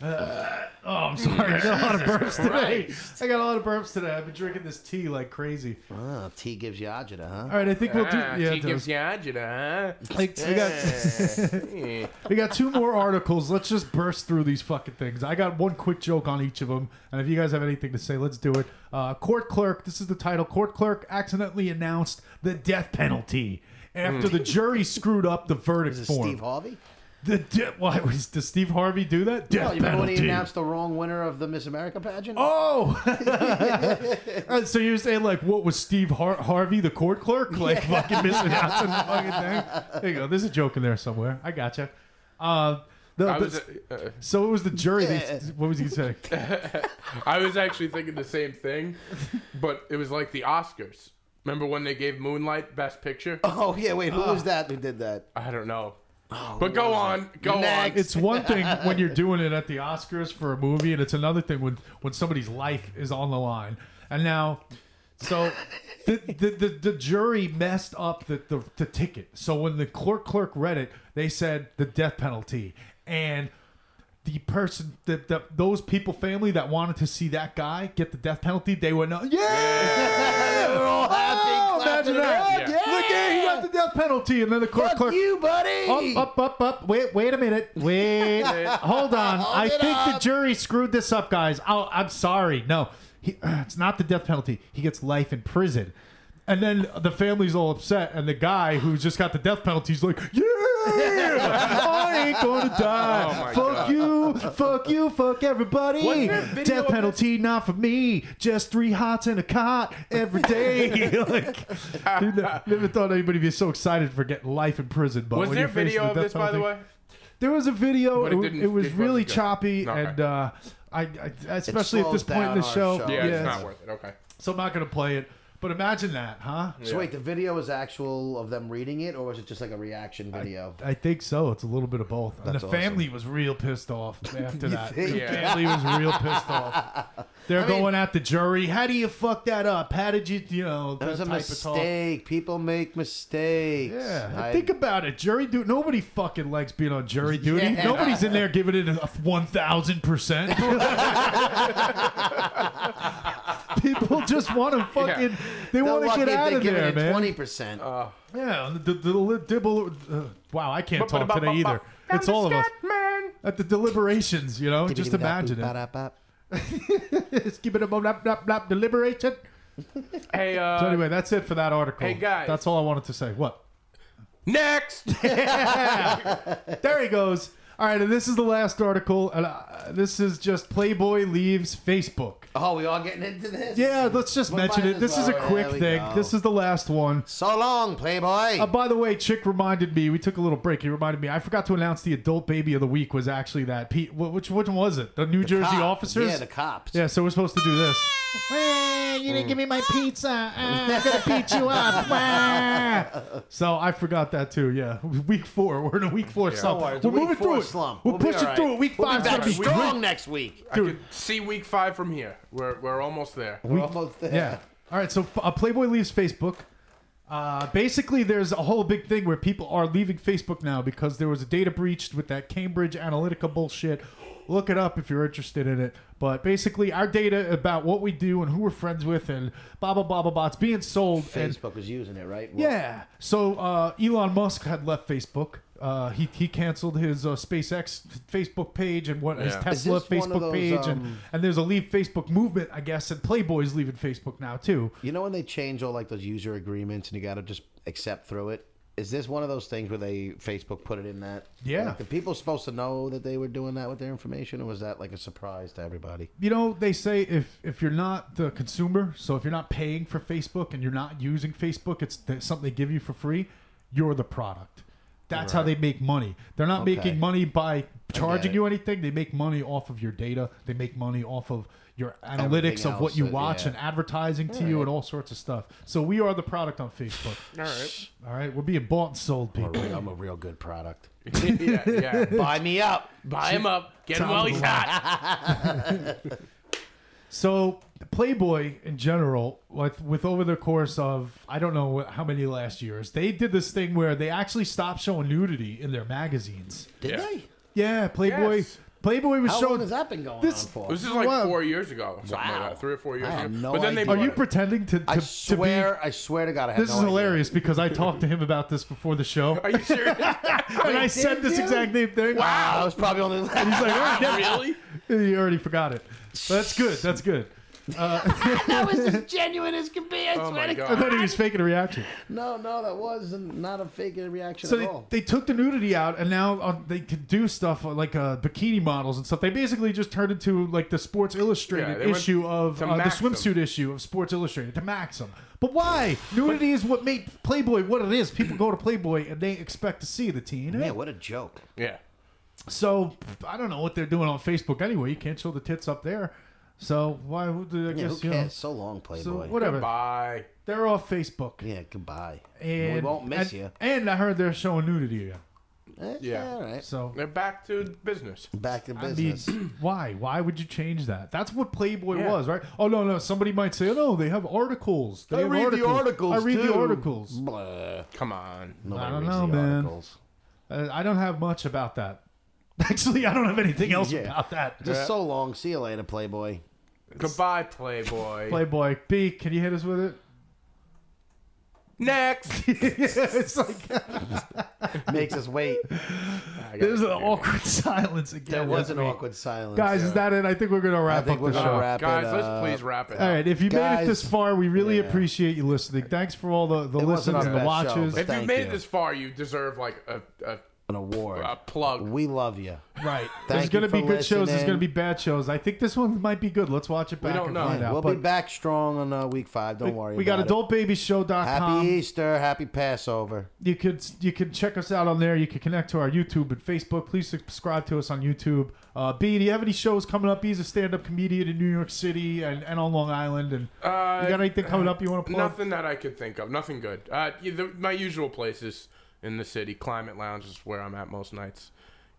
B: Oh, I'm sorry. I got a lot of burps today. I got a lot of burps today. I've been drinking this tea like crazy. All
C: Ah, T gives you agita, huh?
B: right, I think we'll do.
A: Ah,
B: Yeah,
A: she
B: it does.
A: gives you agita, huh?
B: Like, we got
A: Yeah.
B: we got two more articles. Let's just burst through these fucking things. I got one quick joke on each of them, and if you guys have anything to say, let's do it. Uh, court clerk. This is the title. Court clerk accidentally announced the death penalty after the jury screwed up the verdict
C: Hmm. Is it
B: form.
C: Steve Harvey?
B: The de- why was does Steve Harvey do that? Death
C: Oh, you remember when he
B: penalty.
C: announced the wrong winner of the Miss America pageant?
B: Oh, Uh, so you're saying like what was Steve Har- Harvey the court clerk like fucking mispronouncing the fucking thing? There you go. There's a joke in there somewhere. I gotcha. Uh, the,
A: I was,
B: the-
A: uh, uh,
B: so it was the jury.
C: Yeah.
B: They, what was he saying?
A: I was actually thinking the same thing, but it was like the Oscars. Remember when they gave Moonlight Best Picture?
C: Oh, yeah, wait, who
B: Ah.
C: was that who did that?
A: I don't know. but go on, go
C: Next.
B: It's one thing when you're doing it at the Oscars for a movie, and it's another thing when when somebody's life is on the line. And now, so the the, the, the jury messed up the, the the ticket. So when the clerk clerk read it, they said the death penalty and. The person, the, the, those people, family that wanted to see that guy get the death penalty, they went, "Yeah,
C: We're all
B: Oh,
C: happy.
B: imagine that!
A: Yeah.
B: Look, yeah, he got the death penalty." And then the clerk,
C: Fuck
B: clerk,
C: you, buddy!
B: up, up, up, up. Wait, wait a minute. Wait. Hold on. I
C: it
B: think the
C: up.
B: jury screwed this up, guys. Oh, I'm sorry. No, he, it's not the death penalty. He gets life in prison. And then the family's all upset, and the guy who just got the death penalty's like, "Yeah, I ain't gonna
A: Oh
B: die.
A: my
B: fuck
A: God.
B: you, fuck you, fuck everybody.
A: Wasn't there a video
B: Death
A: of this?
B: penalty, not for me. Just three hots and a cot every day. like, dude, I never thought anybody'd be so excited for getting life in prison. But
A: on. Was
B: when
A: there
B: you're faced
A: video
B: with
A: of
B: death
A: this, by the
B: penalty-
A: way?
B: There was a video.
A: But
B: it,
A: it
B: wa-
A: didn't-
B: it was
A: it wasn't
B: really
A: good.
B: choppy,
A: Okay.
B: and uh, I, I, especially at
C: slows
B: this point in
C: down
B: the
C: our
B: show,
C: show.
A: Yeah,
B: yeah.
A: it's not worth it. Okay.
B: So I'm not gonna play it. But imagine that, huh?
C: So wait, the video was actual of them reading it, or was it just like a reaction video?
B: I think so. It's a little bit of both. and the
C: That's
B: family was real pissed off after that.
C: think?
B: The
A: Yeah.
B: family was real pissed off. They're
C: mean-
B: going at the jury. How do you fuck that up? How did you, you know,
C: It
B: that
C: was a
B: type of talk?
C: mistake. People make mistakes.
B: Yeah,
C: I-
B: think about it. Jury duty. Nobody fucking likes being on jury duty.
C: Yeah.
B: Nobody's in there giving it a one thousand percent. People just want to fucking. They
C: They're
B: want to
C: lucky
B: get
C: if
B: out
C: they
B: of
C: give
B: there,
C: it
B: man. Uh,
C: Twenty percent.
B: Yeah, the, the, the dibble. Uh, wow, I can't talk today either. It's all of us at the deliberations. You know, just imagine it. Just give it a bop, bop, bop, bop, deliberation.
A: Hey, uh,
B: So anyway, that's it for that article.
A: hey, guys.
B: that's all I wanted to say. What?
A: next.
B: There he goes. All right, and this is the last article, and uh, this is just Playboy leaves Facebook.
C: Oh, we all getting into this?
B: Yeah, let's just
C: Well,
B: mention
C: might
B: it.
C: as
B: This is
C: well.
B: a quick
C: There we
B: thing.
C: go.
B: This is the last one.
C: So long, Playboy.
B: Uh, by the way, Chick reminded me. We took a little break. He reminded me. I forgot to announce the adult baby of the week was actually that. Pete, wh- which which one was it? The New Jersey
C: Cop.
B: officers.
C: Yeah, the cops.
B: Yeah, so we're supposed to do this. you didn't give me my pizza. Ah, I'm gonna beat you up. so I forgot that too. Yeah, week four. We're in a week four slump.
C: Don't worry, it's
B: we're
C: a week
B: moving
C: four
B: through
C: slump.
B: it. We're
C: We'll be
B: pushing
C: all right.
B: through it. Week
C: We'll be
B: five's
C: back
B: gonna be
C: strong
B: great.
C: next week.
A: I
B: Dude.
A: can see week five from here. We're, we're almost there.
C: We're almost there.
B: Yeah. All right. So uh, Playboy leaves Facebook. Uh, basically, there's a whole big thing where people are leaving Facebook now because there was a data breach with that Cambridge Analytica bullshit. Look it up if you're interested in it. But basically, our data about what we do and who we're friends with and blah blah blah blah blah, it's being sold. And
C: Facebook was using it, right? Well,
B: yeah. So uh, Elon Musk had left Facebook. Uh, he he canceled his uh, SpaceX Facebook page and what his
A: Yeah.
C: Is
B: Tesla
C: this one
B: Facebook
C: of those,
B: page and,
C: um,
B: and there's a leave Facebook movement, I guess, and Playboy's leaving Facebook now too.
C: You know when they change all like those user agreements and you got to just accept through it? Is this one of those things where they Facebook put it in that?
B: Yeah.
C: Like, the people supposed to know that they were doing that with their information, or was that like a surprise to everybody?
B: you know they say if if you're not the consumer so if you're not paying for facebook and you're not using facebook it's th- something they give you for free you're the product that's how they make money they're not
C: Okay.
B: making money by charging
C: it.
B: you anything they make money off of your data they make money off of your analytics of what
C: else,
B: you
C: uh,
B: watch
C: yeah.
B: and advertising to you and all sorts of stuff so we are the product on facebook
A: All right.
B: all right we're being bought and sold people
C: I'm a real good product.
A: yeah, yeah.
C: Buy me up.
A: Buy him up. Get him while he's hot.
B: So Playboy in general, with with over the course of I don't know how many last years, they did this thing where they actually stopped showing nudity in their magazines.
C: Did
A: Yeah.
C: they?
B: Yeah, Playboy.
A: Yes.
B: Playboy was
C: How
B: showing.
C: long has that been going
B: This-
C: on for?
A: This is like
B: Wow.
A: four years ago. Something
C: Wow.
A: like that. Three or four years
C: I
A: ago.
C: have no
A: but then they
C: idea.
B: Are
A: bought
B: you
A: it.
B: pretending to, to,
C: I
B: to be?
C: swear, I swear to God, I have
B: This
C: no
B: is
C: idea.
B: hilarious because I talked to him about this before the show,
A: Are you serious?
B: and I said this
C: you?
B: exact same thing.
C: Wow, I was probably on the.
B: He's like, "Oh, yeah."
A: really?
B: He already forgot it. That's good. That's good.
C: that was as genuine as can be. I
A: Oh my
C: swear to God.
B: I
A: god.
B: thought he was faking a reaction.
C: No, no, that was not a fake reaction
B: So
C: at
B: they,
C: all.
B: they took the nudity out, and now uh, they can do stuff like uh, bikini models and stuff. They basically just turned into like the Sports
A: Yeah,
B: Illustrated
A: they went
B: issue of
A: to
B: uh, the
A: Maxim.
B: swimsuit issue of Sports Illustrated to Maxim. But why nudity is what made Playboy what it is. People go to Playboy and they expect to see the T.
C: Man, what a joke.
A: yeah.
B: So I don't know what they're doing on Facebook anyway. You can't show the tits up there. So why would I
C: Yeah,
B: guess
C: who
B: you know?
C: cares? So long, Playboy.
B: So whatever.
A: Bye.
B: They're off Facebook.
C: Yeah, goodbye.
B: And
C: we won't miss
B: and-
C: you.
B: And I heard they're showing nudity again.
C: Eh,
A: Yeah.
C: all right.
B: So
A: They're back to business.
C: Back to
B: I
C: business.
B: mean, why? Why would you change that? That's what Playboy
A: Yeah.
B: was, right? Oh no, no. Somebody might say, "Oh no, they have articles. They
C: I
B: have
C: read the articles,
B: I read the
C: too."
B: articles.
C: Blah.
A: Come on.
C: Nobody
B: I don't
C: reads
B: know,
C: the
B: man.
C: articles.
B: Uh, I don't have much about that. Actually, I don't have anything else
C: Yeah.
B: about that.
C: Just so long. See you later, Playboy.
A: Goodbye, Playboy.
B: Playboy B, can you hit us with it?
A: Next.
B: it's like
C: Makes us wait.
B: there's an awkward silence again.
C: There was an
B: That's me.
C: awkward silence.
B: Guys, is that it? I think we're gonna wrap
C: think
B: up
C: we're
B: the
C: gonna
B: show.
C: wrap
A: Guys,
C: it
A: let's
C: up.
A: please wrap it.
B: All
A: up.
B: right, if you made it this
C: Guys-
B: far, we really
C: Yeah.
B: appreciate you listening. Thanks for all the, the
C: It wasn't
B: listens
C: our
B: and the
C: best show,
B: watches.
C: but
A: If you
C: Thank
A: made
C: you.
A: it this far, you deserve like a, a,
C: an award.
A: a plug.
C: We love you.
B: Right.
C: Thank
B: there's going to
C: you
B: be
C: for
B: good shows. There's
C: listening.
B: going to be bad shows. I think this one might be good. Let's watch it back
A: don't
B: and
A: know.
B: find
A: Yeah,
B: out.
C: we'll
B: but
C: be back strong on uh, week five. Don't worry.
B: we got
C: about it. Happy
B: adultbabyshow.com.
C: Easter. Happy Passover.
B: You could you can check us out on there. You can connect to our YouTube and Facebook. Please subscribe to us on YouTube. Uh, B, do you have any shows coming up? He's a stand-up comedian in New York City and, and on Long Island. And
A: Uh,
B: you got anything coming up you want to plug?
A: Nothing that I could think of. Nothing good. Uh, you- the, my usual places in the city. Climate Lounge is where I'm at most nights.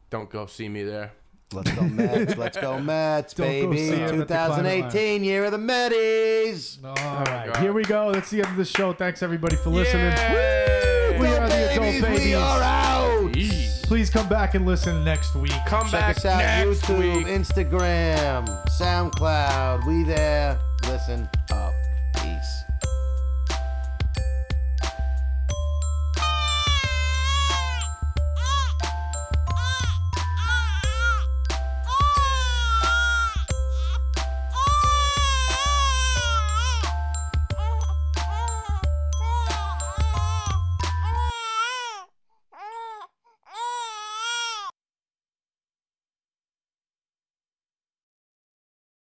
A: Don't go see me there.
C: Let's go Mets. Let's go Mets,
B: Don't go
C: baby.
B: see him at the
C: 2018 year of the Metis.
B: All right,
A: God.
B: here we go. That's the end of the show. Thanks everybody for listening.
A: Yay!
B: We are the
C: Babies,
B: adult babies.
C: we are out.
A: Yee.
B: Please come back and listen next week.
A: Come
C: Check
A: back
C: us out
A: next
C: YouTube,
A: week.
C: Instagram, SoundCloud. We there. Listen up.